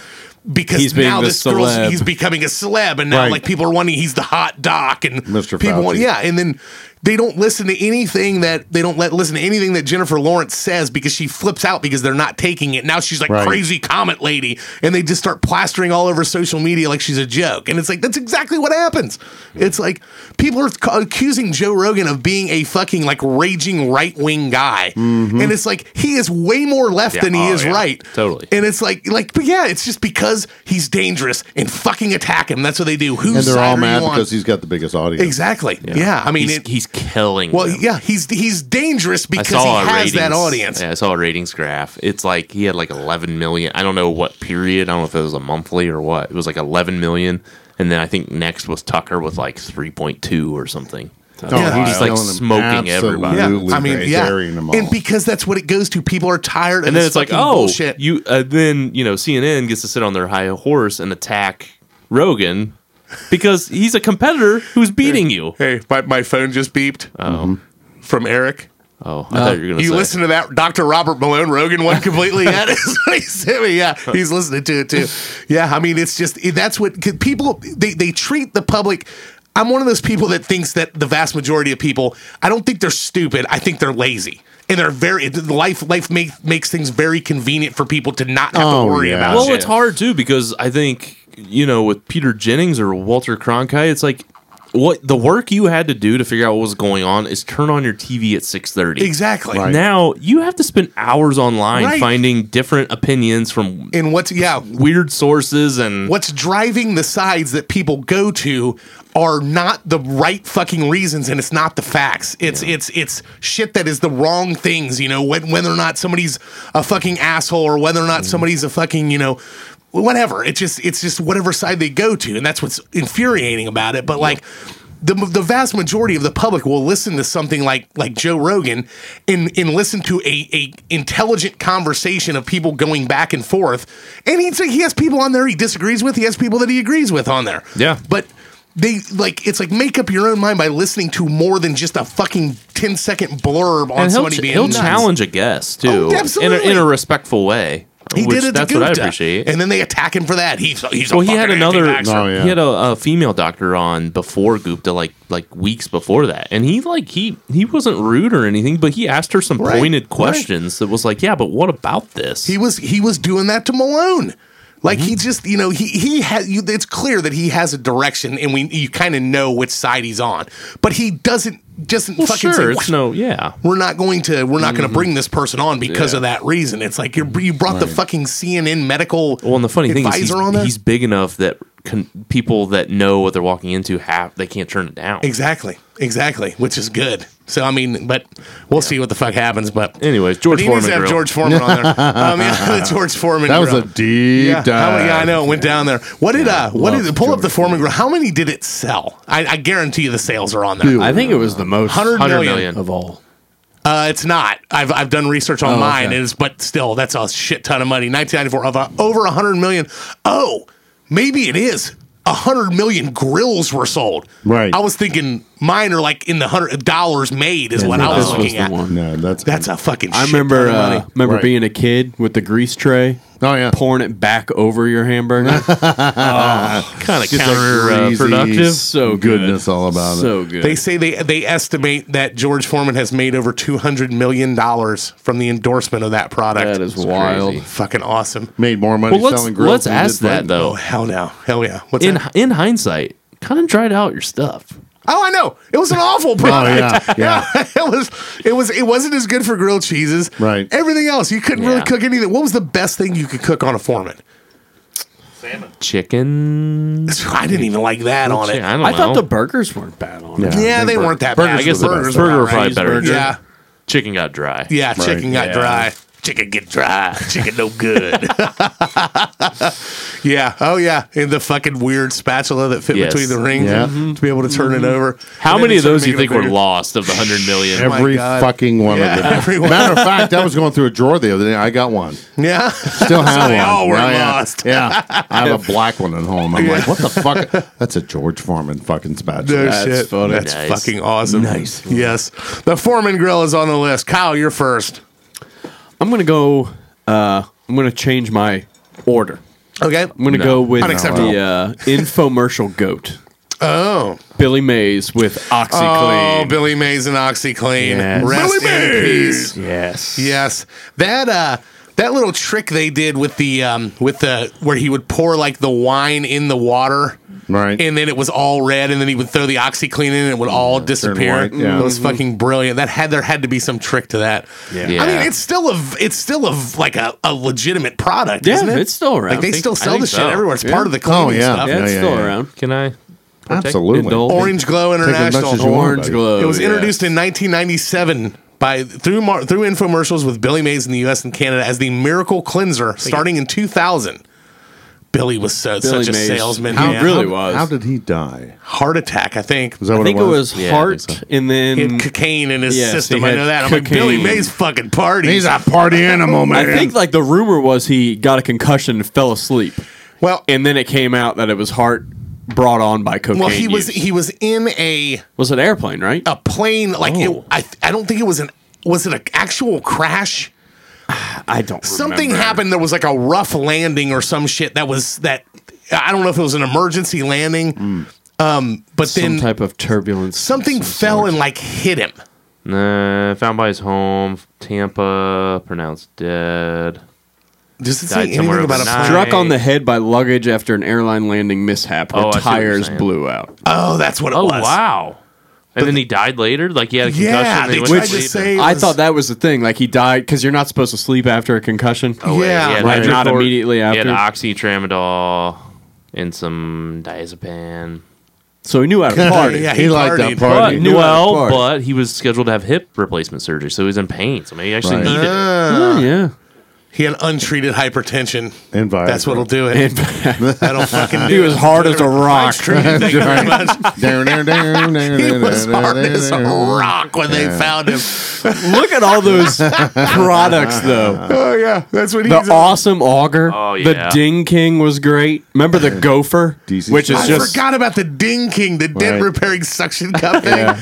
because He's being now the this girl's celeb. he's becoming a celeb, and now Right. like people are wanting he's the hot doc and Mr. People want, Fauci. yeah, and then they don't listen to anything that they don't let listen to anything that Jennifer Lawrence says because she flips out because they're not taking it. Now she's like Right. crazy comet lady, and they just start plastering all over social media like she's a joke. And it's like that's exactly what happens. It's like people are ca- accusing Joe Rogan of being a fucking like raging right wing guy, and it's like he is way more left than he Oh, is yeah. right. Totally. And it's like like but yeah, it's just because he's dangerous and fucking attack him. That's what they do. Who's and they're all mad on? because he's got the biggest audience. Exactly. Yeah. I mean, he's, it, he's killing. well, them. yeah, he's he's dangerous I because he saw a has ratings, that audience. Yeah, I saw a ratings graph. It's like he had like 11 million. I don't know what period. I don't know if it was a monthly or what. It was like 11 million, and then I think next was Tucker with like 3.2 or something. Oh, Yeah. he's He's, like, killing them. smoking everybody. Yeah, Absolutely I mean, yeah, burying them all. and because that's what it goes to. People are tired, of and then it's like, oh, bullshit. you. Uh, then you know, CNN gets to sit on their high horse and attack Rogan because he's a competitor who's beating you. hey, my, my phone just beeped Mm-hmm. from Eric. Oh, I thought you were gonna You say. listen to that Dr. Robert Malone Rogan one completely yet? Is what he sent me. Yeah, he's listening to it too. Yeah, I mean, it's just that's what 'cause people they they treat the public. I'm one of those people that thinks that the vast majority of people. I don't think they're stupid. I think they're lazy. And they're very life. Life make, makes things very convenient for people to not have Oh, to worry yeah. about. Well, shit. it's hard too because I think you know with Peter Jennings or Walter Cronkite, it's like what the work you had to do to figure out what was going on is turn on your TV at six thirty. exactly. Now you have to spend hours online Right. finding different opinions from And what's yeah, weird sources and what's driving the sides that people go to are not the right fucking reasons and it's not the facts it's it's it's shit that is the wrong things you know when, whether or not somebody's a fucking asshole or whether or not somebody's a fucking you know whatever it's just it's just whatever side they go to and that's what's infuriating about it but like the, the vast majority of the public will listen to something like like Joe Rogan and and listen to a, a intelligent conversation of people going back and forth. And he'd say he has people on there he disagrees with. He has people that he agrees with on there. Yeah. but they like it's like make up your own mind by listening to more than just a fucking 10 second blurb on and he'll, somebody ch- being he'll nuts. challenge a guest too, Oh, in, a, absolutely. in a respectful way. He which did it that's to what I Gupta. appreciate. And then they attack him for that. He's he's a well, he had fucking another. anti-vaxxer. No, yeah. He had a, a female doctor on before Gupta, like like weeks before that, and he like he he wasn't rude or anything, but he asked her some Right, pointed right. questions that was like, yeah, but what about this? He was he was doing that to Malone. Like Mm-hmm. he just, you know, he he has. You, it's clear that he has a direction, and we you kind of know which side he's on. But he doesn't doesn't well, fucking sure, say, it's Mm-hmm. no, yeah, we're not going to we're not going to bring this person on because of that reason. It's like you're, you brought the fucking CNN medical. Well, and the funny thing is, he's, advisor on there. he's big enough that con- people that know what they're walking into have they can't turn it down. exactly exactly, which is good. So I mean, but we'll see what the fuck happens. But Anyways, George but he needs Foreman. to have grill. George Foreman on there. um, yeah, the George Foreman. That was grill. a deep Yeah, how dive. many- I know it went down there. What did uh? What love did pull up the George. Foreman grill? How many did it sell? I, I guarantee you the sales are on there. I think it was the most 100 100 million. million. of all. Uh, it's not. I've, I've done research on Oh, mine. okay. It is, but still, that's a shit ton of money. 1994 of uh, over 100 million. Oh, maybe it is. 100 million grills were sold. Right. I was thinking mine are like in the hundred dollars made is what I was this was looking the at. one. No, that's That's a fucking. I shit remember ton of money. uh, remember Right. being a kid with the grease tray. Oh, yeah. pouring it back over your hamburger. kind of Just a greasy counterproductive. so good. goodness all about it. so good. They say they they estimate that George Foreman has made over two hundred million dollars from the endorsement of that product. that is wild. crazy. fucking awesome. Made more money Well, let's selling grills. let's than he did ask that bread. Oh though. hell no, hell yeah. What's In that? in hindsight, kind of dried out your stuff. Oh, I know. It was an awful Oh product. yeah, yeah. it was it was it wasn't as good for grilled cheeses. Right. Everything else you couldn't really Yeah. cook anything. What was the best thing you could cook on a Foreman? Chicken. I didn't even like that on it. Yeah, I Yeah, don't I know. thought the burgers weren't bad on it. they weren't that bad. I guess the burgers, were burger were all right. probably better. Cheeseburger. Yeah, Chicken got dry. yeah. Chicken got Yeah. dry. Chicken get dry. Chicken no good. yeah. Oh yeah. And the fucking weird spatula that fit Yes. between the rings Yeah. Mm-hmm. and to be able to turn it over. And How then many they of started those do you making think a were bigger- lost of the hundred million? Oh my Every God. fucking one Yeah, of them. everyone. Matter of fact, I was going through a drawer the other day. I got one. Yeah. Still have they one. all were Oh, yeah. lost. Yeah. I have a black one at home. I'm like, what the fuck? That's a George Foreman fucking spatula. No That's shit. funny. That's Nice. fucking awesome. Nice. Yes. The Foreman Grill is on the list. Kyle, you're first. I'm gonna go. Uh, I'm gonna change my order. Okay. I'm gonna go with Unacceptable. the uh, infomercial goat, Oh. Billy Mays with OxyClean. Oh, Billy Mays and OxyClean. Yes. Rest Billy in peace. yes. Yes. That uh that little trick they did with the um with the where he would pour like the wine in the water. Right. And then it was all red, and then he would throw the OxyClean in, and it would all disappear. white, yeah. It was fucking brilliant. That had there had to be some trick to that. I mean, Yeah. it's still a v- it's still a v- like a, a legitimate product. Yeah, isn't it? it's still around. Like they I think- still I sell think the shit so. everywhere. It's part of the Oh, cleaning yeah. stuff. Yeah, it's Yeah, yeah, still yeah. around. Can I? Absolutely. indulge. Orange Glow Take as much International. as you want, Orange buddy. glow. it was yes. introduced in 1997 by through mar- through infomercials with Billy Mays in the U.S. and Canada as the Miracle Cleanser, starting in 2000. Billy was so, Billy such a Mays. salesman. How man. really was. How did he die? Heart attack, I think. Is that I what think it was Yeah, I heart, think so. and then He had cocaine in his Yes, he system. I had know that. I'm like, cocaine. Billy Mays fucking party. He's a party animal, man. I think like the rumor was he got a concussion and fell asleep, well, and then it came out that it was heart brought on by cocaine. well, he was use. he Oh, was in a was an airplane, right? a plane. Like it, Oh. I I don't think it was an was it an actual crash? I don't. something happened. There was like a rough landing or some shit that was that. I don't know if it was an emergency landing, um, but Hmm. Some then type of turbulence. something fell and like hit him. Nah, found by his home, Tampa, pronounced dead. Does it Died say somewhere anything about a overnight. plane? struck on the head by luggage after an airline landing mishap Oh, where I see what you're tires saying. blew out. Oh, that's what it Oh was. wow! And then he died later. Like he had a concussion. Yeah, and they he went tried to to sleep. say. it I was- thought that was the thing. Like he died because you're not supposed to sleep after a concussion. Oh, wait, yeah, He had right. hydrochlor- Not immediately He had after. oxytramadol and some diazepam. So he knew how to party. Yeah, he he, liked that partied. But party. knew how to well, fart. but he was scheduled to have hip replacement surgery, so he was in pain. So maybe he actually Right. needed it. Hmm, yeah. He had untreated hypertension. And Viagra. That's what'll do it. I don't fucking. do He was it. hard as a rock. Thank you very much. He was hard as a Oh rock when they found him. Look at all those products, though. Oh, yeah, that's what he The did. awesome auger. Oh, The yeah. Ding King was great. Remember the gopher, DC which is I just forgot about the Ding King, the dent Right. repairing suction cup thing.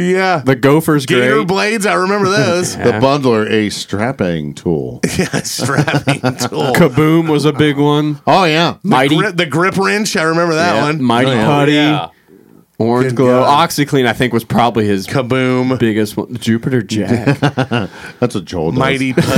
Yeah. the gopher's Gator great. blades, I remember those. The bundler, a strapping tool. yeah, strapping tool. Kaboom was a big one. Oh yeah, Mighty Gri- the grip wrench, I remember that Yeah, one. Oh, Mighty Oh, Putty, Orange Good Glow, God. OxyClean. I think was probably his Kaboom. biggest one. Jupiter Jack, that's a Joel. Does. Mighty putty.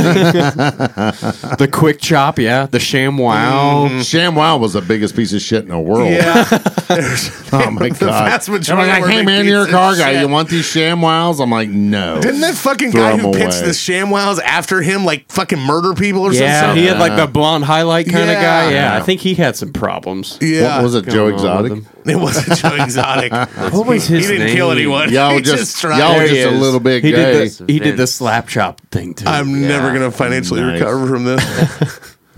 the Quick Chop, yeah, the Sham Wow. Sham Wow Mm-hmm. was the biggest piece of shit in the world. yeah. Oh my god. vast majority And I'm were like, hey big man, you're a pieces car of guy. shit." You want these Sham Wows? I'm like, no. Didn't that fucking Throw guy who them pitched away. the ShamWows after him like fucking murder people or Yeah, something? he had like the blonde highlight kind Yeah. of guy. Yeah, Yeah. I think he had some problems. Yeah. What was it, Joe Going on Exotic? with him. It wasn't Joe Exotic. What was he his didn't name? kill anyone. Y'all he just- tried. y'all There just he a is. little bit He gay. did the he did the slap chop thing too. I'm never gonna financially Nice. recover from this.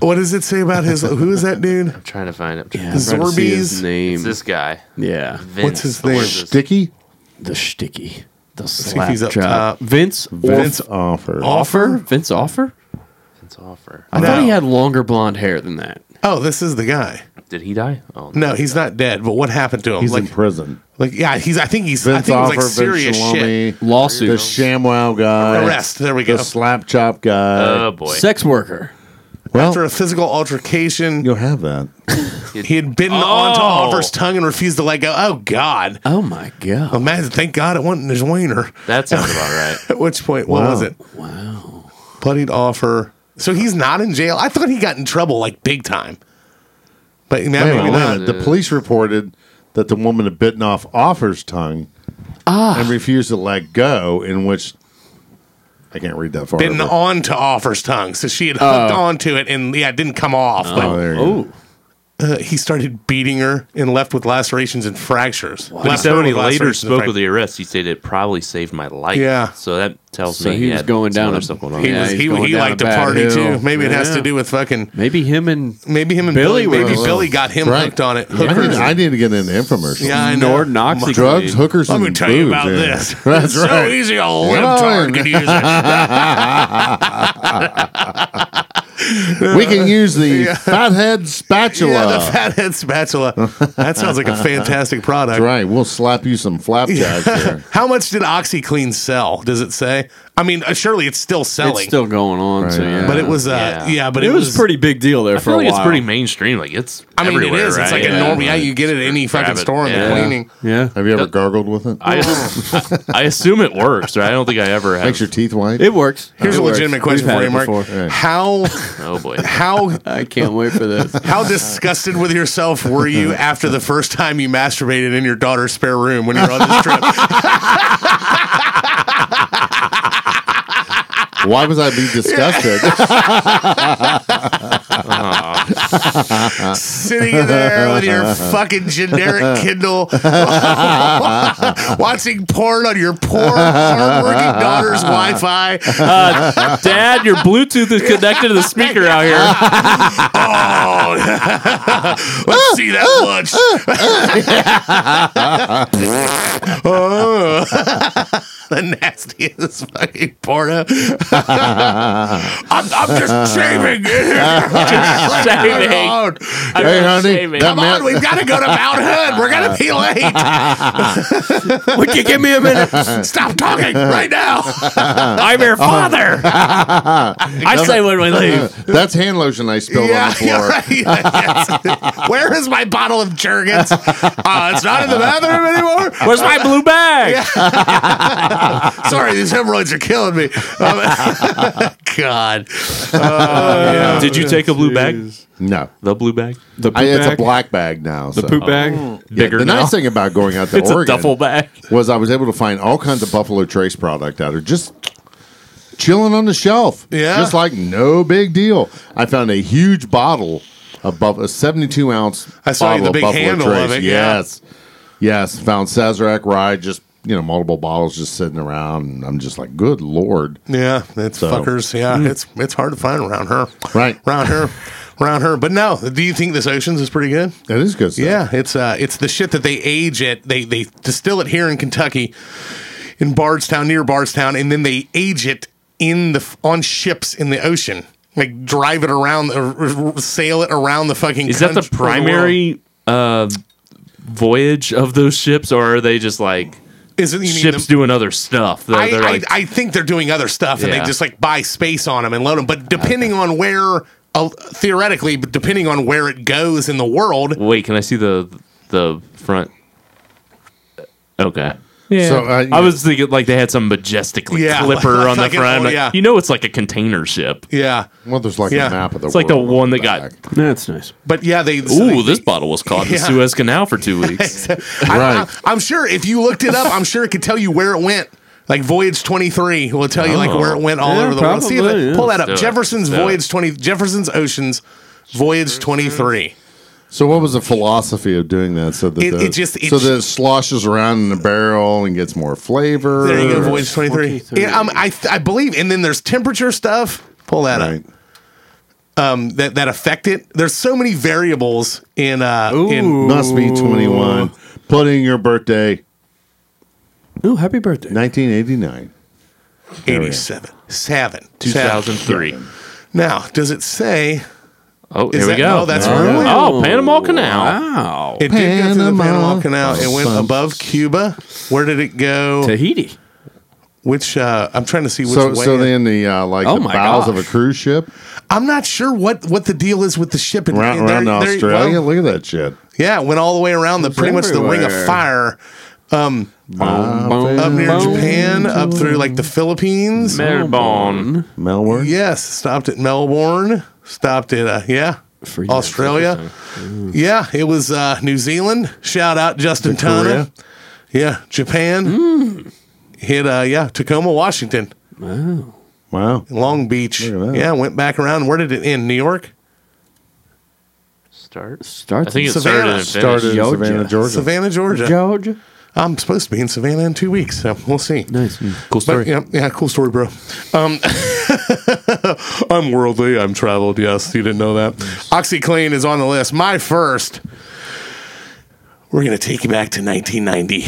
what does it say about his? Who is that dude? trying to find him. I'm trying to see his Zorbies. name. It's this guy. yeah, Vince. What's his What name? is this? Sticky the sticky, the see if slap he's chop. up top. Vince Vince Vince offer. Offer. Vince Offer. Vince Offer. I thought No. he had longer blonde hair than that. Oh, this is the guy. Did he die? Oh No, he's not dead. But what happened to him? He's like, in prison. like, yeah, he's. I think he's. I Vince think it was Offer, like serious Vince shit. Shalomi, the Lawsuit. Sham Wow guy, Arrest. There we the go. slap chop guy. Oh boy. Sex worker. well, After a physical altercation, you'll have that. he had bitten onto Oh. Offer's tongue and refused to let go. Oh God! Oh my god. Imagine. Thank God it wasn't his wiener. That sounds about right. At which point, what Wow. was it? Wow. Bloodied offer. So he's not in jail. I thought he got in trouble like big time. But man, Wait a maybe minute, wait a not. minute. The police reported that the woman had bitten off Offer's tongue Ah. and refused to let go, in which I can't read that far. Bitten over. on to offer's tongue. So she had hooked Oh. onto it and yeah, it didn't come off. Oh, there you go. But uh, he started beating her and left with lacerations and fractures. But he Left said her when he with later lacerations and spoke frac- of the arrest, he said it probably saved my life. Yeah. So that tells So me he was had going some down other a- stuff going on. he Yeah, was he's he, going he down a liked to bad party hill. too. Maybe it has Yeah. to do with fucking Maybe him and maybe him and Billy. Billy maybe was- Billy got him Right. hooked on it. I need, Hookers. I need to get into infomercials. Yeah, I know. Nord Knox. Drugs, hookers, Let and me tell you booze, about yeah. this. That's it's right. so easy, a on. libtard could use it. We can use the fathead spatula. yeah, the fathead spatula. That sounds like a fantastic product. That's right. We'll slap you some flapjacks here. How much did OxyClean sell? Does it say? I mean, uh, surely it's still selling, It's still going on. so Right. yeah. but it was, uh, yeah. Yeah. but it, was, pretty big deal there I for feel a like while. it's pretty mainstream. Like it's. I mean, it everywhere, is. It's right? like a Yeah. normal. Yeah, you get it at any fucking grab it. store in Yeah. the cleaning. yeah. Have you ever gargled with it? I, I assume it works. Right? I don't think I ever have. Makes your teeth white. It works. Here's It a works. legitimate We've question had for you, it Mark. before. Right. How oh boy. how I can't wait for this. how disgusted with yourself were you after the first time you masturbated in your daughter's spare room when you were on this trip? Why was I be disgusted? sitting in there with your fucking generic Kindle, watching porn on your poor, hardworking daughter's Wi-Fi. Uh, Dad, your Bluetooth is connected to the speaker out here. Oh, let's see that much. Oh. the nastiest fucking porno. I'm, I'm just shaving. Shaving. I'm hey, not honey, shaving. that Come on, man, we've got to go to Mount Hood. We're gonna be late. Would you give me a minute? Stop talking right now. I'm your father. I say when we leave. that's hand lotion I spilled on the floor. yeah, right, yeah, yes. Where is my bottle of Jergens? Uh, it's not in the bathroom anymore. Where's my blue bag? Sorry, these hemorrhoids are killing me. Um, God. Uh, yeah. Did you take a blue bag? No, The blue bag? The poop I, it's a bag. black bag now. the so. poop bag. Yeah, Bigger the now. nice thing about going out to it's a Oregon duffel bag. was I was able to find all kinds of Buffalo Trace product out there, just chilling on the shelf. Yeah. just like no big deal. I found a huge bottle of buff- a seventy-two ounce. I saw you bottle the big handle of it, yeah. Yes, yes. Found Sazerac rye, just you know multiple bottles just sitting around, and I'm just like, good lord, Yeah, it's So- fuckers. Yeah, Hmm. it's it's hard to find around her. Right. around her, around her. But no, do you think this oceans is pretty good? that is good. Stuff. Yeah, it's uh, it's the shit that they age it. They they distill it here in Kentucky, in Bardstown near Bardstown, and then they age it in the on ships in the ocean. Like drive it around, or, or- or sail it around the fucking. Is that the country- world. primary uh, voyage of those ships, or are they just like Is it you mean ships the- doing other stuff? They're, I, they're I, like, I think they're doing other stuff and they Yeah. just like buy space on them and load them. But depending on where, uh, theoretically, but depending on where it goes in the world, wait, can I see the the front? Okay. Yeah. So uh, I was thinking like they had some majestic like, Yeah, clipper like on the an front. old- Like, yeah. You know, it's like a container ship. yeah. well. There's like Yeah. a map of the. It's like the world on one the that got. back. That's nice. But yeah, they. so Ooh, they- this bottle was caught in the Yeah. Suez Canal for two weeks. I, Right. I, am sure if you looked it up, I'm sure it could tell you where it went. Like Voyage 23 will tell you like where Oh. it went all Yeah, over the world. See if probably, it, yeah. pull that up. Let's do it. Jefferson's Let's do Voyage 20. Jefferson's Oceans Voyage 23. So what was the philosophy of doing that? So that It- the, it just- it so ju- that it sloshes around in the barrel and gets more flavor. There you go, or- Voyage 23. Yeah, um, I, I believe. And then there's temperature stuff. Pull that up. Right. that that affect it. There's so many variables in uh in Must be 21. Put in your birthday, Ooh, happy birthday. 1989. 87 seven 2003. Now, does it say Oh, Is here we that- go. no, that's oh, wrong. Panama Canal. Wow. it did go through the Panama. Panama Canal? It went Awesome. above Cuba. Where did it go? Tahiti. Which uh I'm trying to see which So, way. so it- then the uh, like Oh the my bowels of gosh. a cruise ship I'm not sure what what the deal is with the ship in around, there- around there- Australia. well, Look at that shit. yeah, it went all the way around the pretty much the Ring of everywhere. Fire um, up near Japan, up through like the Philippines. Melbourne. Melbourne. Yes, stopped at Melbourne. Stopped at uh, yeah, For years, Australia. Mm. Yeah, it was uh, New Zealand. Shout out Justin Tana. Victoria. Mm. Yeah, Japan. Hit uh, yeah Tacoma, Washington, Wow. Long Beach. Look at that. Yeah, went back around. Where did it end? New York, Start. Starts I think it Savannah. started and finished. Started in Georgia. Savannah, Georgia. Savannah, Georgia. Georgia. I'm supposed to be in Savannah in two weeks, so we'll see. Nice. cool But story. yeah, yeah, cool story, bro. Um, I'm worldly. I'm traveled. Yes, you didn't know that. OxyClean is on the list. My first. We're gonna take you back to 1990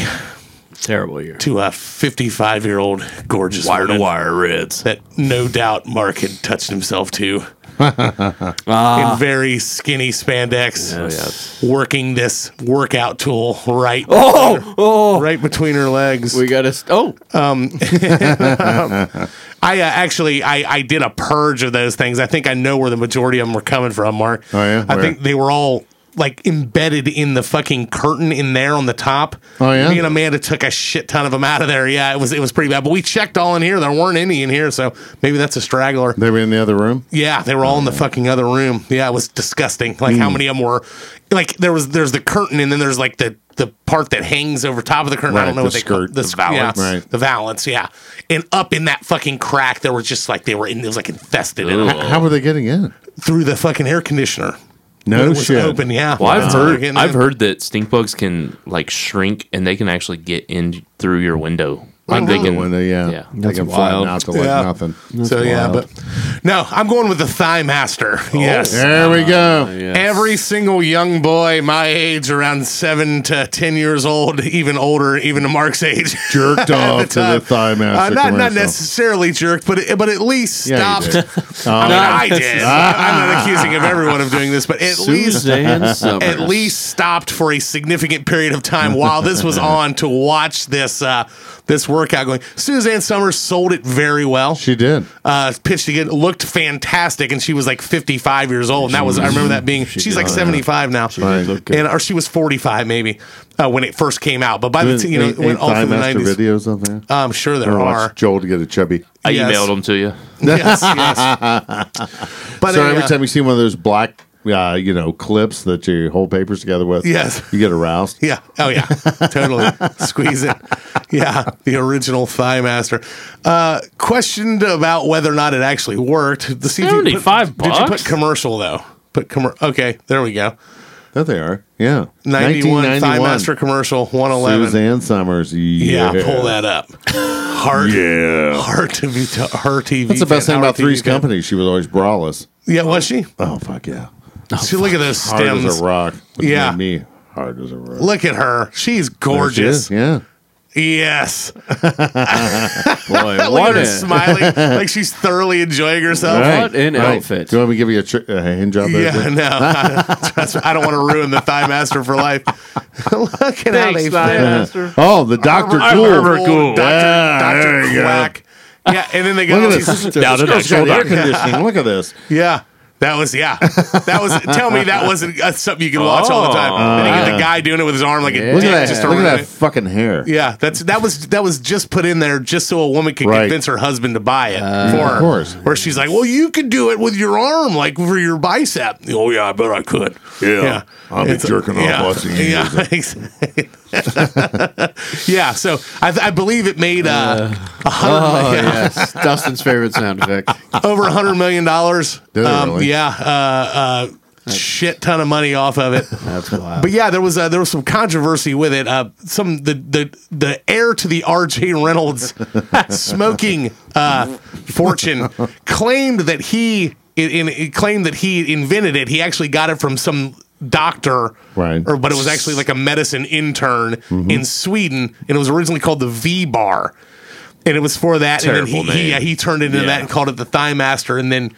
Terrible year. to a 55 year old gorgeous wire to wire Reds that no doubt Mark had touched himself to in very skinny spandex, working this workout tool right, Oh, oh. right between her legs. We got to. St- oh, I uh, actually I, I did a purge of those things. I think I know where the majority of them were coming from, Mark. Oh, yeah? I Where? think they were all like embedded in the fucking curtain in there on the top. Oh, yeah? Me and Amanda took a shit ton of them out of there. Yeah, it was it was pretty bad. But we checked all in here. There weren't any in here, so maybe that's a straggler. They were in the other room. Yeah, they were all in the fucking other room. Yeah, it was disgusting. Like how many of them were like there was there's the curtain and then there's like the the part that hangs over top of the curtain. I don't Right, know what the they call skirt, the, the sk- valance. yeah, Right. The valance, yeah. And up in that fucking crack, there was just like they were in. It was like infested in H- How were they getting in? through the fucking air conditioner. When it No was shit. open. Yeah. Well, I've That's how they're heard getting I've in. heard that stink bugs can like shrink and they can actually get in through your window. Oh, Like they can, When they, uh, yeah. Yeah. They can flatten wild. out to like Yeah. nothing. So yeah, but no, I'm going with the thigh master. yes. There we go. Every single young boy my age, around seven to ten years old, even older, even to Mark's age, Jerked off to the thigh Uh, not master. not commercial. necessarily jerked, but it, but at least Yeah, you stopped. did. Uh, I mean, I did. I'm not accusing of everyone of doing this, but at least Suzanne at least stopped for a significant period of time while this was on to watch this uh, this workout going. Suzanne Summers sold it very well. She did. Uh, pitched again, looked fantastic, and she was like 55 years old, and that was I remember that being. she's like 75 now, did look and or she was 45 maybe uh, when it first came out. But by the Ain't- t- you know ain't- it went ain't all through the Thighmaster 90s. videos on there. I'm sure there I are. watched Joel to get a chubby. I Yes. emailed them to you. yes, yes. But so uh, every time you see one of those black, uh, you know, clips that you hold papers together with, Yes. you get aroused. yeah, oh yeah, totally squeeze it. Yeah, the original Thigh Master. Uh, questioned about whether or not it actually worked. To see if you put- 75 Did you put bucks? commercial though? Put commer Okay, there we go. That they are. Yeah. 91 Thighmaster 1991. commercial, 111. Suzanne Summers. Yeah. Yeah, pull that up. Hard, Yeah. hard to be, to, hard TV. That's the best fan, thing about hard TV Three's fan. Company. She was always braless. Yeah, was she? Oh, fuck yeah. she look at those Hard as stems. a rock. Which Yeah. made me hard as a rock. Look at her. She's There she gorgeous. is, Yeah. Yes. Boy, Look at what her a- smiling like she's thoroughly enjoying herself. Right, an right. outfit. Do you want me to give you a, tr- a hand job there? Yeah, Dick? no. Trust me, I don't want to ruin the Thigh Master for life. Look at how they Oh, the Dr. Armor- Cool. Armor Ghoul. Dr. Yeah, there Dr. you go. Quack. Yeah, and then they got all Look at these- this. Down to This girl's Dr. got air conditioning. Look at this. Yeah. That was yeah. That was tell me that wasn't uh, something you can watch all the time. then you get the guy doing it with his arm like a Oh. Look dick at just to that. Look at ruin that it. fucking hair. Yeah, that's that was that was just put in there just so a woman could Right. Uh, convince her husband to buy it for her. of course. Where she's like, "Well, you could do it with your arm, like for your bicep." Oh yeah, I bet I could. Yeah, I'll be jerking off yeah, watching you Yeah, yeah. So I, I believe it made uh, a hundred Oh yeah, yes, Dustin's favorite sound effect. over a hundred million dollars. Did it Um, really? Yeah, uh, uh, shit ton of money off of it. That's wild. But yeah, there was uh, there was some controversy with it. Uh, some the the the heir to the R.J. Reynolds smoking uh, fortune claimed that he in, in claimed that he invented it. He actually got it from some doctor, Right. Or but it was actually like a medicine intern in Sweden, and it was originally called the V Bar, and it was for that. and Terrible then he, he, name. yeah, he turned it into that and called it the Thigh Master, and then.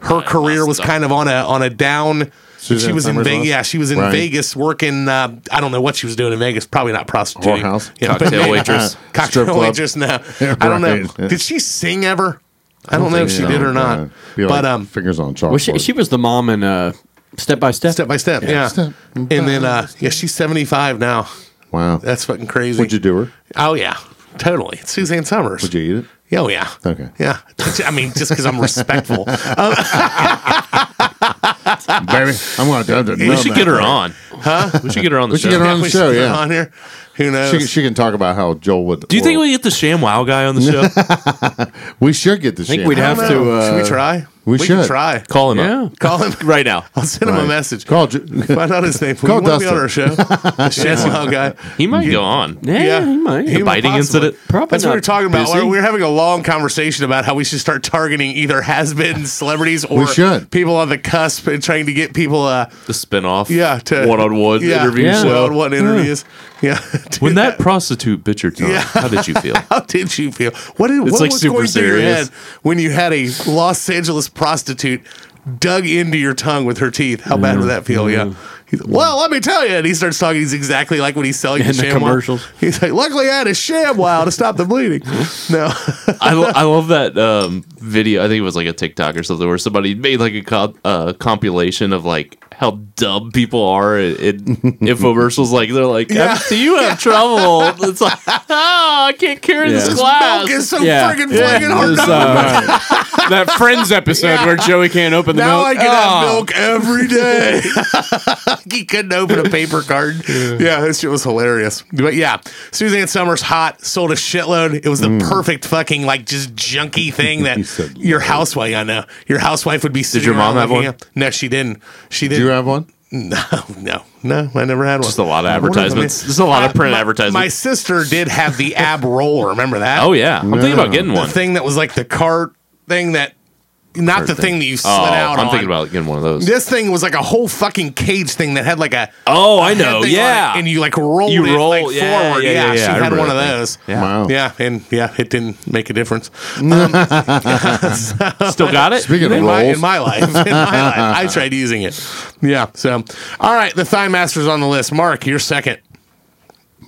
Her career was kind of on a on a down. Suzanne she was in Summers Vegas. was? Yeah, she was in Right. Vegas working. Uh, I don't know what she was doing in Vegas. Probably not prostituting. Whorehouse? Yeah, but- Cocktail waitress. Strip cocktail club. waitress. No, I don't know. Right. Did she sing ever? I don't, know if she Yeah. did or Uh, not. be like but um, fingers on chalkboard. Well, she, she was the mom in uh, Step by Step. step by step. Yeah. Step and then uh, yeah, she's seventy five now. wow. That's fucking crazy. Would you do her? oh yeah, totally. It's Suzanne Summers. Would you eat it? Yeah, oh, yeah. Okay. Yeah. I mean, just because I'm respectful. Baby, I'm going to have to. We should get her on. Huh? We should get her on the We should show. get her on the we should show, put her yeah. On here. Who knows? She, she can talk about how Joel would. Do you think we get the Sham Wow guy on the show? We should get the think shit. we'd have- I don't know. to, uh, should we try? we can should. try. Call him Yeah. up. Call him right now. I'll send him a Right. message. Call Jo- Find out his name. We Call want to be on Dustin. our show. The Cheslow guy. He might go on. yeah, Yeah. he might. He The biting possibly- incident. Probably That's what not we are talking about. busy. We were having a long conversation about how we should start targeting either has-been celebrities or should. people on the cusp and trying to get people, uh, The spinoff. yeah, to one-on-one yeah, interview yeah. show. one-on-one interviews. Yeah. When that prostitute bit your tongue, Yeah. how did you feel? How did you feel? What did what like was super going through your head serious. when you had a Los Angeles prostitute dug into your tongue with her teeth? How bad would that feel? Yeah. He's like, well, let me tell you. And he starts talking. He's exactly like when he's selling In the, the ShamWow. commercials. He's like, luckily I had a sham wow to stop the bleeding. No. I, lo- I love that um, video. I think it was like a TikTok or something where somebody made like a co- uh, compilation of like how dumb people are in, in infomercials. Like they're like, Yeah. "Do you have trouble?" It's like, "Oh, I can't carry Yeah. this This Milk glass." is so Yeah. friggin' Yeah. flinging hard. This, uh, that Friends episode where Joey can't open the Now milk. I can Ah. have milk every day. he couldn't open a paper carton. Yeah. that shit was hilarious. But yeah, Suzanne Summers hot, sold a shitload. It was the Mm. perfect fucking like just junky thing that said your housewife, I know, your housewife would be. Did your mom have one? No, she didn't. She Do you didn't. have one? no, no, I never had one. Just a lot of I wonder if I advertisements. may- There's a lot of Uh, print my- advertisements. My sister did have the ab roll. Remember that? oh yeah, I'm thinking about getting the one. thing that was like the cart thing that, not the thing that you slid Oh, out. I'm on. thinking about getting one of those. This thing was like a whole fucking cage thing that had like a oh, I head know. thing on it, Yeah, and you like rolled You it roll- like yeah, forward. Yeah, yeah, yeah, yeah, I she had remember one of that thing. those. Yeah. Wow. and yeah, it didn't make a difference still got it. Speaking of in my, rolls, in my life. In my life, I tried using it. Yeah. So, all right, the Thigh Master's on the list. Mark, you're second.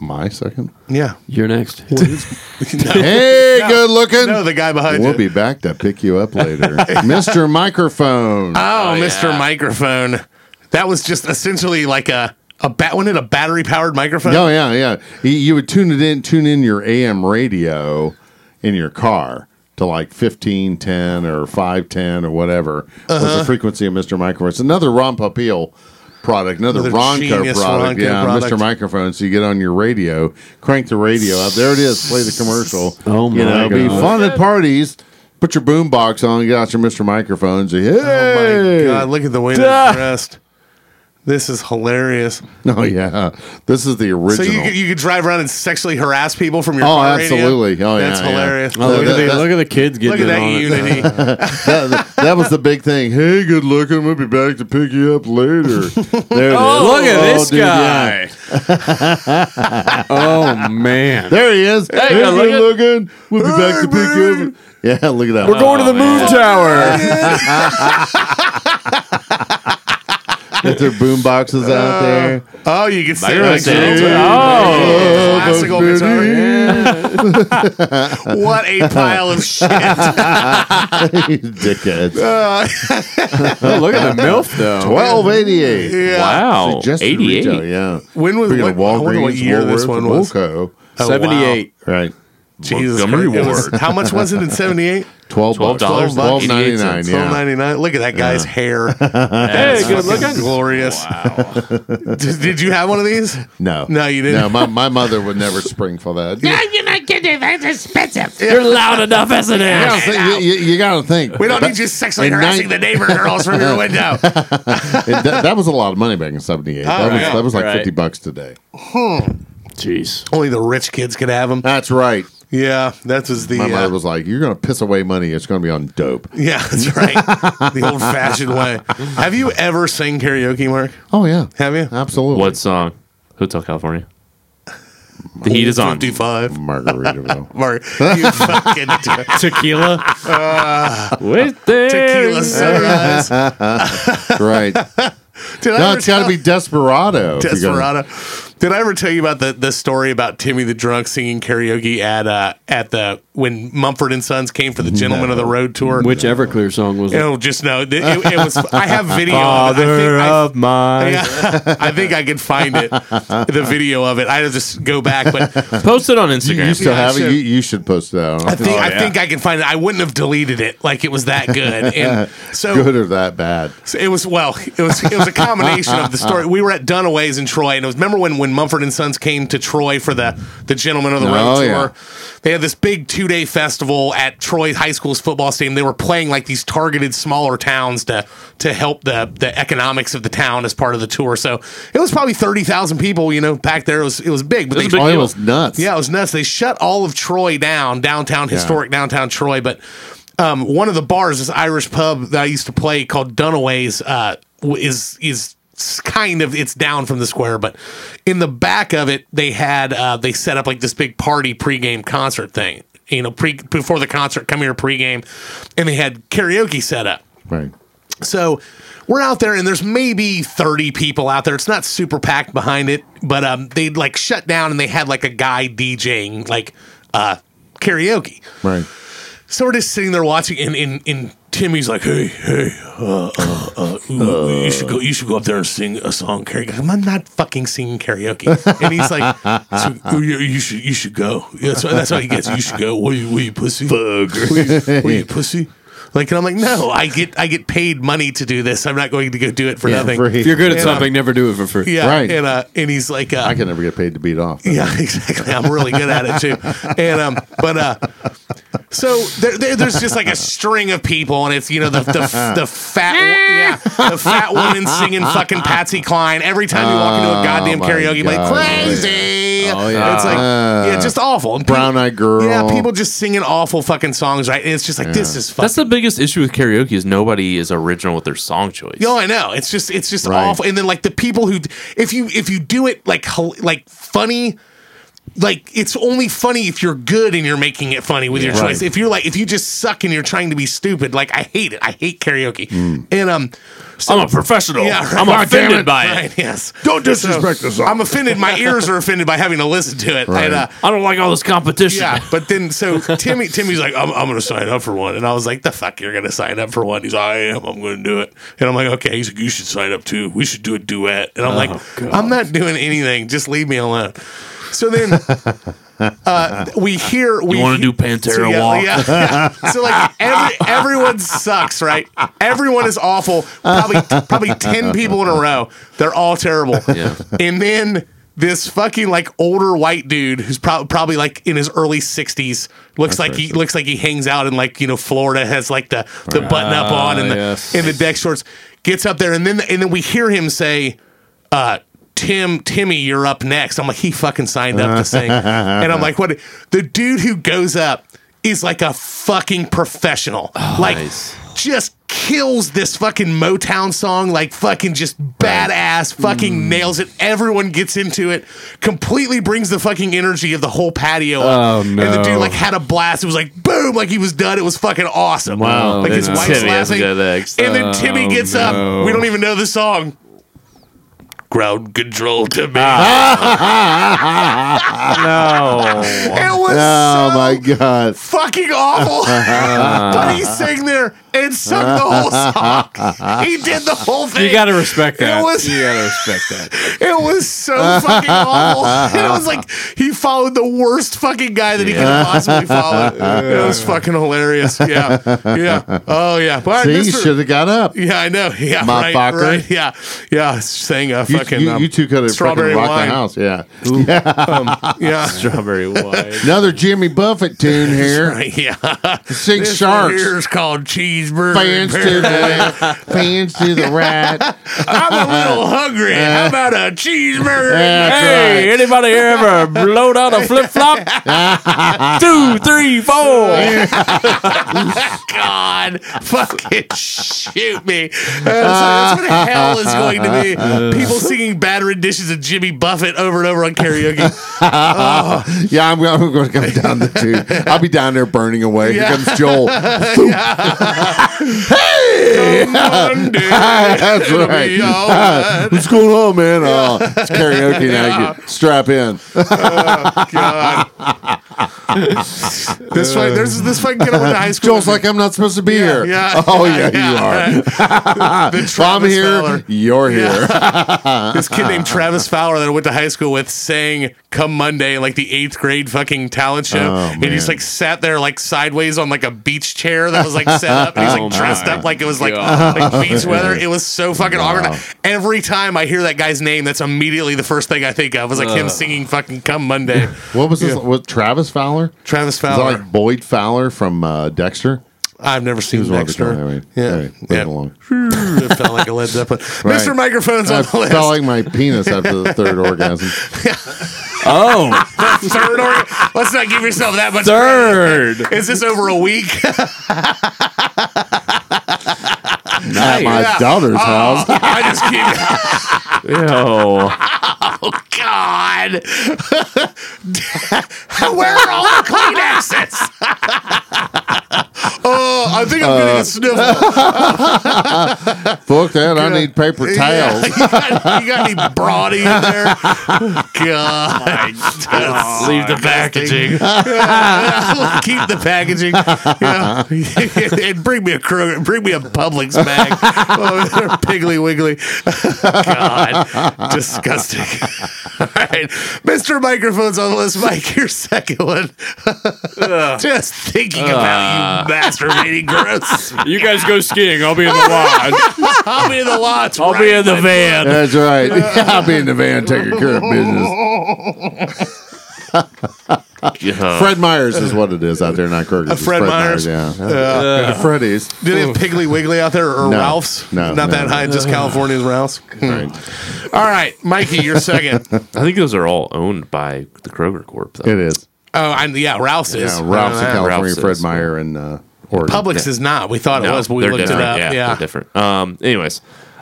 my second. Yeah. You're next. Hey, good looking. No, the guy behind We'll you. be back to pick you up later. Mr. Microphone. Oh, Mr. yeah. Microphone. That was just essentially like a a bat. Wasn't it a battery powered microphone? Oh yeah, yeah. You- You would tune it in, tune in your AM radio in your car to like 15, 10, or five ten or whatever was Uh-huh. the frequency of Mr. Microphone. It's another Ron Papil product, another, Another Ronco genius product. Ronco yeah, product. Mr. Microphone. So you get on your radio, crank the radio up. There it is. Play the commercial. Oh, You know, my be God. fun at parties. Put your boom box on, get out your Mr. Microphone, say, hey. Oh my god! Look at the way they're dressed. This is hilarious. Oh yeah, this is the So original. you could, you could drive around and sexually harass people from your oh, car radio? absolutely. Oh yeah, That's yeah. hilarious. Oh, Look that, at the- that- look at the kids getting Look at in that on it. unity. that- that was the big thing. Hey, good looking. We'll be back to pick you up later. There it is. Look at Oh, this dude, yeah. guy. oh man. There he is. Hey, good good looking. We'll be back to pick you up. Yeah, look at that. We're going Oh, to the moon tower. Get their boom boxes out there. oh, you can say gonna like say that. it. Oh, classical baby. guitar. What a pile of shit. Dickheads. Oh, look at the milf Oh, though. Twelve eighty eight. Wow. Just 88. Yeah. When was Speaking what, of I wonder what Walgreens, year this one was. Woolworths, Woolco. Oh, wow. Seventy-eight. Right. Jesus Montgomery Christ. It was- Ward. how much was it in 78? Twelve $12, dollars. Twelve ninety 88 nine. cents. Yeah. 12.99. Look at that guy's hair. That's good fucking looking. Glorious. Wow. did, did you have one of these? No. No, you didn't. No, my, my mother would never spring for that. You, You're loud enough as it gotta is. think- you- you- you gotta think. We don't That- need you sexually in harassing nine- the neighbor girls from your window. it- that, that was a lot of money back in '78. Oh, That, was, yeah. that was like Right. fifty bucks today. Jeez. Only the rich kids could have them. That's right. Yeah, that was the. My uh, mother was like, "You're gonna piss away money. It's gonna be on dope." yeah, that's right. the old fashioned way. Have you ever sang karaoke, Mark? Oh yeah, Have you? absolutely. What song? Hotel California. The heat is on. 55. Margaritaville? Mark, you fucking Tequila. uh, With the tequila sunrise. right? Did I No, ever it's got tell- to be Desperado. if you're gonna- Desperado. Did I ever tell you about the, the story about Timmy the drunk singing karaoke at uh, at the when Mumford and Sons came for the Gentlemen of the Road tour? Which Everclear song was it? Oh, just know it, it, it was. I have video. of it. I think I- mine. yeah, I think I could find it, the video of it. I just go back, but Post it on You, you Instagram. still Yeah, I have should. it. You, you should post that. I think I think I can find it. I wouldn't have deleted it like it was that good. And so good or that bad. So It was well. It was it was a combination of the story. We were at Dunaway's in Troy, and it was remember when when Mumford and Sons came to Troy for the the Gentlemen of the Road Oh, tour. yeah. They had this big two day festival at Troy High School's football stadium. They were playing like these targeted smaller towns to to help the the economics of the town as part of the tour. So it was probably thirty thousand people. You know, back there it was it was big, but they Big Oh, it deal. was nuts. yeah, it was nuts. They shut all of Troy down, downtown, historic downtown Troy. But um, one of the bars, this Irish pub that I used to play called Dunaway's, uh, w- is is s- kind of it's down from the square, but in the back of it, they had uh, they set up like this big party pregame concert thing. You know, pre before the concert, come here pregame, and they had karaoke set up. Right. So we're out there, and there's maybe 30 people out there. It's not super packed behind it, but um, they like shut down, and they had like a guy DJing like uh, karaoke. Right. So we're just sitting there watching, and, and, and Timmy's like, "Hey, hey, uh, uh, uh, ooh, you should go, you should go up there and sing a song karaoke." I'm like, "I'm not fucking singing karaoke, and he's like, so, ooh, you, you should, you should go. That's that's how he gets. You should go. What are you, what are you pussy? Fuck. What are you, what are you, pussy? Like, and I'm like, no, I get, I get paid money to do this. I'm not going to go do it for nothing. Free. If you're good at something, never do it for free. Yeah, Right. And uh, and he's like, uh, I can never get paid to beat off. yeah, exactly. I'm really good at it too. And um, but uh, so there, there, there's just like a string of people, and it's you know the the, the fat wo- yeah the fat woman singing fucking Patsy Cline every time you walk into a goddamn Oh my karaoke, like God. crazy. Oh, yeah. It's like yeah, just awful. And Brown Eyed Girl. Yeah, people just singing awful fucking songs, right? And it's just like this is fucking. That's the biggest issue with karaoke is nobody is original with their song choice. No, I know. It's just it's just Right. awful. And then like the people who if you if you do it like hel- like funny like it's only funny if you're good and you're making it funny with your choice. If you're like if you just suck and you're trying to be stupid, like I hate it. I hate karaoke. And um so, I'm a professional. Yeah, right. Oh, I'm God offended by it. Right, yes. Don't disrespect us. I'm offended. My ears are offended by having to listen to it. And, uh, I don't like all this competition. yeah, but then so Timmy Timmy's like, I'm, I'm gonna sign up for one, and I was like, the fuck, you're gonna sign up for one? He's like, I am. I'm gonna do it, and I'm like, okay. He's like, you should sign up too. We should do a duet, Oh, and I'm like, I'm not doing anything. Just leave me alone. So then. Uh, we hear we You want to do Pantera so, yeah, Walk? yeah, yeah. So like every, everyone sucks, right? Everyone is awful. Probably probably ten people in a row. They're all terrible. Yeah. And then this fucking like older white dude who's prob- probably like in his early sixties looks like he looks like he hangs out in like you know Florida has like the the button up on and the yes. and the deck shorts gets up there and then and then we hear him say Tim, Timmy, you're up next. I'm like, he fucking signed up to sing. and I'm like, what? The dude who goes up is like a fucking professional. like, Oh, nice. just kills this fucking Motown song, like fucking just badass, fucking Mm. nails it. Everyone gets into it, completely brings the fucking energy of the whole patio up. Oh, And the dude, no. like, had a blast. It was like, boom, like he was done. It was fucking awesome. Wow. Like, his Then wife's Timmy has to laughing. go next. And then Timmy gets up. We don't even know the song. Crowd control to me. No. It was Oh so my god. fucking awful. but he sang there and sung the whole song. He did the whole thing. You gotta respect It that. was- you gotta respect that. It was so fucking awful. And it was like he followed the worst fucking guy that he could have possibly followed. It was fucking hilarious. Yeah. Yeah. Oh yeah. But See, you Mr. should have got up. Yeah, I know. Yeah, right, Motherfucker. right. Yeah, yeah. Saying a You, fucking you, um, you two could have strawberry fucking rocked wine. the house. Yeah. Yeah, Strawberry wine. Another Jimmy Buffett tune here. yeah. Six This one sharks. here's called cheeseburger. Fans to the Imperative. left, fans to the right. I'm a little hungry. How about a cheeseburger? That's Hey, right. anybody here ever blowed out a flip flop? Two, three, four. God, fucking shoot me. That's, that's what hell is going to be. People singing bad renditions of Jimmy Buffett over and over on karaoke. Uh, Yeah, I'm, I'm going to come down the tube. I'll be down there burning away. Yeah. Here comes Joel. That's right. right. What's going on, man? Oh, it's karaoke now. You strap in. This fight, there's this fight get over to high school. Joel's like, I'm not supposed to be here. Yeah. Oh, yeah, you are. are. the I'm Travis here. Fowler. You're here. This kid named Ah. Travis Fowler that I went to high school with sang "Come Monday" like the eighth grade fucking talent show, Oh, and he just man. like sat there like sideways on like a beach chair that was like set up, and he's Oh, like dressed up like it was like, like beach weather. It was so fucking awkward. Every time I hear that guy's name, that's immediately the first thing I think of was like him singing "Fucking Come Monday." What was this? Was Travis Fowler? Travis Is that Fowler. like Boyd Fowler from uh, Dexter? I've never seen He's one of the Dexter. guy, I mean, yeah, anyway, leave it yeah. along. it felt like a Led Zeppelin. Right. Mr. Microphone's I on the list. felt like my penis after the third orgasm. Oh, Third organ- Let's not give yourself that much. third. Is this over a week? At my Yeah. Ah. daughter's house. I just keep. Oh, Yo. God. Where are all the Kleenexes? oh, I think I'm getting a sniffle. Fuck that. I need paper Yeah, towels. you, got, you got any brawny in there? God. Leave the packaging. Keep the packaging. Yeah. and bring me a Kroger, bring me a Publix bag. oh, they're piggly wiggly. God, disgusting. All right, Mr. Microphone's on the list. Mike, your second one. Just thinking about you masturbating, gross. You guys go skiing. I'll be in the lodge. I'll be in the lots. I'll be in the van. That's right. I'll be in the van taking care of business. Fred Myers is what it is out there, not Kroger's. It's Fred Meyer's. yeah. Uh, Freddy's. Do they have Piggly Wiggly out there or No. Ralph's? No, Not no. that high, just California's Ralph's. Hmm. All right, Mikey, your second. I think those are all owned by the Kroger Corp, though. It is. Oh, and yeah, Ralph's is. Yeah, Ralph's in Uh, California, Ralph's Fred is. Meyer in uh, Oregon. Publix is not. We thought it was, but we Oh, they're looked it different. up. Yeah, Yeah, they're different. Um, anyways,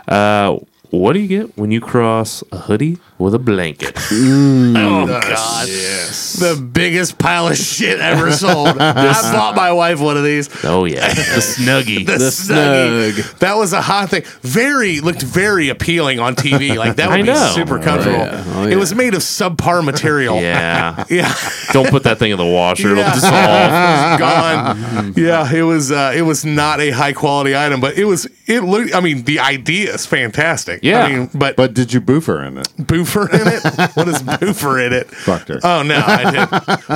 uh, what do you get when you cross a hoodie with a blanket? Oh Mm. god, the biggest pile of shit ever sold. I bought my wife one of these. oh yeah, the snuggie. The, snuggie. That was a hot thing. Very looked very appealing on TV. Like that would I be know. super comfortable. It was made of subpar material. yeah, Yeah. don't put that thing in the washer; Yeah. it'll dissolve. It's gone. Yeah, it was uh, it was not a high quality item, but it was it looked I mean the idea is fantastic. Yeah. I mean, but But did you boof her in it? boofer in it? What is boofer in it? Fucked her. Oh no, I did.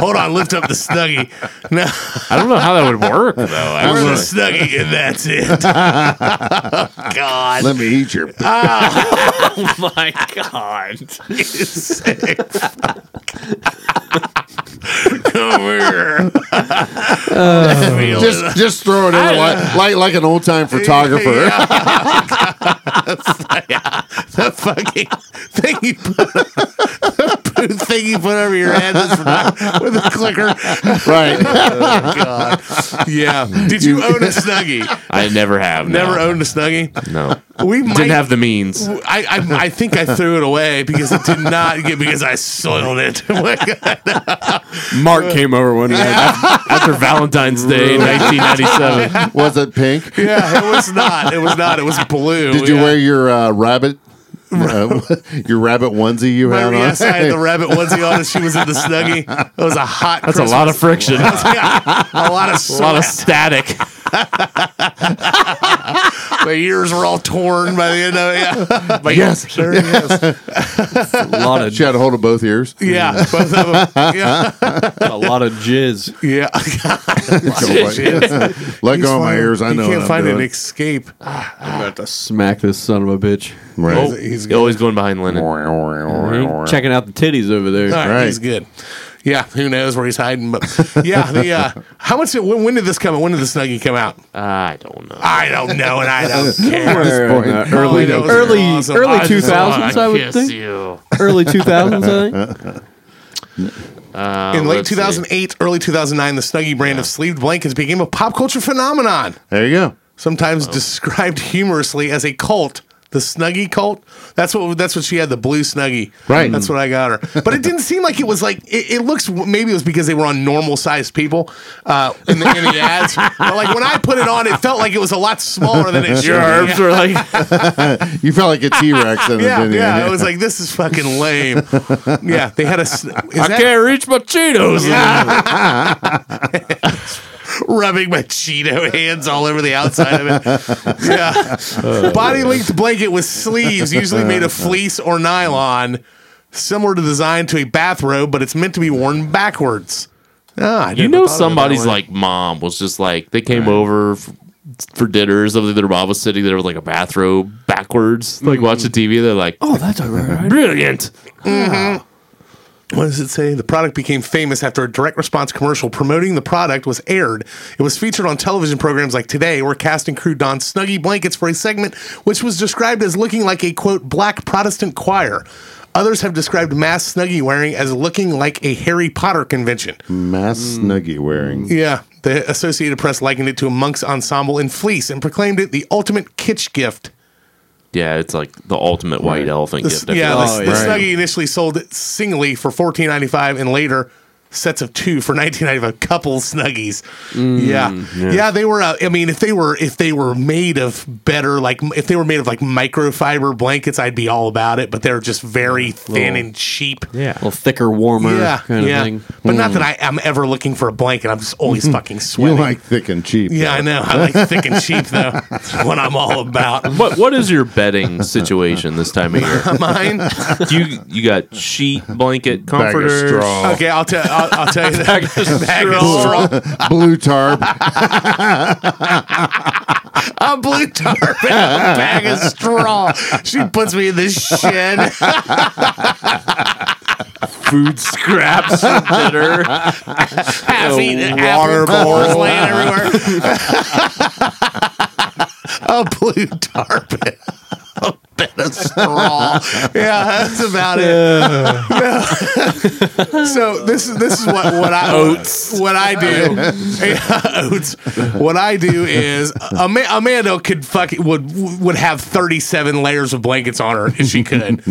Hold on, lift up the snuggie. No, I don't know how that would work though. Oh, we're the Actually. snuggie, and that's it. Oh, God, Let me eat your. Oh, My God, you sick fuck. Come here. I feel it. Oh. just just throw it in like, like like an old time photographer. Yeah. the fucking thing you put, the boot thing you put over your head that's not- with a clicker. right. Yeah. Did you own a snuggie? I never have. no. Never owned a snuggie. No. We might Didn't have the means. I, I I think I threw it away because it did not get because I soiled it. Mark came over one night. After Valentine's Day, 1997. Was it pink? yeah, it was not. It was not. It was blue. Did you Oh, yeah. wear your uh, rabbit? uh, your rabbit onesie you had Remember, on. yes, I had the rabbit onesie on, and she was in the snuggie. It was a hot. That's a lot of friction. A yeah, a lot of sweat. lot of static. My ears were all torn by the end of it. Yeah, My Yes. ears, sure, yes. a lot of she had a hold of both ears. yeah, both of them. Yeah, a lot of jizz. yeah. Let go of my ears. I know. You can't what I'm find an doing. escape. I'm about to smack this son of a bitch. Right. Oh, he's he's always going behind linen. Oh. Checking out the titties over there. All right, Right. he's good. Yeah, who knows where he's hiding? But yeah, the uh, how much? When, when did this come? out? When did the snuggie come out? I don't know. I don't know, and I don't Somewhere care. in the point. uh, early Oh, that was early awesome. early I two just thousands, I would Kiss think. you. Early two thousands, I think. Uh, In late let's see. 2008, early 2009, the Snuggie brand of sleeved blankets became a pop culture phenomenon. There you go. sometimes described humorously as a cult. The Snuggie cult. That's what. That's what she had. The blue Snuggie. Right. That's what I got her. But it didn't seem like it was like. It, it looks. Maybe it was because they were on normal sized people uh, in, the, in the ads. But like when I put it on, it felt like it was a lot smaller than it should. Your be. arms were like You felt like a T Rex in the Yeah, video. yeah. I was like, this is fucking lame. Yeah, they had a. sn- Is I that can't reach my Cheetos. rubbing my Cheeto hands all over the outside of it. Yeah. Body length blanket with sleeves, usually made of fleece or nylon, similar to design to a bathrobe, but it's meant to be worn backwards. Ah, I You never thought about know, that somebody's one. like mom was just like they came over for, for dinner or something. Their mom was sitting there with like a bathrobe backwards, like Mm-hmm. watching TV. They're like, "Oh, that's brilliant." What does it say? The product became famous after a direct response commercial promoting the product was aired. It was featured on television programs like Today, where cast and crew donned snuggy blankets for a segment which was described as looking like a quote black Protestant choir. Others have described mass snuggie wearing as looking like a Harry Potter convention. mass Mm. snuggie wearing. Yeah, the Associated Press likened it to a monk's ensemble in fleece and proclaimed it the ultimate kitsch gift. Yeah, it's like the ultimate white elephant The, gift. I yeah, feel the, like. the Snuggie initially sold singly for fourteen ninety five, and later sets of two for nineteen ninety five. Couple Snuggies. yeah. yeah, They were. Uh, I mean, if they were if they were made of better, like m- if they were made of like microfiber blankets, I'd be all about it. But they're just very thin and cheap. yeah. A little thicker, warmer Yeah, kind of yeah. thing. But not that I am ever looking for a blanket. I'm just always fucking You sweating. like thick and cheap. yeah, I know. I like thick and cheap though. That's what I'm all about. What what is your bedding situation this time of year? Mine. Do you you got sheet, blanket, Bag of comforter, straw. Okay, I'll tell. I'll, I'll tell you that. Bag of straw. Blue tarp. a blue tarp and a bag of straw. She puts me in the shed. food scraps for dinner? Half eaten water bowls laying everywhere. a blue tarp. and a Bit of straw, yeah, that's about it. so this is this is what what I oats what I do Yeah, oats. What I do is Ama- Amanda could fuck would would have thirty seven layers of blankets on her if she could.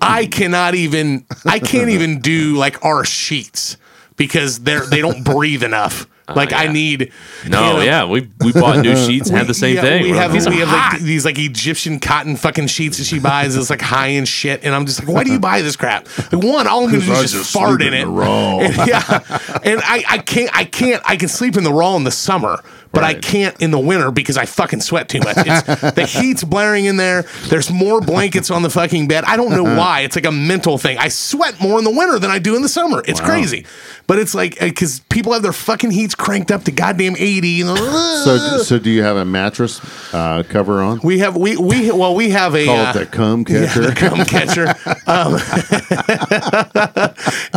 I cannot even I can't even do like our sheets because they're they don't breathe enough. Like I need Oh, No, you know, yeah, we we bought new sheets and had the same yeah, thing. We We're like, have, "These we are have like these like Egyptian cotton fucking sheets that she buys. It's like high end shit, and I'm just like, why do you buy this crap? Like one, all I'm gonna do I is just, just fart sleep in in it. the raw. And, yeah, and I, I can't I can't I can sleep in the raw in the summer. But I Right. can't in the winter because I fucking sweat too much. It's, the heat's blaring in there. There's more blankets on the fucking bed. I don't know Uh-huh. why. It's like a mental thing. I sweat more in the winter than I do in the summer. It's crazy. But it's like, because people have their fucking heats cranked up to goddamn 80. And, So, so do you have a mattress uh, cover on? we have we we well we have a Call uh, it the cum catcher. cum catcher. Um,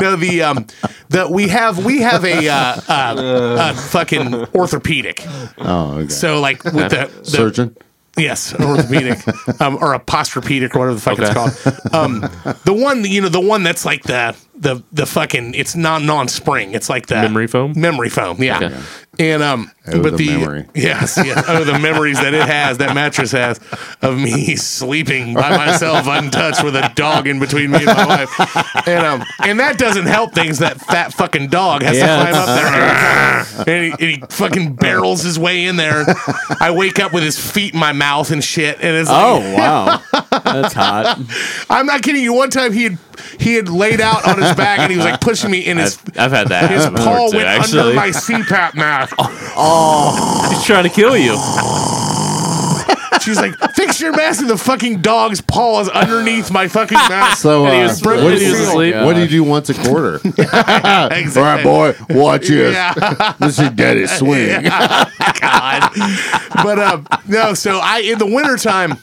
no, the um, the we have we have a uh, uh, a fucking orthopedic. Oh, okay. So like with the, the surgeon. Yes, an orthopedic um, or a postropedic or whatever the fuck it's called. Um, the one you know, the one that's like the the the fucking it's not non spring. It's like the Memory foam? Memory foam, yeah. Okay. And um, Oh, but the the, memory. yes, yes, oh the memories that it has, that mattress has of me sleeping by myself, untouched, with a dog in between me and my wife, and um, and that doesn't help things. That fat fucking dog has Yeah, to climb up there, and he, and he fucking barrels his way in there. I wake up with his feet in my mouth and shit, and it's like, Oh wow, that's hot. I'm not kidding you. One time he had he had laid out on his back and he was like pushing me, and his I've had that. his happen before paw too, went under my CPAP mask. He's trying to kill you. She's like, fix your mask, and the fucking dog's paw is underneath my fucking mask. So, uh, was- what, when do he you, was asleep. what do you do once a quarter? Exit. All right, boy, watch this. Yeah. This is daddy swing. God. but um, no, so I in the wintertime,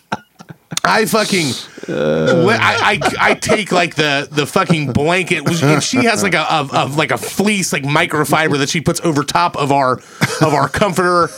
I fucking li- I, I I take like the the fucking blanket, which- and she has like a of, of like a fleece like microfiber that she puts over top of our of our comforter,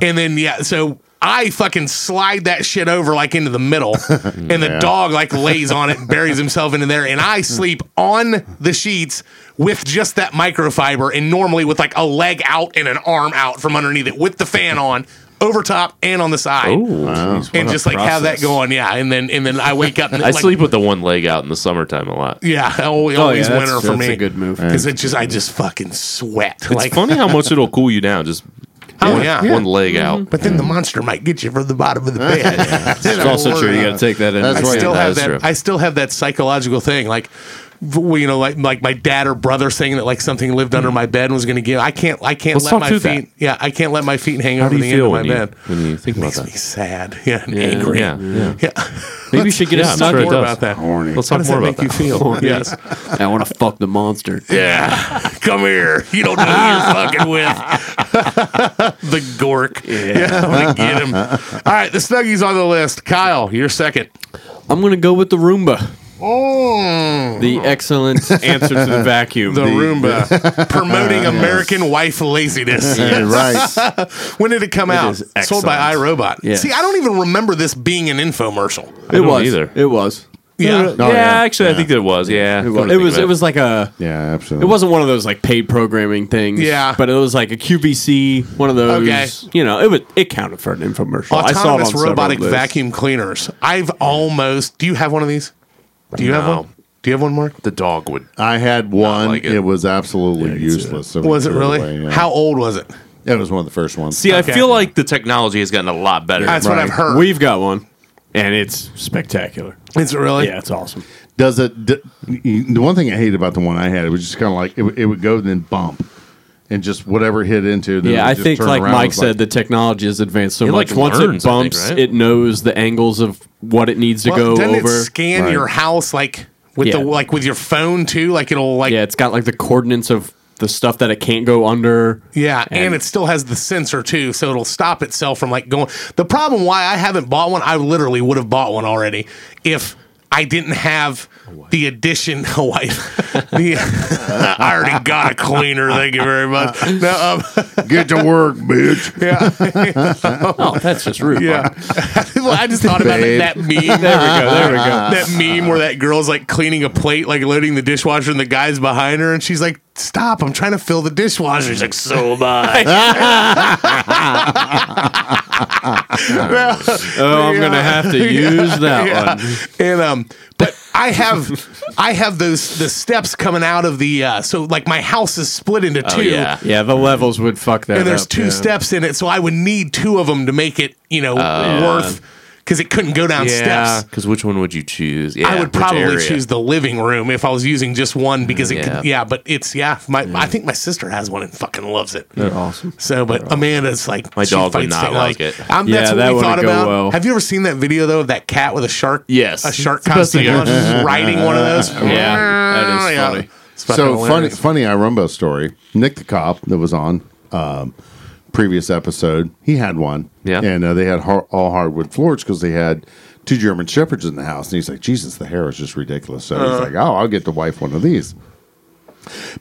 and then yeah, so. I fucking slide that shit over like into the middle, and the dog like lays on it and buries himself into there, and I sleep on the sheets with just that microfiber, and normally with like a leg out and an arm out from underneath it, with the fan on over top and on the side Oh. and just like have that going, yeah. And then and then I wake up. And, I Oh. like, sleep with the one leg out in the summertime a lot. Yeah, always, always that's- winter for that's me. a good move. because it just I just fucking sweat. like It's funny how much it'll cool you down. Just oh one- yeah. Mm-hmm. one leg out. but then the monster might get you from the bottom of the bed. It's also true. You got to take that in. That's I right. still that have is that. true. I still have that psychological thing, like v- you know, like like my dad or brother saying that like something lived under my bed and was going to give. I can't. I can't Hmm. Let's let talk my through feet. that. Yeah, I can't let my feet hang How over do the you end feel of my when you, bed. when you think about Makes me that? sad. Yeah, and angry. Yeah, yeah. yeah. Maybe you should get Yeah, a I'm snuggie. sure it More does. about that. horny. Let's How talk does more that about make that. you feel? yes. I want to fuck the monster. Yeah, come here. You don't know who you're fucking with. the gork. Yeah. I'm gonna get him. All right, the Snuggies on the list. Kyle, you're second. I'm gonna go with the Roomba. Mm, The excellent answer to the vacuum. the Roomba promoting American wife laziness. right. When did it come out? is Sold by excellent. iRobot. Yes. See, I don't even remember this being an infomercial. It don't was either. It was. Yeah. yeah, Oh, yeah. actually, I think that was. Yeah, It was. It was, like a. Yeah, absolutely. It wasn't one of those like paid programming things. Yeah. but it was like a QVC. One of those. Okay. You know, it was. It counted for an infomercial. Oh, I saw it on Autonomous several robotic lists. vacuum cleaners. I've almost. Do you have one of these? Do you have No. one? Do you have one, Mark? the dog would. I had one. like it. it. was absolutely useless. so we Was it threw really? away, yeah. How old was it? It was one of the first ones. See, Okay. I feel like the technology has gotten a lot better. That's what Right. I've heard. We've got one, and it's spectacular. Is it really? Yeah, it's awesome. Does it? d- the one thing I hated about the one I had, it was just kind of like it, would- it would go and then bump, and just whatever hit into. it, then it Yeah, would I just think turn like around. It Mike was said, the technology has advanced so It, much. like, Once learns, it I think, bumps, right? it knows the angles of what it needs to Well, go doesn't over. it scan Right. your house like with the Yeah. like with your phone too? Like it'll like yeah, yeah, it's got like the coordinates of the stuff that it can't go under. and, it still has the sensor too, so it'll stop itself from like going. The problem why I haven't bought one, I literally would have bought one already if I didn't have the addition. A wife, the, I already got a cleaner. Thank you very much. No, um, like, Get to work, bitch. Oh, that's just rude. Yeah. well, I just thought about Babe. that, that meme. There we go. There we go. That meme where that girl's like cleaning a plate, like loading the dishwasher, and the guy's behind her, and she's like, "Stop! I'm trying to fill the dishwasher." She's like, "So am I." Oh, I'm gonna have to use that Yeah. one. and um, but I have, I have those the steps coming out of the uh, so like my house is split into two. yeah. Yeah, the levels would fuck that. and there's up, two yeah. steps in it, so I would need two of them to make it, you know, worth because it couldn't go down Yeah, steps. because which one would you choose? Yeah, I would which probably area? choose the living room if I was using just one because it Yeah. could, yeah, but it's, yeah, my, I think my sister has one and fucking loves it. They're awesome. So, but Amanda's like, My she dog would fights not like it. Um, Yeah, that's what that we wouldn't thought go about. well. Have you ever seen that video though of that cat with a shark? Yes. A shark It's the best thing costume on, just riding one of those. Yeah, that is Yeah. funny. It's fucking So funny, hilarious. funny Irumbo story. Nick the cop that was on um, previous episode, he had one. Yeah. and uh, they had har- all hardwood floors because they had two German shepherds in the house. And he's like, Jesus, the hair is just ridiculous. So he's like, Oh, I'll get the wife one of these.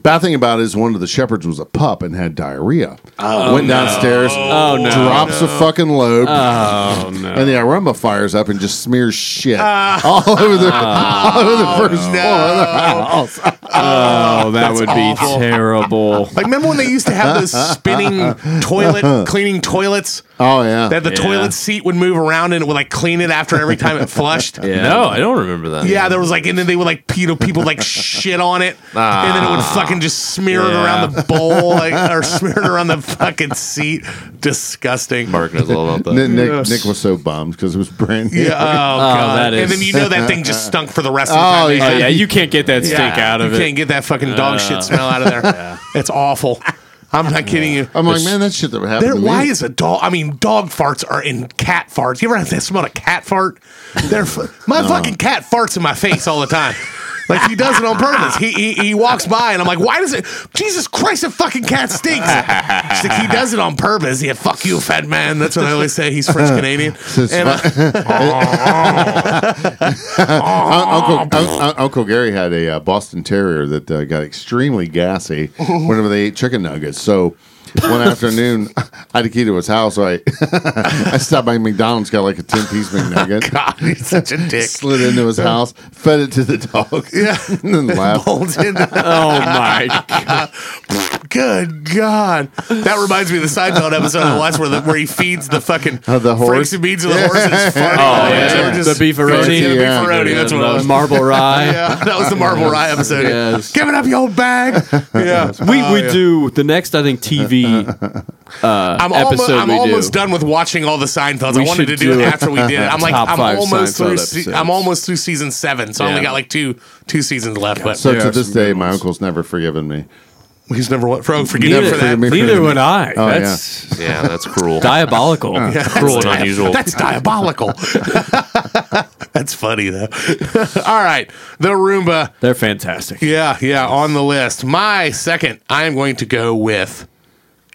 Bad thing about it is one of the shepherds was a pup and had diarrhea. Oh, Went downstairs, oh, no, drops a fucking load, Oh no. and the aroma fires up and just smears shit all over the all over the first floor of the house. Oh, that would awful. be terrible. Like, remember when they used to have those spinning toilet cleaning toilets? Oh yeah, That the toilet seat would move around and it would like clean it after every time it flushed. Yeah. No, I don't remember that. there was like, and then they would like, you know, people like shit on it, and then it Ah, would fucking just smear it Yeah. around the bowl, like, or smear it around the fucking seat. Disgusting. Mark knows all about that. Nick, Nick, Nick was so bummed because it was brand new. Yeah. Oh, God. that And then is- you know that thing just stunk for the rest of the time. Oh, They yeah. Oh yeah, you can't get that stink out of you it. Uh, can't get that fucking dog shit smell out of there. It's awful. I'm not kidding you. I'm like, man, that shit that happened. There, to me. why is a dog? I mean, dog farts are in cat farts. You ever have to smell a cat fart? They're f- my fucking cat farts in my face all the time. Like he does it on purpose. He, he he walks by and I'm like, why does it? Jesus Christ, a fucking cat stinks. It's like he does it on purpose. Yeah, fuck you, fat man. That's what I always say. He's French Canadian. Since And, uh, Un- Uncle, Un- Un- Uncle Gary had a uh, Boston Terrier that uh, got extremely gassy whenever they ate chicken nuggets. So one afternoon, I had a key to his house. So I, I stopped by McDonald's, got like a 10 piece McNugget. God, he's such a dick. Slid into his house, fed it to the dog, yeah, and then laughed. Bolts in. Oh my Good God. That reminds me of the Seinfeld episode I watched where, the, where he feeds the fucking Of the horse? Franks and beans of the horse. And it's funny. Oh, yeah. The beefaroni. Yeah, the Yeah. beefaroni. That's what I god, was. marble rye. Yeah, that was the Marble Rye episode. Yes. Give it up, you old bag. Oh, Yeah. We we do the next I think TV. I'm, almost, Episode I'm we do. almost done with watching all the Seinfelds. I We wanted to should do, do it a after we did it. I'm like, top I'm five almost through. Seinfeld Se- episodes. I'm almost through season seven, so I only Yeah. got like two two seasons left. But So to Yeah, this some day, good my ones. uncle's never forgiven me. he's never what? For, forgive Neither him for that. forgive me. Neither would I. Oh, That's Yeah, that's cruel. diabolical. cruel and unusual. That's diabolical. That's funny though. All right, the Roomba. They're fantastic. Yeah, yeah, on the list. My second, I am going to go with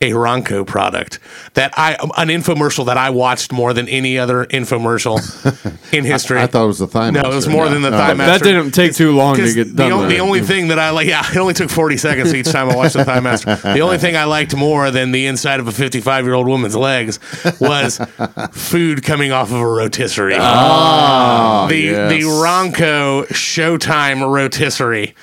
a Ronco product that I an infomercial that I watched more than any other infomercial in history. I thought it was the thigh. no, it master. was more Yeah. than the No. thigh master. That didn't take too long to 'Cause get the, done. o- with the it. only thing that I like, yeah, it only took 40 seconds each time I watched the Thigh Master. The only thing I liked more than the inside of a 55 year old woman's legs was food coming off of a rotisserie. Ah. the, the Ronco Showtime rotisserie.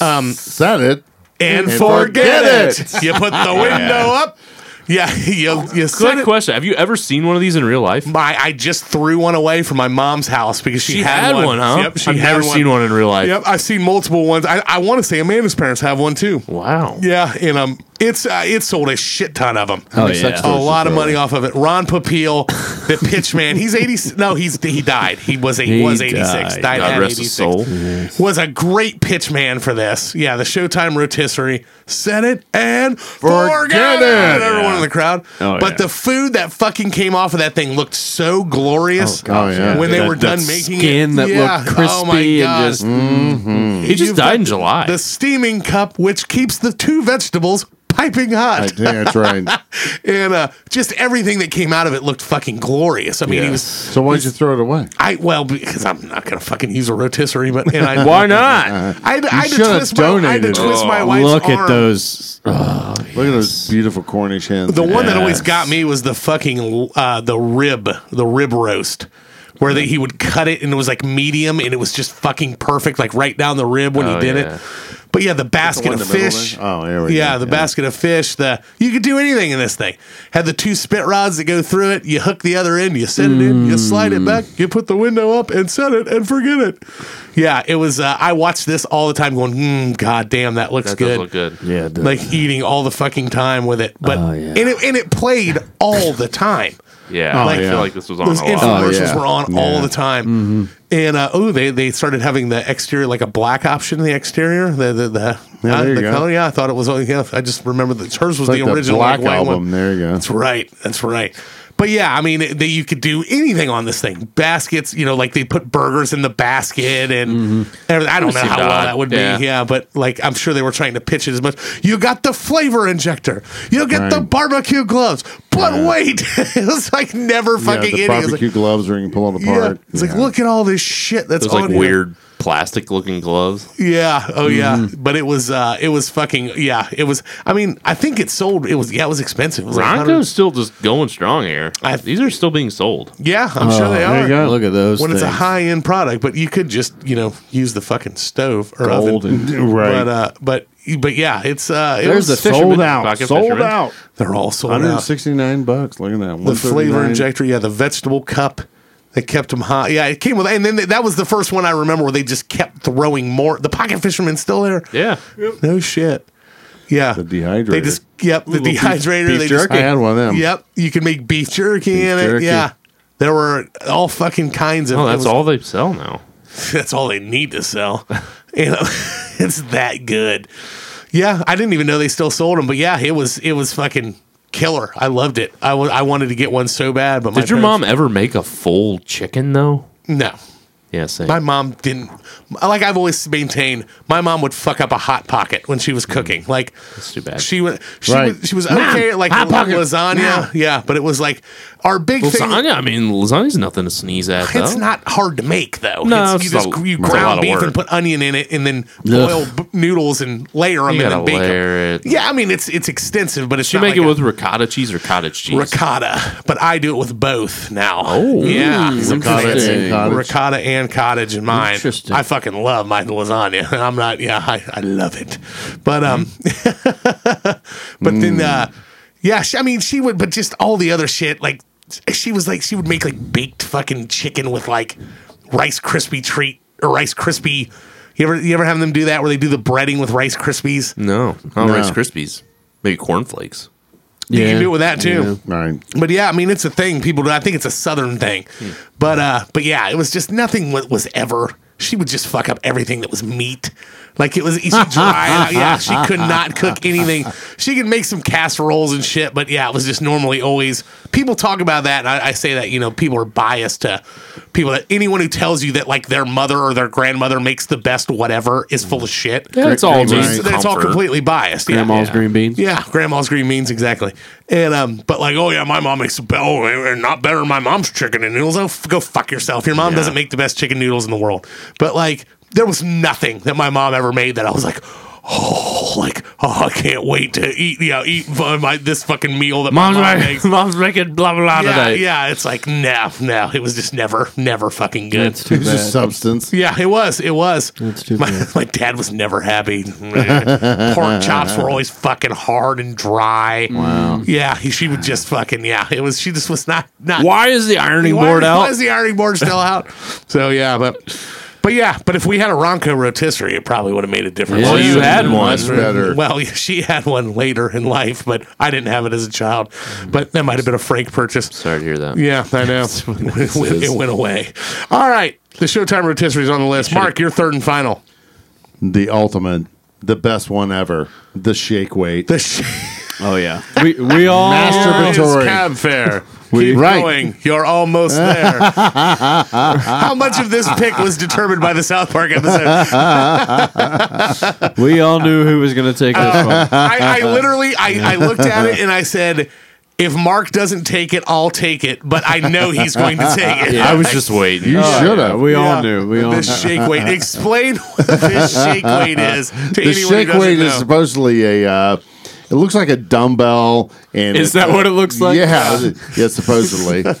Um, Said it. And, And forget, forget it. You put the window up. Yeah, you, you set Quick it. question: Have you ever seen one of these in real life? My, I just threw one away from my mom's house because she, She had one, huh? Yep, she I've had never seen one in real life. Yep, I've seen multiple ones. I, I want to say Amanda's parents have one too. Wow. Yeah, and um, it's uh, it sold a shit ton of them. Oh, yeah. a lot of money off of it. Ron Papil, the pitch man. He's eighty. No, he's he died. He was he, He was eighty six. died. Died God at rest eighty his six. soul. Was a great pitch man for this. Yeah, the Showtime rotisserie. Said it and forget, Forget it. it. Everyone in the crowd. Oh, but yeah. the food that fucking came off of that thing looked so glorious. Oh yeah. When they That- were that done making skin it, that Yeah. looked crispy Oh, my and God. just He just You've died in got July. the steaming cup, which keeps the two vegetables piping I hot. think that's right. and uh, just everything that came out of it looked fucking glorious. I mean, he was So why'd you throw it away? I well because I'm not gonna fucking use a rotisserie, but and I Why not? I had, I had to should've twist my I had to donated it. twist Oh, my wife's look arm. at those. Look at those beautiful Cornish hens. The one that always got me was the fucking uh, the rib, the rib roast. Where they, he would cut it and it was like medium and it was just fucking perfect, like right down the rib when Oh, he did yeah. it. But yeah, the basket one of in the middle fish. there? Oh, there we yeah, go. the Yeah. basket of fish. The you could do anything in this thing. Had the two spit rods that go through it. You hook the other end. You set it in. You slide it back. You put the window up and set it and forget it. Yeah, it was. Uh, I watched this all the time, going, mm, "God damn, that looks That good." does look good. Yeah, the- like eating all the fucking time with it. But Oh, yeah. and it and it played all the time. Oh, Yeah, Like- I feel like this was on Those a infomercials lot. Oh, yeah. Mm-hmm. were on all the time. And uh, oh, they they started having the exterior like a black option in the exterior. The the the, Yeah, uh, there you the go. color. Yeah, I thought it was. Yeah, I just remember that hers was It's like the original black like, white album. One. There you go. That's right. That's right. But yeah, I mean, it- that you could do anything on this thing. Baskets, you know, like they put burgers in the basket and everything. I don't know seemed how well odd. that would Mm-hmm. Yeah. be. Yeah, but like I'm sure they were trying to pitch it as much. You got the flavor injector. You get the Right. barbecue gloves. But wait, it was like never yeah, fucking the eating. It's like, barbecue gloves where you can pull it yeah. apart. It's like Yeah. look at all this shit that's It was like on here. weird Mm-hmm. plastic looking gloves. Yeah. Oh yeah. But it was uh it was fucking yeah, it was I mean, I think it sold it was yeah, it was expensive. It was like 100 Ronco's still just going strong here. I- These are still being sold. yeah, I'm sure Oh, they are. Look at those. When it's things. a high end product, but you could just, you know, use the fucking stove or oven. Right. But uh but but yeah, it's uh it There's was, the fisherman. sold out. Pocket Sold fisherman. out. they're all sold out. 169 bucks. Look at that. the flavor 139. injector, yeah, the vegetable cup. They kept them hot. Yeah, it came with, and then th- that was the first one I remember where they just kept throwing more. The pocket fisherman's still there. Yeah. No shit. Yeah, the dehydrator. They just yep, the beef- dehydrator. beef they jerky. I had one of them. Yep, you can make beef jerky in it. jerky. Yeah, there were all fucking kinds of. Oh, it that's was- all they sell now. That's all they need to sell. you know, it's that good. Yeah, I didn't even know they still sold them, but yeah, it was it was fucking killer. I loved it. I wa- I wanted to get one so bad, but my Did your parents- mom ever make a full chicken though? No. Yeah, same. My mom didn't. Like I've always maintained, my mom would fuck up a hot pocket when she was cooking. Like Mm. That's too bad. she was, she Right. was, she was okay at like Hot Pocket. lasagna. Yeah, but it was like our big thing. lasagna. I mean, lasagna's nothing to sneeze at. Though. It's not hard to make though. No, it's, it's you just just a- you it's a lot ground of beef work. and put onion in it, and then boil b- noodles and layer them You and then gotta bake 'em. layer it. Yeah, I mean it's it's extensive, but it's Did you not make like it a with ricotta cheese or cottage cheese? ricotta. But I do it with both now. Oh. yeah, Ooh, So ricotta it's- and cottage. ricotta and cottage in mine. Interesting. I fucking love my lasagna. I'm not. Yeah, I, I love it. But um, but then uh, yeah. She, I mean, she would, but just all the other shit. Like she was like she would make like baked fucking chicken with like rice crispy treat or rice crispy. You ever you ever have them do that where they do the breading with rice krispies? No, not No. Rice Krispies. Maybe cornflakes. You can do it with that too. Right. But yeah, I mean it's a thing. People, do. I think it's a Southern thing. But uh, but yeah, it was just nothing wa- was ever. She would just fuck up everything that was meat. Like it was she dry. uh, yeah, she could not cook anything. She could make some casseroles and shit, but yeah, it was just normally always people talk about that. And I, I say that you know people are biased to people that anyone who tells you that like their mother or their grandmother makes the best whatever is full of shit. Yeah, it's all It's- just It's all comfort. completely biased. Yeah. Grandma's green beans. Yeah, grandma's green beans exactly. And um, but like, oh yeah, my mom makes oh, eh, eh, not better than my mom's chicken and noodles. Oh, f- go fuck yourself. Your mom doesn't make the best chicken noodles in the world. But like, there was nothing that my mom ever made that I was like. Oh, like oh, I can't wait to eat. Yeah, eat fu- my, this fucking meal that my mom makes. mom's making blah blah Yeah, yeah, it's like no, no. It was just never, never fucking good. That's too It's just bad. substance. Yeah, it was. It was. too my, bad. my dad was never happy. Pork chops were always fucking hard and dry. Wow. Yeah, he, she would just fucking yeah. It was. She just was not not. Why is the ironing why- board Why out? is the ironing board still out? so yeah, but but yeah, but if we had a Ronco rotisserie, it probably would have made a difference. Well, you had Much one. better. Well, she had one later in life, but I didn't have it as a child. But that might have been a Frank purchase. Sorry to hear that. Yeah, I know. it, went, it went away. All right. The Showtime rotisserie is on the list. Mark, your third and final. The ultimate. The best one ever. The shake weight. The sh- Oh yeah. We, we all masturbatory. cab fare. We- Keep right. going. You're almost there. How much of this pick was determined by the South Park episode? We all knew who was going to take this one. I, I literally, I, I looked at it and I said, if Mark doesn't take it, I'll take it. But I know he's going to take it. I was just waiting. you should Yeah, have. we Yeah. all knew. We all the knew. shake weight. Explain what this shake weight is to the anyone who shake doesn't weight know. is supposedly a. Uh, it looks like a dumbbell, and Is that what it looks like? Yeah, yeah, supposedly. and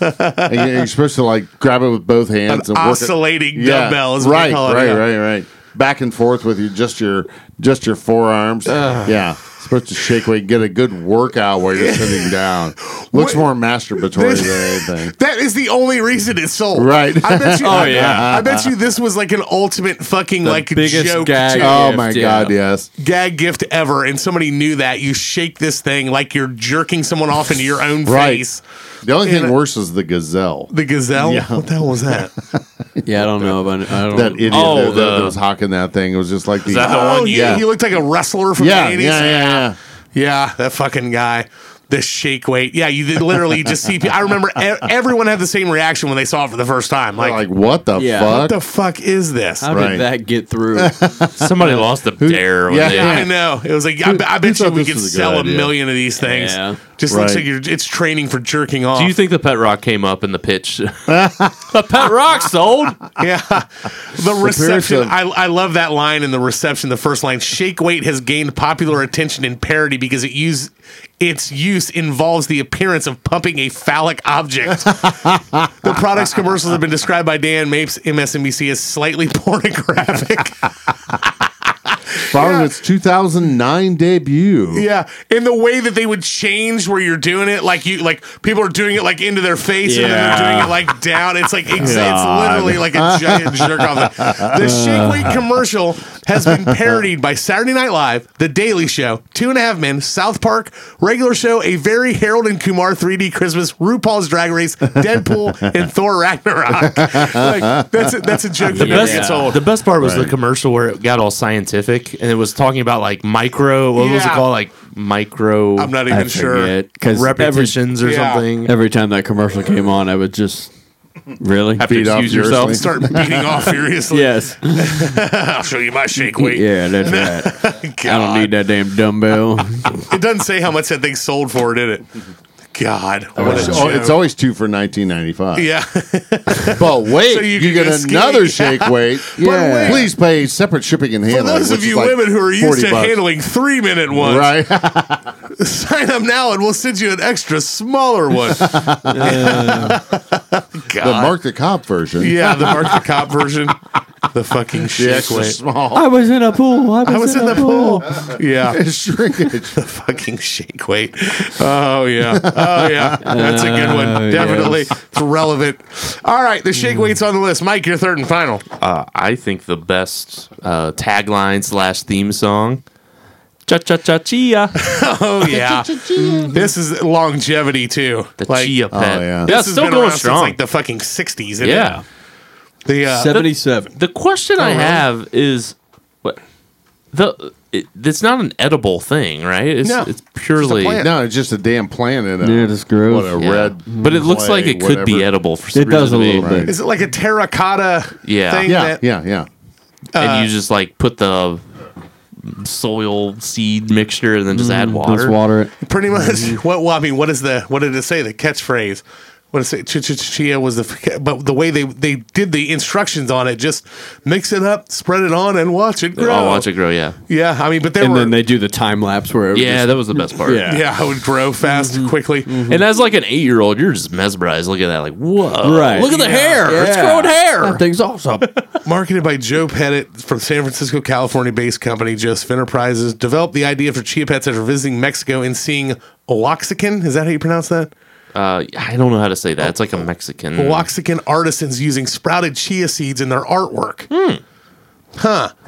you're- you're supposed to like grab it with both hands An and work it. oscillating Yeah, dumbbell is what right, they call it. right, yeah. right, right. Back and forth with your just your just your forearms. yeah, supposed to shake weight, get a good workout while you're sitting down. Looks more masturbatory than anything. That is the only reason it's sold. Right. I bet you. oh yeah. I bet you this was like an ultimate fucking like biggest joke gag. joke- Oh gift, my yeah. god, yes. gag gift ever, and somebody knew that. You shake this thing like you're jerking someone off into your own Right. face. The only And- thing worse is the gazelle. The gazelle. What the hell was that? Yeah, I don't know about it. I don't. that idiot Oh, that, that the- was hawking that thing. It was just like the, that the oh one yeah. yeah. He looked like a wrestler from yeah, the yeah, eighties. yeah, yeah. Yeah, that fucking guy. the shake weight. Yeah, you did- literally just see. pe- I remember e- everyone had the same reaction when they saw it for the first time. Like, Like, what the Yeah. fuck? what the fuck is this? How Right. did that get through? Somebody lost a dare. When Yeah. they, I know. It was like I, be- I bet thought you we this could was a good sell a idea? million of these things. Yeah. Just looks Right. like you're, it's training for jerking off. Do you think the pet rock came up in the pitch? a pet rock sold. yeah. The reception. of- I, I love that line in the reception. The first line: "Shake weight has gained popular attention in parody because it use its use involves the appearance of pumping a phallic object." the product's commercials have been described by Dan Mapes, MSNBC, as slightly pornographic. Following its 2009 debut. yeah, in the way that they would change where you're doing it, like you, like people are doing it like into their face, and then they're Yeah. doing it like down. It's like ex- it's literally like a giant jerk off. The Shake Weight commercial has been parodied by Saturday Night Live, The Daily Show, Two and a Half Men, South Park, Regular Show, A Very Harold and Kumar 3D Christmas, RuPaul's Drag Race, Deadpool, and Thor Ragnarok. Like, that's a, that's a joke that never best- gets old. The best part was the commercial where it got all scientific and it was talking about like micro. What was it Yeah. called? Like micro. I'm not e- even sure. Because repetitions or Yeah. something. every time that commercial came on, I would just really Have to Beat up excuse yourself. furiously. Start beating off furiously. yes, I'll show you my shake weight. yeah, that's right. I don't need that damn dumbbell. It doesn't say how much that thing sold for, did it? God, what a It's, al- joke. oh, it's always two for 1995. yeah, But wait, So you you, can get go skiing. another shake weight. Yeah. wait. Please pay separate shipping and for handling. those which of is you like women who are used 40 to bucks. handling three-minute ones, Right? sign up now and we'll send you an extra smaller one. the Mark the Cop version. yeah, the Mark the Cop version, the fucking The shake extra weight. small. I was in a pool. I was, I was in the pool. Yeah, shrinkage. fucking shake weight. Oh yeah, oh yeah, that's a good Uh, one. Definitely, it's relevant. All right, the shake weight's on the list. Mike, your third and final. Uh, I think the best uh, tagline slash theme song. Cha cha cha chia. Oh yeah, this is longevity too. The Like, chia pet. Oh, yeah. This Yeah, has it's still been going around strong. since like the fucking sixties. isn't yeah. it? the uh, seventy-seven. The question I have is, what the it, it's not an edible thing, right? It's, No, it's purely, plant. No, it's just a damn plant in a, Yeah, just gross. what, a Yeah. red. but it looks like Mm-hmm. clay, it could be whatever. edible for some It does a reason to little me. bit. Right. is it like a terracotta Yeah. thing? Yeah, that- yeah, yeah. Uh, and you just like put the soil seed mixture and then just add water. Let's water it. pretty much. What well, I mean, what is the what did it say? The catchphrase. What did it say? Ch- ch- ch- Chia was the but the way they they did the instructions on it, just mix it up, spread it on, and watch it grow. I'll Oh, watch it grow. Yeah, Yeah, I mean, but there And were. then they do the time lapse where it was yeah, just- that was the best part. Yeah. yeah, it would grow fast quickly. And as like an eight year old, you're just mesmerized. Look at that. Like, whoa. Right. Look at the Yeah. hair. It's growing hair. That thing's awesome. Marketed by Joe Pettit from San Francisco, California based company Joseph Enterprises, developed the idea for Chia Pets after visiting Mexico and seeing Oaxacan. Is that how you pronounce that? Uh, I don't know how to say that. It's like a Mexican. Oaxacan artisans using sprouted chia seeds in their artwork.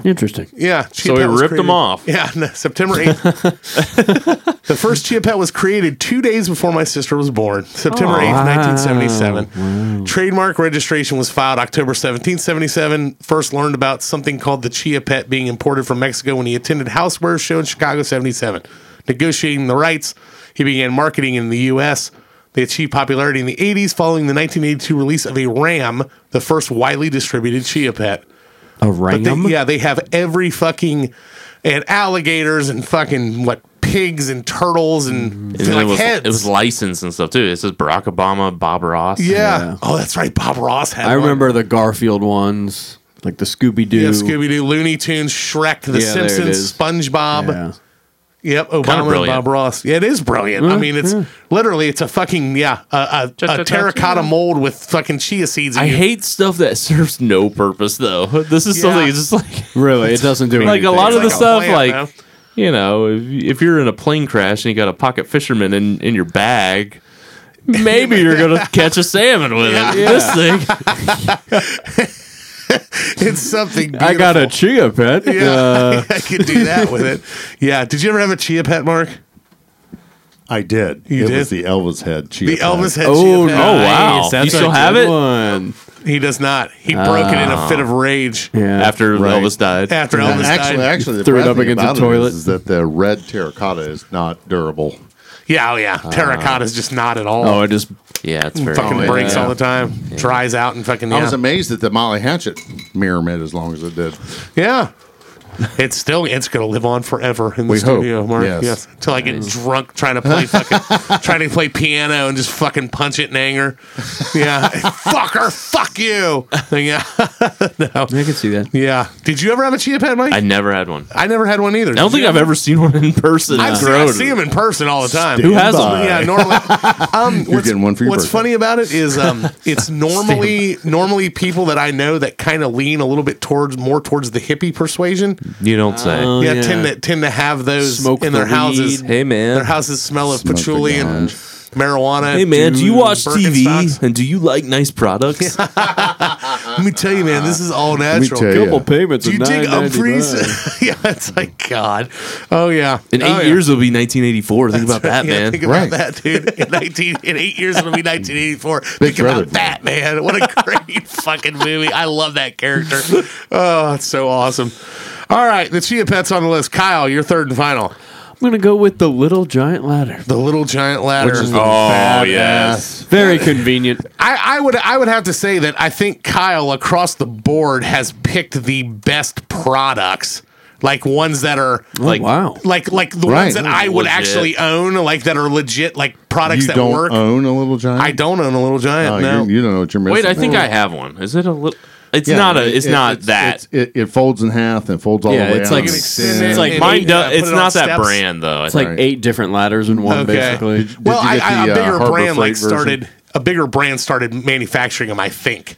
Interesting. Yeah. Chia So he Pet was ripped 'em created- off. Yeah, no, September 8th. the first Chia Pet was created two days before my sister was born, Oh, September 8th, 1977. Trademark registration was filed October 17th, 77. First learned about something called the Chia Pet being imported from Mexico when he attended Housewares Show in Chicago, 77. Negotiating the rights, he began marketing in the U.S. They achieved popularity in the 80s following the 1982 release of a Ram, the first widely distributed Chia Pet. A But ram. they, yeah, they have every fucking and alligators and fucking what pigs and turtles and, And then like it, was, heads. it was licensed and stuff too. It says Barack Obama, Bob Ross. yeah. Yeah. Oh, that's right. Bob Ross had. I one. remember the Garfield ones, like the Scooby Doo. Yeah, Scooby Doo, Looney Tunes, Shrek, The there it Simpsons, is. SpongeBob. Yeah. Yep, Kinda Obama and brilliant. Bob Ross. Yeah, it is brilliant. I mean, it's literally it's a fucking yeah, a, a, a Cha-cha-cha-cha. terracotta mold with fucking chia seeds. in I you. hate stuff that serves no purpose though. This is Yeah. something it's just like Really, it doesn't do like anything. a lot of the It's like a stuff plant, like man. you know if, if you're in a plane crash and you got a pocket fisherman in, in your bag maybe you're gonna catch a salmon with it this thing it's something. Beautiful. I got a chia pet. Yeah, Uh, I could do that with it. Yeah. Did you ever have a chia pet, Mark? I did. You it did? was the Elvis head. Chia The pet. Elvis had oh, chia pet. nice. wow. That's You still a have good it? One. He does not. He broke it in a fit of rage Yeah. after Right. Elvis died after And Elvis Ah. actually, died. actually, the Threw it bad up thing against the about it is- toilet. Is, that the red terracotta is not durable. Yeah, oh yeah. Ah. Terracotta's just not at all. Oh, I just Yeah, it's very fucking oh, breaks yeah. all the time. Dries out and fucking yeah. I was amazed that the Molly Hatchet mirror made as long as it did. yeah. It's still it's gonna live on forever in the We hope, studio, Mark. yes. Yes. Until I get drunk trying to play fucking trying to play piano and just fucking punch it in anger. Yeah. Fucker, fuck you. Yeah. I can see that. Yeah. Did you ever have a chia pet, Mike? I I, never had one. I never had one either. don't think I've ever seen one in person. I've seen, I Grown. see them in person all the time. Who has So, them? Yeah, normally. Um, You're getting one for your What's birthday. funny about it is um, it's normally normally people that I know that kind of lean a little bit towards more towards the hippie persuasion. You don't say. Oh, yeah, yeah. tend to tend to have those Smoke in the their houses. weed. hey Their man. houses smell of Smoke the patchouli and ganj. marijuana. Hey man, do you and watch Birkenstocks. TV and do you like nice products? Let me tell you, man, this is all Let me natural. tell Couple you. payments. Do you of dig $9.95. Umphreys? yeah, it's like God. Oh yeah. In eight Oh, yeah. years, it'll be 1984. Think about that, Yeah, man. Think about Right. that, dude. In, 19, in eight years, it'll be 1984. think brother, about that, man. What a great fucking movie. I love that character. Oh, it's so awesome. All right, the Chia Pets on the list. Kyle, your third and final. I'm gonna go with the little giant ladder. The Little Giant Ladder. Oh yes. Very convenient. I, I would I would have to say that I think Kyle across the board has picked the best products. Like ones that are Like Oh, wow. like like the Right. ones that I would Legit. actually own, like that are legit, like products You that don't work. own a little giant. I don't own a little giant. Oh, no, you- you don't know what you're missing. Wait, I think I have one. Is it a little? It's Yeah, not a. it- It's it- not it's- that. it's- it, it folds in half and folds all Yeah, the way it's out. like- can extend It's it like and Mine eight- uh, does. put It's it on not that steps. brand though. I It's like think. eight different ladders in one, Okay. basically. Did Well, you I, get I, the, a uh, bigger Harbor brand like Freight version? started a bigger brand started manufacturing them, I think,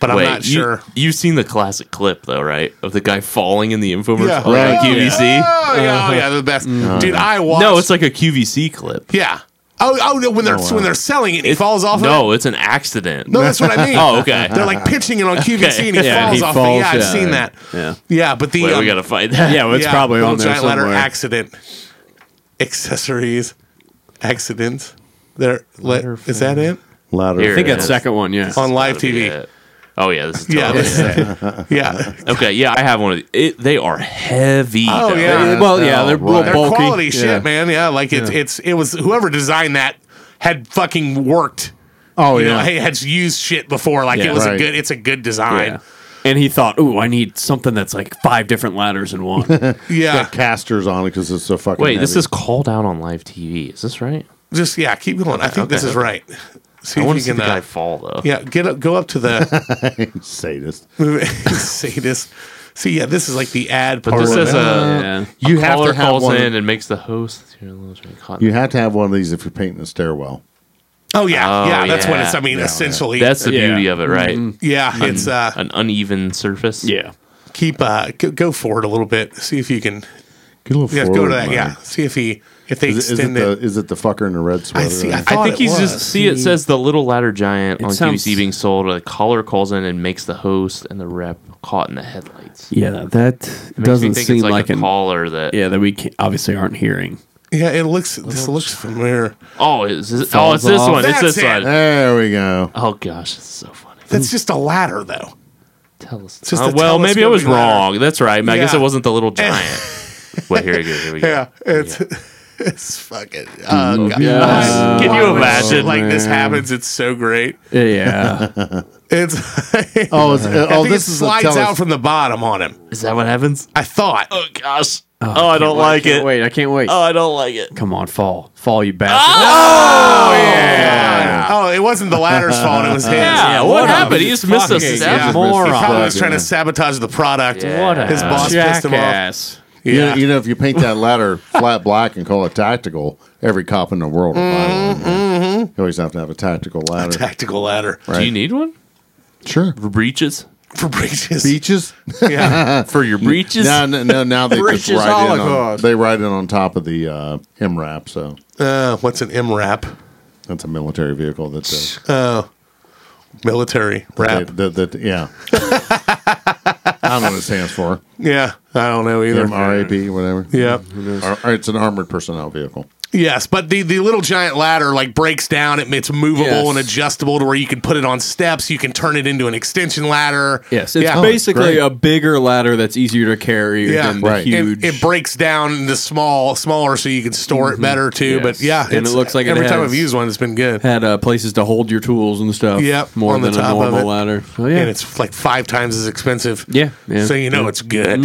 but I'm Wait, not sure. You, you've seen the classic clip though, right? Of the guy falling in the infomercial Yeah. on Right. QVC. Oh yeah, oh, yeah, the best, Mm-hmm. dude. I watched. No, it's like a QVC clip. yeah. Oh, oh no, when they're uh, when they're selling it, and he falls off. of it? No, it's an accident. No, that's what I mean. Oh, okay. They're like pitching it on QVC and he Yeah, falls he off. falls, it. Yeah, I've yeah. seen that. Yeah. Yeah, but the Wait, um, we gotta find that. Yeah, well, it's yeah, probably Little on there giant somewhere. letter accident accessories accidents. There, let, is that it Ladder. Here. I think Yeah. that second one, yeah. on live That'll be TV? it. Oh yeah, this is Yeah, totally- this yeah. okay. Yeah, I have one of these. It, they are heavy. Oh, though. yeah. Uh, well, yeah, Oh, they're right. real They're bulky. quality Yeah. shit, man. Yeah, like it's it's it was whoever designed that had fucking worked. Oh You know, yeah. hey, had used shit before. Like Yeah. it was a Right. good. It's a good design. Yeah. And he thought, ooh, I need something that's like five different ladders in one. Yeah, Got casters on it because it's so fucking. Wait, this heavy. is called out on live TV. Is this right? just yeah. Keep going. I think this Okay. is right. See I if want you to see can. the guy Uh, fall though. yeah, get up. Go up to the sadist. sadist. See, yeah, this is like the ad. But part this of is uh, it. a yeah. You have caller to have calls one. in and makes the host. Here, little drink hot. You have to have one of these if you're painting a stairwell. Oh yeah, Oh, yeah. That's what yeah. it's. I mean, essentially, That's the Yeah. beauty of it, right? yeah. It's uh, An uneven surface. Yeah. keep uh, go, go forward a little bit. See if you can. Get a little Yeah, go forward, to that. man. Yeah, see if he if they Is it, is it extend the it. is it the fucker in the red sweater? I see. I I thought think it he's was. just see it says the little ladder giant on sounds- QVC being sold. A caller calls in and makes the host and the rep caught in the headlights. Yeah, that It makes me doesn't think seem it's like, like, a an caller that. yeah that we can, obviously aren't hearing. Yeah, it looks. This looks familiar. Oh, is this, oh, it's this off. one. That's it's this it. one. there we go. Oh gosh, it's so funny. That's just a ladder, though. Tell us. just Uh, a well, maybe I was telescoping ladder. wrong. That's right. I guess Yeah. it wasn't the little giant. Wait, here we go. Here we go. Yeah, it's it's fucking. Mm-hmm. Oh, God. Yeah. Can Why you would shit imagine? like this happens? It's so great. Yeah. It's. Oh, it's, uh, I oh, think this it is slides a tele- out from the bottom on him. Is that what happens? I thought. Oh gosh. Oh, I don't like it. Wait, I can't wait. Oh, I don't like it. Come on, fall, fall, you bastard! Ah! Oh, it wasn't the ladder's fault. It was his. Yeah, Yeah. what happened? He just missed a step. Yeah. He probably Fuck, was trying to yeah. sabotage the product. Yeah. What a His boss pissed him off. Jackass. Yeah. You know, you know, if you paint that ladder flat black and call it tactical, every cop in the world will buy one. Mm-hmm, man. You always have to have a tactical ladder. Tactical ladder Do Right. you need one sure. for breeches? for breaches. Beaches? Yeah. For your breeches? No, no, no. Now they just Breeches ride in on, Holocaust. they ride in on top of the uh, M wrap. So Uh, what's an M wrap? that's a military vehicle. That's uh, Military wrap. that, that, that- yeah. I don't know what it stands for. Yeah, I don't know either. M R A P, whatever. Yeah. Or, or it's an armored personnel vehicle. Yes, but the, the little giant ladder like breaks down. It, it's movable Yes. and adjustable to where you can put it on steps. You can turn it into an extension ladder. Yes, Oh, it's Yeah. basically great. a bigger ladder that's easier to carry Yeah. than the Right. huge. Mm-hmm. It, it breaks down into small, smaller, so you can store it better too. But Yes. yeah, And it it's- looks like it every time has- I've used one, it's been good. had uh, places to hold your tools and stuff. Yep, more on the than top a of normal it. ladder. So and yeah, it's like five times as expensive. Yeah, yeah. so you know it's good.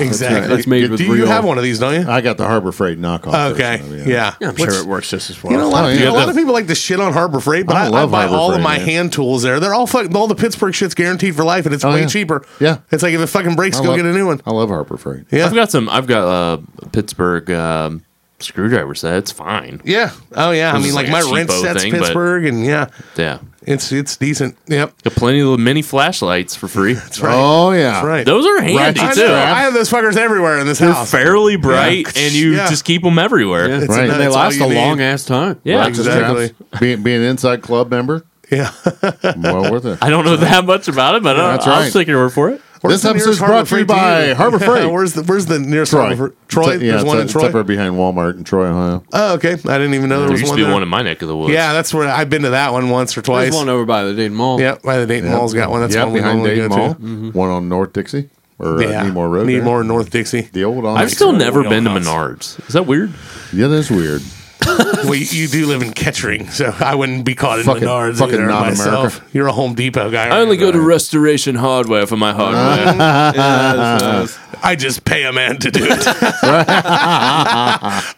exactly. right. That's made Do with you real- have one of these? Don't you? I got the Harbor Freight knockoff. Okay. version of it, yeah. I'm What's- sure it works just as well. You know, a lot, Oh, of, yeah. a lot of people like to shit on Harbor Freight, but I, I I love buy Harbor all of Freight, my man. hand tools there. They're all fucking all the Pittsburgh shit's guaranteed for life, and it's Oh, way yeah. cheaper. Yeah. it's like if it fucking breaks, I go love- get a new one. I love Harbor Freight. Yeah, I've got some. I've got uh, Pittsburgh um, screwdriver set. It's fine. yeah. Oh yeah. I This mean, is like, like a my rent cheapo sets thing, but- Pittsburgh, and yeah, Yeah, it's it's decent. Yep. got plenty of little mini flashlights for free. That's right. Oh yeah, Right. Those are I, handy know. too. I have those fuckers everywhere in this They're house. fairly bright, Yeah. and you Yeah. just keep them everywhere. Yeah, Right. and they That's all last you a need. long ass time. Exactly. Being, being an inside club member, Yeah. well worth it. I don't know that much about it, but I- That's I'll right. take your word for it. Where's This the episode is nearest brought to you Freight by Harbor Yeah, Freight. where's the Where's the nearest Troy. Harbor Freight? Troy. It's a- yeah, There's it's one a- in it's Troy. up right behind Walmart in Troy, Ohio. Oh, okay. I didn't even know there, There was used to one. be there. one in my neck of the woods. yeah, that's where I've been to that one once or twice. There's one over by the Dayton Mall. Yeah, by the Dayton Mall's got one. That's yeah, one we behind normally Dayton go Mall. to. Mm-hmm. One on North Dixie or Yeah, uh, Nemours Road. there. Nemours, North Dixie. The old I've Onyx. still Road. never been to wheelhouse. Menards. Is that weird? Yeah, that's weird. well, you, you do live in Kettering, so I wouldn't be caught in Fucking- Menards fucking either not myself. America. You're a Home Depot guy. I aren't only you? go to Restoration Hardware for my hardware. I just pay a man to do it.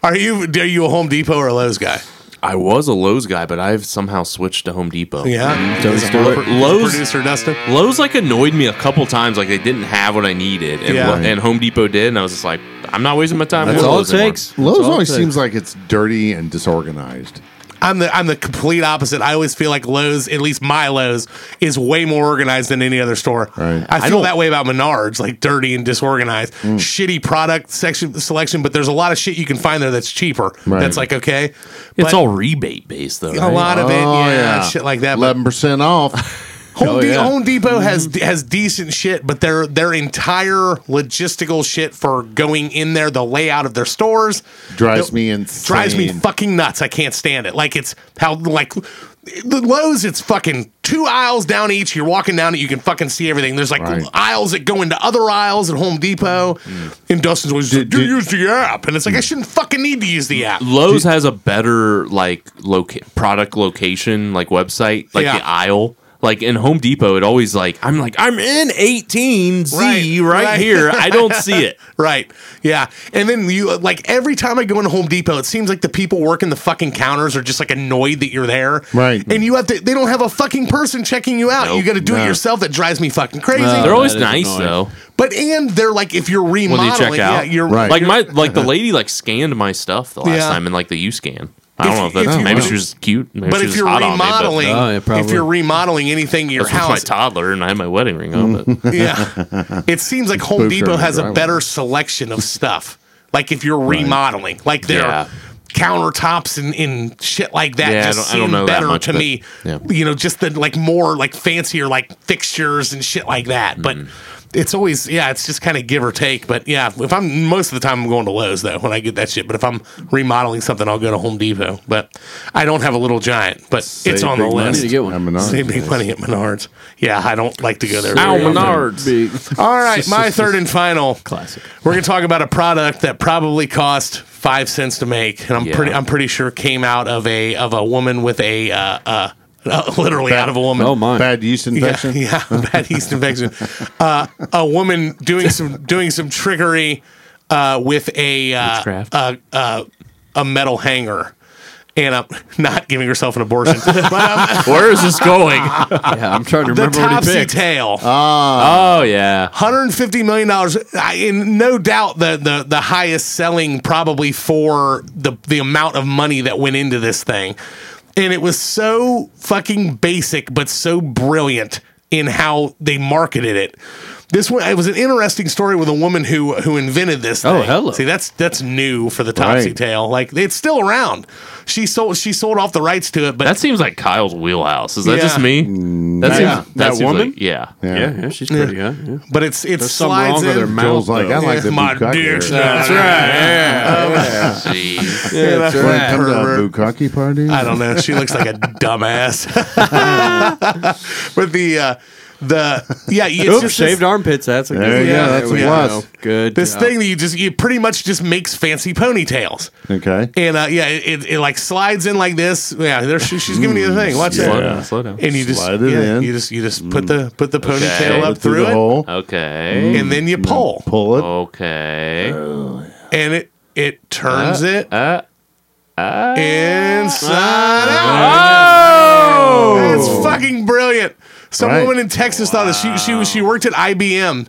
are you are you a Home Depot or a Lowe's guy? I was a Lowe's guy, but I've somehow switched to Home Depot. Mm-hmm. Yeah, Don't Is it do hard it. for- Lowe's- producer Dustin. Lowe's like annoyed me a couple times, like they didn't have what I needed, and, Yeah. and Home Depot did, and I was just like, I'm not wasting my time. That's with all it Lowe's anymore. takes. Lowe's That's all it always takes. seems like it's dirty and disorganized. I'm the I'm the complete opposite. I always feel like Lowe's, at least my Lowe's, is way more organized than any other store. Right. I I feel don't- that way about Menards, like dirty and disorganized, shitty product section selection. But there's a lot of shit you can find there that's cheaper. Right. That's like okay, It's all rebate based though. a right? lot of it, yeah, and shit like that. But Eleven percent off. Home, Oh, De- yeah. Home Depot has has decent shit, but their their entire logistical shit for going in there, the layout of their stores Drives the- me insane. drives me fucking nuts. I can't stand it. Like it's how like the Lowe's, it's fucking two aisles down each. You're walking down it, you can fucking see everything. There's like Right. Mm. aisles that go into other aisles at Home Depot. And Dustin's always like, Did- "You did- use the app," and it's like I shouldn't fucking need to use the app. Lowe's has a better like loca- product location like website like Yeah. the aisle like in Home Depot it always like I'm like I'm in 18Z right, Right, right. here I don't see it Right. Yeah. And then you like every time I go into Home Depot, it seems like the people working the fucking counters are just like annoyed that you're there. Right. And you have to they don't have a fucking person checking you out. Nope. You gotta do it No. yourself. That drives me fucking crazy. No. they're always Oh, that is nice annoying. though But and they're like if you're when remodeling, they check yeah, out you're Right. like my like the lady like scanned my stuff the last Yeah. time in like the U scan I don't If- know if that's if you- maybe she was cute maybe But she if was you're hot on me, but remodeling, Oh, yeah, if probably. you're remodeling anything in your that's with my house, toddler and I had my wedding ring on but yeah, it seems like Home Boobs are Depot in the has a driveway. better selection of stuff. Like if you're remodeling, like their Yeah. countertops and, and shit like that Yeah, I just don't- I seem don't know that better much, to but- me. yeah. You know, just the like more like fancier like fixtures and shit like that. But Mm-hmm. it's always yeah, it's just kind of give or take. But yeah, if I'm most of the time I'm going to Lowe's though when I get that shit. But if I'm remodeling something, I'll go to Home Depot. But I don't have a little giant, but it's Save on the big money list. to get one. I'm an Save honest. big money at Menards. Yeah, I don't like to go there. Ow, very often. Menards. All right, my third and final Classic. We're gonna talk about a product that probably cost five cents to make, and I'm Yeah. pretty I'm pretty sure came out of a of a woman with a uh, uh, uh, literally out of a woman. Oh my! Bad yeast Yeah, infection. yeah, bad yeast infection. Uh, a woman doing some doing some trickery uh, with a uh, Witchcraft. uh, uh, a metal hanger, and uh, not giving herself an abortion, but um, where is this going Yeah, I'm trying to the remember what he topsy picked. tail. oh yeah 150 million dollars in no doubt the, the the highest selling probably for the the amount of money that went into this thing and it was so fucking basic but so brilliant in how they marketed it This one it was an interesting story with a woman who who invented this. Oh, thing. hello. See, that's that's new for the Topsy Right. Tail. Like it's still around. She sold she sold off the rights to it, but That seems like Kyle's wheelhouse. Is that Yeah. Mm, just me? That seems yeah. that, That seems woman? like- yeah. Yeah. Yeah, yeah, she's pretty good. yeah. but it's it There's something slides wrong with her in. mouth. Joel's like, I like the my bukkake. dick's there. not- Jeez. Yeah, that's right. right. Come to our Pervert. bukkake party. I don't know. She looks like a dumbass. but the uh, the yeah, it's Oops, just shaved this, armpits. That's a good. There you Yeah, go. That's a yeah. plus. Good. this job. thing that you just you pretty much just makes fancy ponytails. Okay. And uh, yeah, it, it, it like slides in like this. Yeah, there she, she's giving you the thing. Watch Slow that. down. Slow down. And you just Slide it yeah, in. you just you just put the put the Mm. ponytail Pull up Mm. through, the it, hole. Okay. and then you pull, Pull it. Okay. and it it turns it uh, inside out. That's fucking brilliant. Some Right. woman in Texas thought that she she she worked at IBM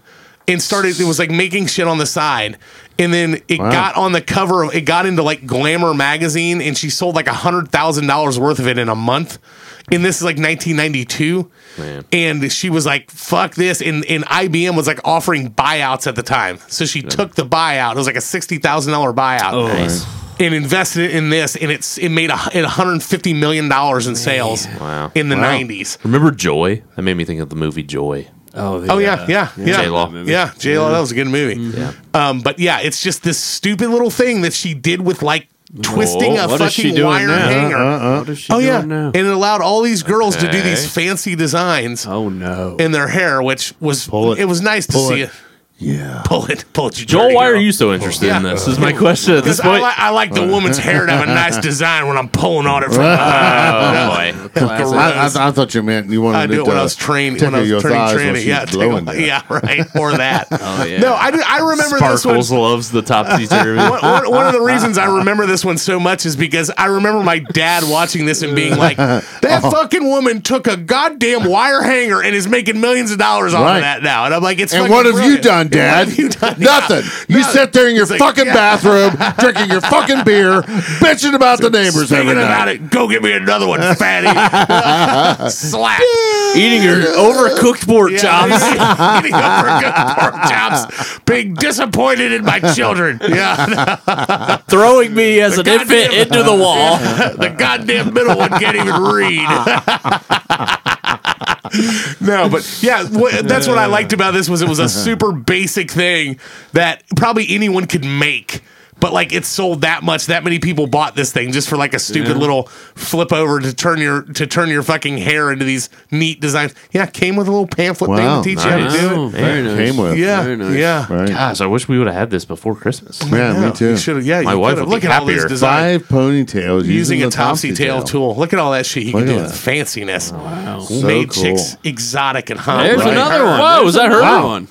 and started it was like making shit on the side. And then it Wow. got on the cover of it got into like Glamour magazine and she sold like a hundred thousand dollars worth of it in a month. And this is like 1992. And she was like, fuck this. And, and IBM was like offering buyouts at the time. So she took the buyout. It was like a $60,000 buyout Oh. Nice. and invested it in this, and it's it made a, it 150 million dollars in sales Wow. in the Wow. 90s. Remember Joy? That made me think of the movie Joy. Oh, the, Oh yeah, yeah, yeah. J Law. Yeah, J Law. That was a good movie. Yeah. Um, but yeah, it's just this stupid little thing that she did with like twisting Whoa, a what is she fucking doing wire now? hanger. Uh-huh. What is she oh doing yeah, now? and it allowed all these girls to do Okay. these fancy designs oh no. in their hair, which was Pull it. it. was nice Pull to see it. it. Yeah. Pull it, pull it. You Joel, dirty why are girl. you so interested in this? Is my Yeah. question at this Because I, point. li- I like the woman's hair to have a nice design when I'm pulling on it from Oh boy. Gross. I, I, I thought you meant you wanted I do to it uh, when I was trained when I tickle your was turning thighs while tranny. she's Yeah, blowing tickle- that. yeah, right. Or that. oh, yeah. No, I, do, I remember this Sparkles one. loves the topsy turvy. One, one- one of the reasons I remember this one so much is because I remember my dad watching this and being like, "That Oh. fucking woman took a goddamn wire hanger and is making millions of dollars off Right. of that now." And I'm like, "It's And fucking what have you brilliant. done, Dad? have you done? Nothing. You Nothing. sit there in your It's like, fucking yeah. bathroom, drinking your fucking beer, bitching about the neighbors Thinking every about night. it, go get me another one, fatty. Slap. Eating your overcooked pork chops. Yeah. Getting up for good pork chops. Being disappointed in my children. Yeah. throwing me as an goddamn- infant into the wall. The goddamn middle one can't even read. no, but yeah, wha- that's what I liked about this was it was a super basic thing that probably anyone could make. But like it sold that much, that many people bought this thing just for like a stupid little flip over to turn your to turn your fucking hair into these neat designs. Yeah, it came with a little pamphlet Wow, thing to teach nice. you how to do it. Oh, very nice. Came with. Yeah, Very nice. yeah. Right. Gosh, I wish we would have had this before Christmas. Yeah, me too. You should've- yeah, My you wife could've. would be Look at all these happier. designs. Five ponytails using, a the topsy, tail, tool. Look at all that shit you Look can do at with that. fanciness. wow. So Made cool. chicks exotic and hot. There's Look at another her. one. Whoa, There's is that her? another Wow. one?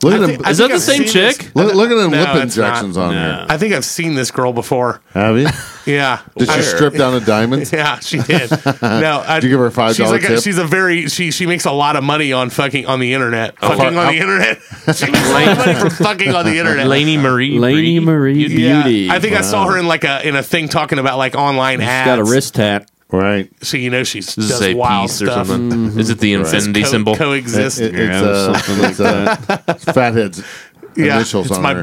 Look at I them. think- I Is that think the I've same seen chick? this- Look, look at them No, lip it's not. injections on there. I think I've seen this girl before. Have you? Yeah. Did I- she strip down the diamonds? Yeah, she did. No, I, Did you give her a $5 She's like a, tip? she's a very she she makes a lot of money on fucking on the internet. fucking fuck. on the internet. she makes a lot of money from fucking on the internet. Laney Marie. Laney Bree. Marie Yeah, Beauty. I think I saw her in like a in a thing talking about like online she's ads. got a wrist tat. Right. so you know she's Does it does say wild peace or stuff. something? Is it the infinity Co- symbol? coexist. It- Yeah, it's uh, something like it's, uh, Fathead's initials it's on my there.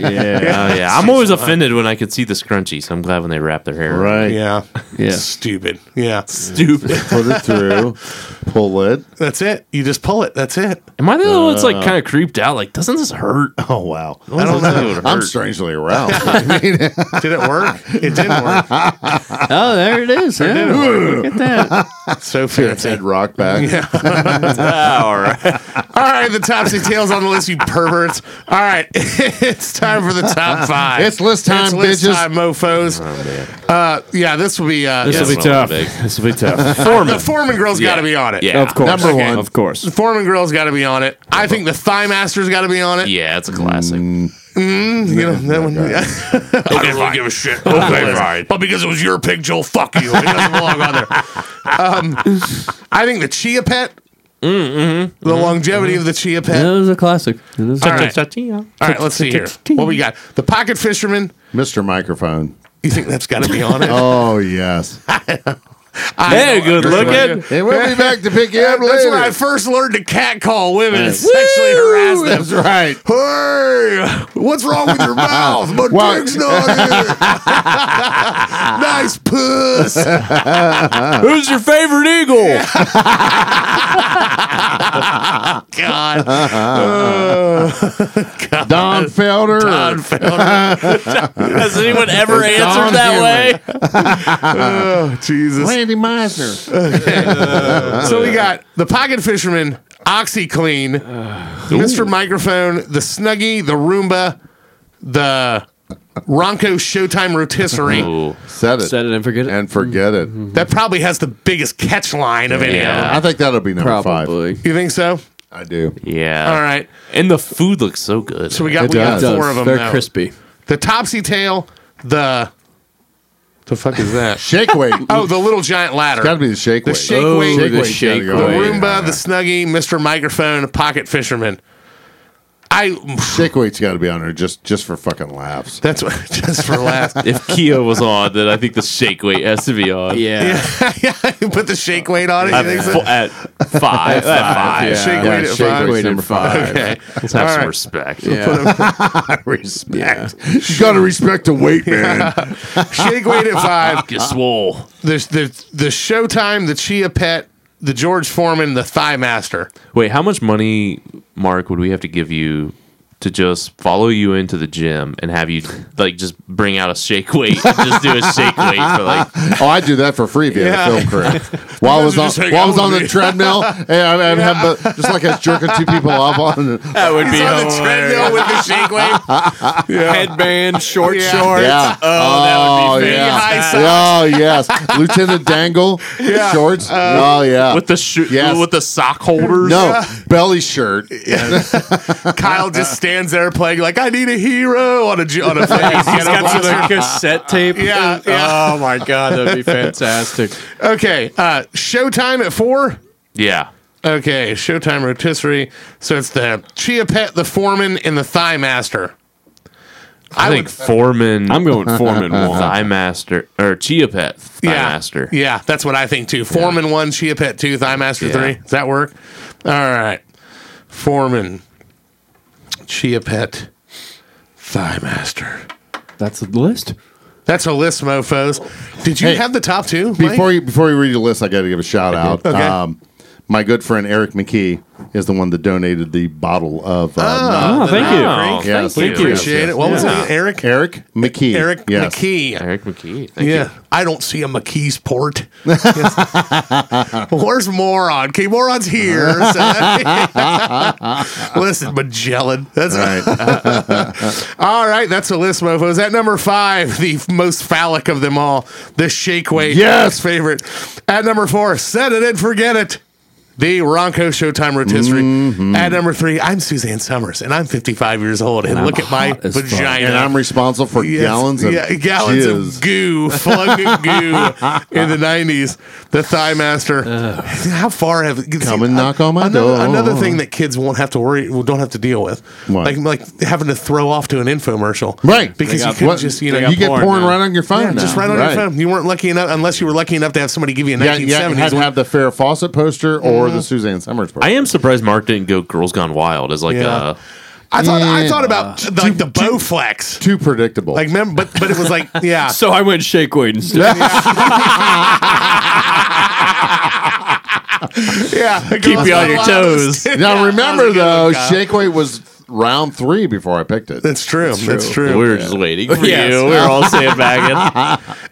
Yeah. Oh yeah, I'm always offended when I could see the scrunchie, so I'm glad when they wrap their hair. Right. Yeah. Yeah. Stupid. Yeah. Stupid. Put it through. Pull it. That's it. You just pull it. That's it. Am I the only one that's like kind of creeped out? Like, doesn't this hurt? Oh wow. I don't know. I'm strangely aroused. I mean, Did it work? It didn't work. Oh, there it is. Yeah. Look at that. So it's fancy. Ed Rock back. all right. All right, the topsy tails on the list, you perverts. All right, it's time for the top five. It's list time, It's list bitches. time, mofos. Uh, yeah, this will be. Uh, This Yeah, will be it's not tough. big. This will be tough. the Foreman Girl's got to be on it. Yeah. Of course. Number one. Of course. Foreman Girl's got to be on it. I think the Thigh Master's got to be on it. Yeah, it's a classic. You know that one. Yeah. Mm. I don't really give a shit. Okay, fine. But because it was your pig, Joel, fuck you. It doesn't belong on there. Um, I think the Chia Pet. The longevity of the Chia Pet. That Mm-hmm. was a classic. It is a All right. Cha-cha. All right, let's see here. What we got? The Pocket Fisherman. Mr. Microphone. You think that's got to be on it? Oh yes. They're good looking. Hey, we'll be back to pick you up That's when I later. first learned to catcall women and sexually harass them. That's right. Hey, what's wrong with your mouth? My Wow. dick's not in it. nice puss. Who's your favorite eagle? God. Don Felder. Don Has anyone Oh, ever answered that way? Oh, Jesus. Randy Meisner. So we got the pocket fisherman, OxyClean, Mr. Microphone, the Snuggie, the Roomba, the Ronco Showtime Rotisserie. Ooh. Set it. Mm-hmm. Set it and forget it. And forget it. That probably has the biggest catch line of any of them. I think that'll be number five. Probably. You think so? I do. Yeah. All right. And the food looks so good. So we got, It we got does. four of them. They're now. crispy. The Topsy Tail, the. The fuck is that? Shake weight. oh, the Little Giant Ladder. Got to be the shake The weight. shake Oh, weight. the Shake weight's shake gotta go. the weight. Roomba, the Snuggie, Mr. Microphone, Pocket Fisherman. I. Shake weight's got to be on there just just for fucking laughs. That's what, just for last. if Kia was on, then I think the shake weight has to be on. Yeah. yeah, you put the shake weight on it. You At, think so? fo- at five. at five. yeah. Shake weight at shake five. weight's number five. Okay. Let's have All some right. respect. Respect. You got to respect the weight, man. Shake weight at five. Get swole. There's the the Showtime, the Chia Pet, the George Foreman, the Thigh Master. Wait, how much money, Mark, would we have to give you to just follow you into the gym and have you like just bring out a shake weight, and just do a shake weight for like? Oh, I do that for free via Yeah. the film crew. While I was You on, guys are just hanging while I was out on with the me. treadmill, and I, I'd have the, just like I was jerking two people off on. That would be He's on the hilarious. treadmill with the shake weight. Headband, short Yeah. shorts. Yeah. Oh, be yeah. fantastic. Oh, yes. Lieutenant Dangle shorts. Uh, oh, yeah. With the sho- Yes. with the sock holders, no belly shirt. Kyle just stands there playing like I need a hero on a ju- on a thing. He's got some of the cassette tape. Yeah, yeah. Oh my god, that'd be fantastic. okay, uh, Showtime at four. yeah, Okay, Showtime Rotisserie. So it's the Chia Pet, the Foreman, and the Thigh Master. I, think Foreman, I'm going Foreman one. Thigh Master or Chia Pet Thigh yeah. Master. Yeah, that's what I think too. Foreman one, Chia Pet two, Thigh Master Yeah. three. Does that work? All right. Foreman, Chia Pet, Thigh Master. That's the list. That's a list, mofos. Did you Hey, have the top two? Mike? Before you before you read the list, I got to give a shout out. Okay. Um, my good friend Eric McKee is the one that donated the bottle of. Uh, Ah. Nog. Oh, thank you. Oh, Yes, thank yes, you. yes, Appreciate yes. it. What was Yeah. it? Eric? Eric McKee. Eric yes. McKee. Eric McKee. Thank yeah. you. I don't see a McKee's port. Yes. Where's Moron? Okay, Moron's here. so- Listen, Magellan. That's All right. right. All right, that's a list, mofos. At number five, the most phallic of them all, the shake weight. Yes. Mark's favorite. At number four, set it and forget it. The Ronco Showtime Rotisserie. At number three, I'm Suzanne Summers, and I'm 55 years old, and, look at my as fuck. vagina. And I'm responsible for Yes, gallons of yeah, gallons jizz. of goo, flung goo in the nineties. The Thigh Master. How far have you Come and knock on my another, door. Another thing that kids won't have to worry, well, don't have to deal with, What? like like having to throw off to an infomercial, Right. Because They you got- couldn't what- just you know they you got get porn, right on your phone. yeah, just now. right on your phone. You weren't lucky enough, unless you were lucky enough to have somebody give you a Yeah, yeah, you 1970s had to one. have the Farrah Fawcett poster or Uh-huh. the Suzanne Summers poster. I am surprised Mark didn't go Girls Gone Wild as like Yeah. a I thought I Yeah. thought about like the Bowflex, Too predictable. like remember, but but it was like yeah. So I went shake weight instead. Yeah, keep you on your toes. now remember How's it though, going, Kyle? Shake Weight was round three before I picked it. That's true. That's true. we were just waiting for you. We were all sandbagging.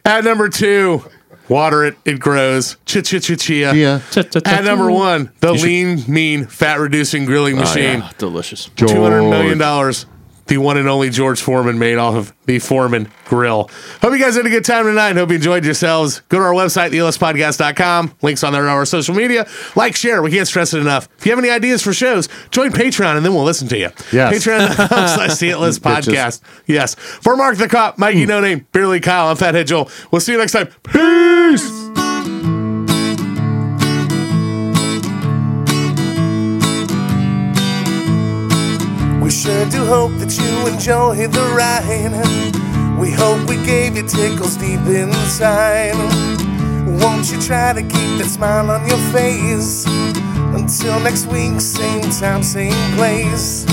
At number two, water it, it grows. Chia chia chia chia. Yeah, At number one, the lean, mean, fat reducing Oh, grilling machine. Ah, Delicious. Two hundred million dollars. The one and only George Foreman made off of the Foreman Grill. Hope you guys had a good time tonight. Hope you enjoyed yourselves. Go to our website, thelspodcast.com. Links on there to our social media. Like, share. We can't stress it enough. If you have any ideas for shows, join Patreon and then we'll listen to you. Yes. Patreon.com slash the It List podcast. Yes. For Mark the Cop, Mikey No Name, Beerly Kyle, I'm Fathead Joel. We'll see you next time. Peace. We sure do hope that you enjoy the ride. We hope we gave you tickles deep inside. Won't you try to keep that smile on your face? Until next week, same time, same place.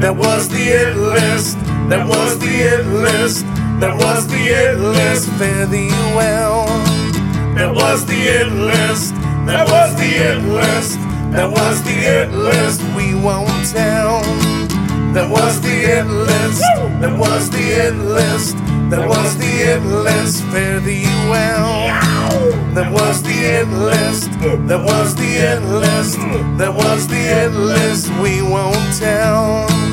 That was the it list. That was the it list. That was the it list. Fare thee well. That was the it list. That was the it list. That was the it list. We won't tell. That was the it list. That was the it list. That was the it list. Fare thee well. That was the it list. Mm. That was the it list. That was the it list. We won't tell.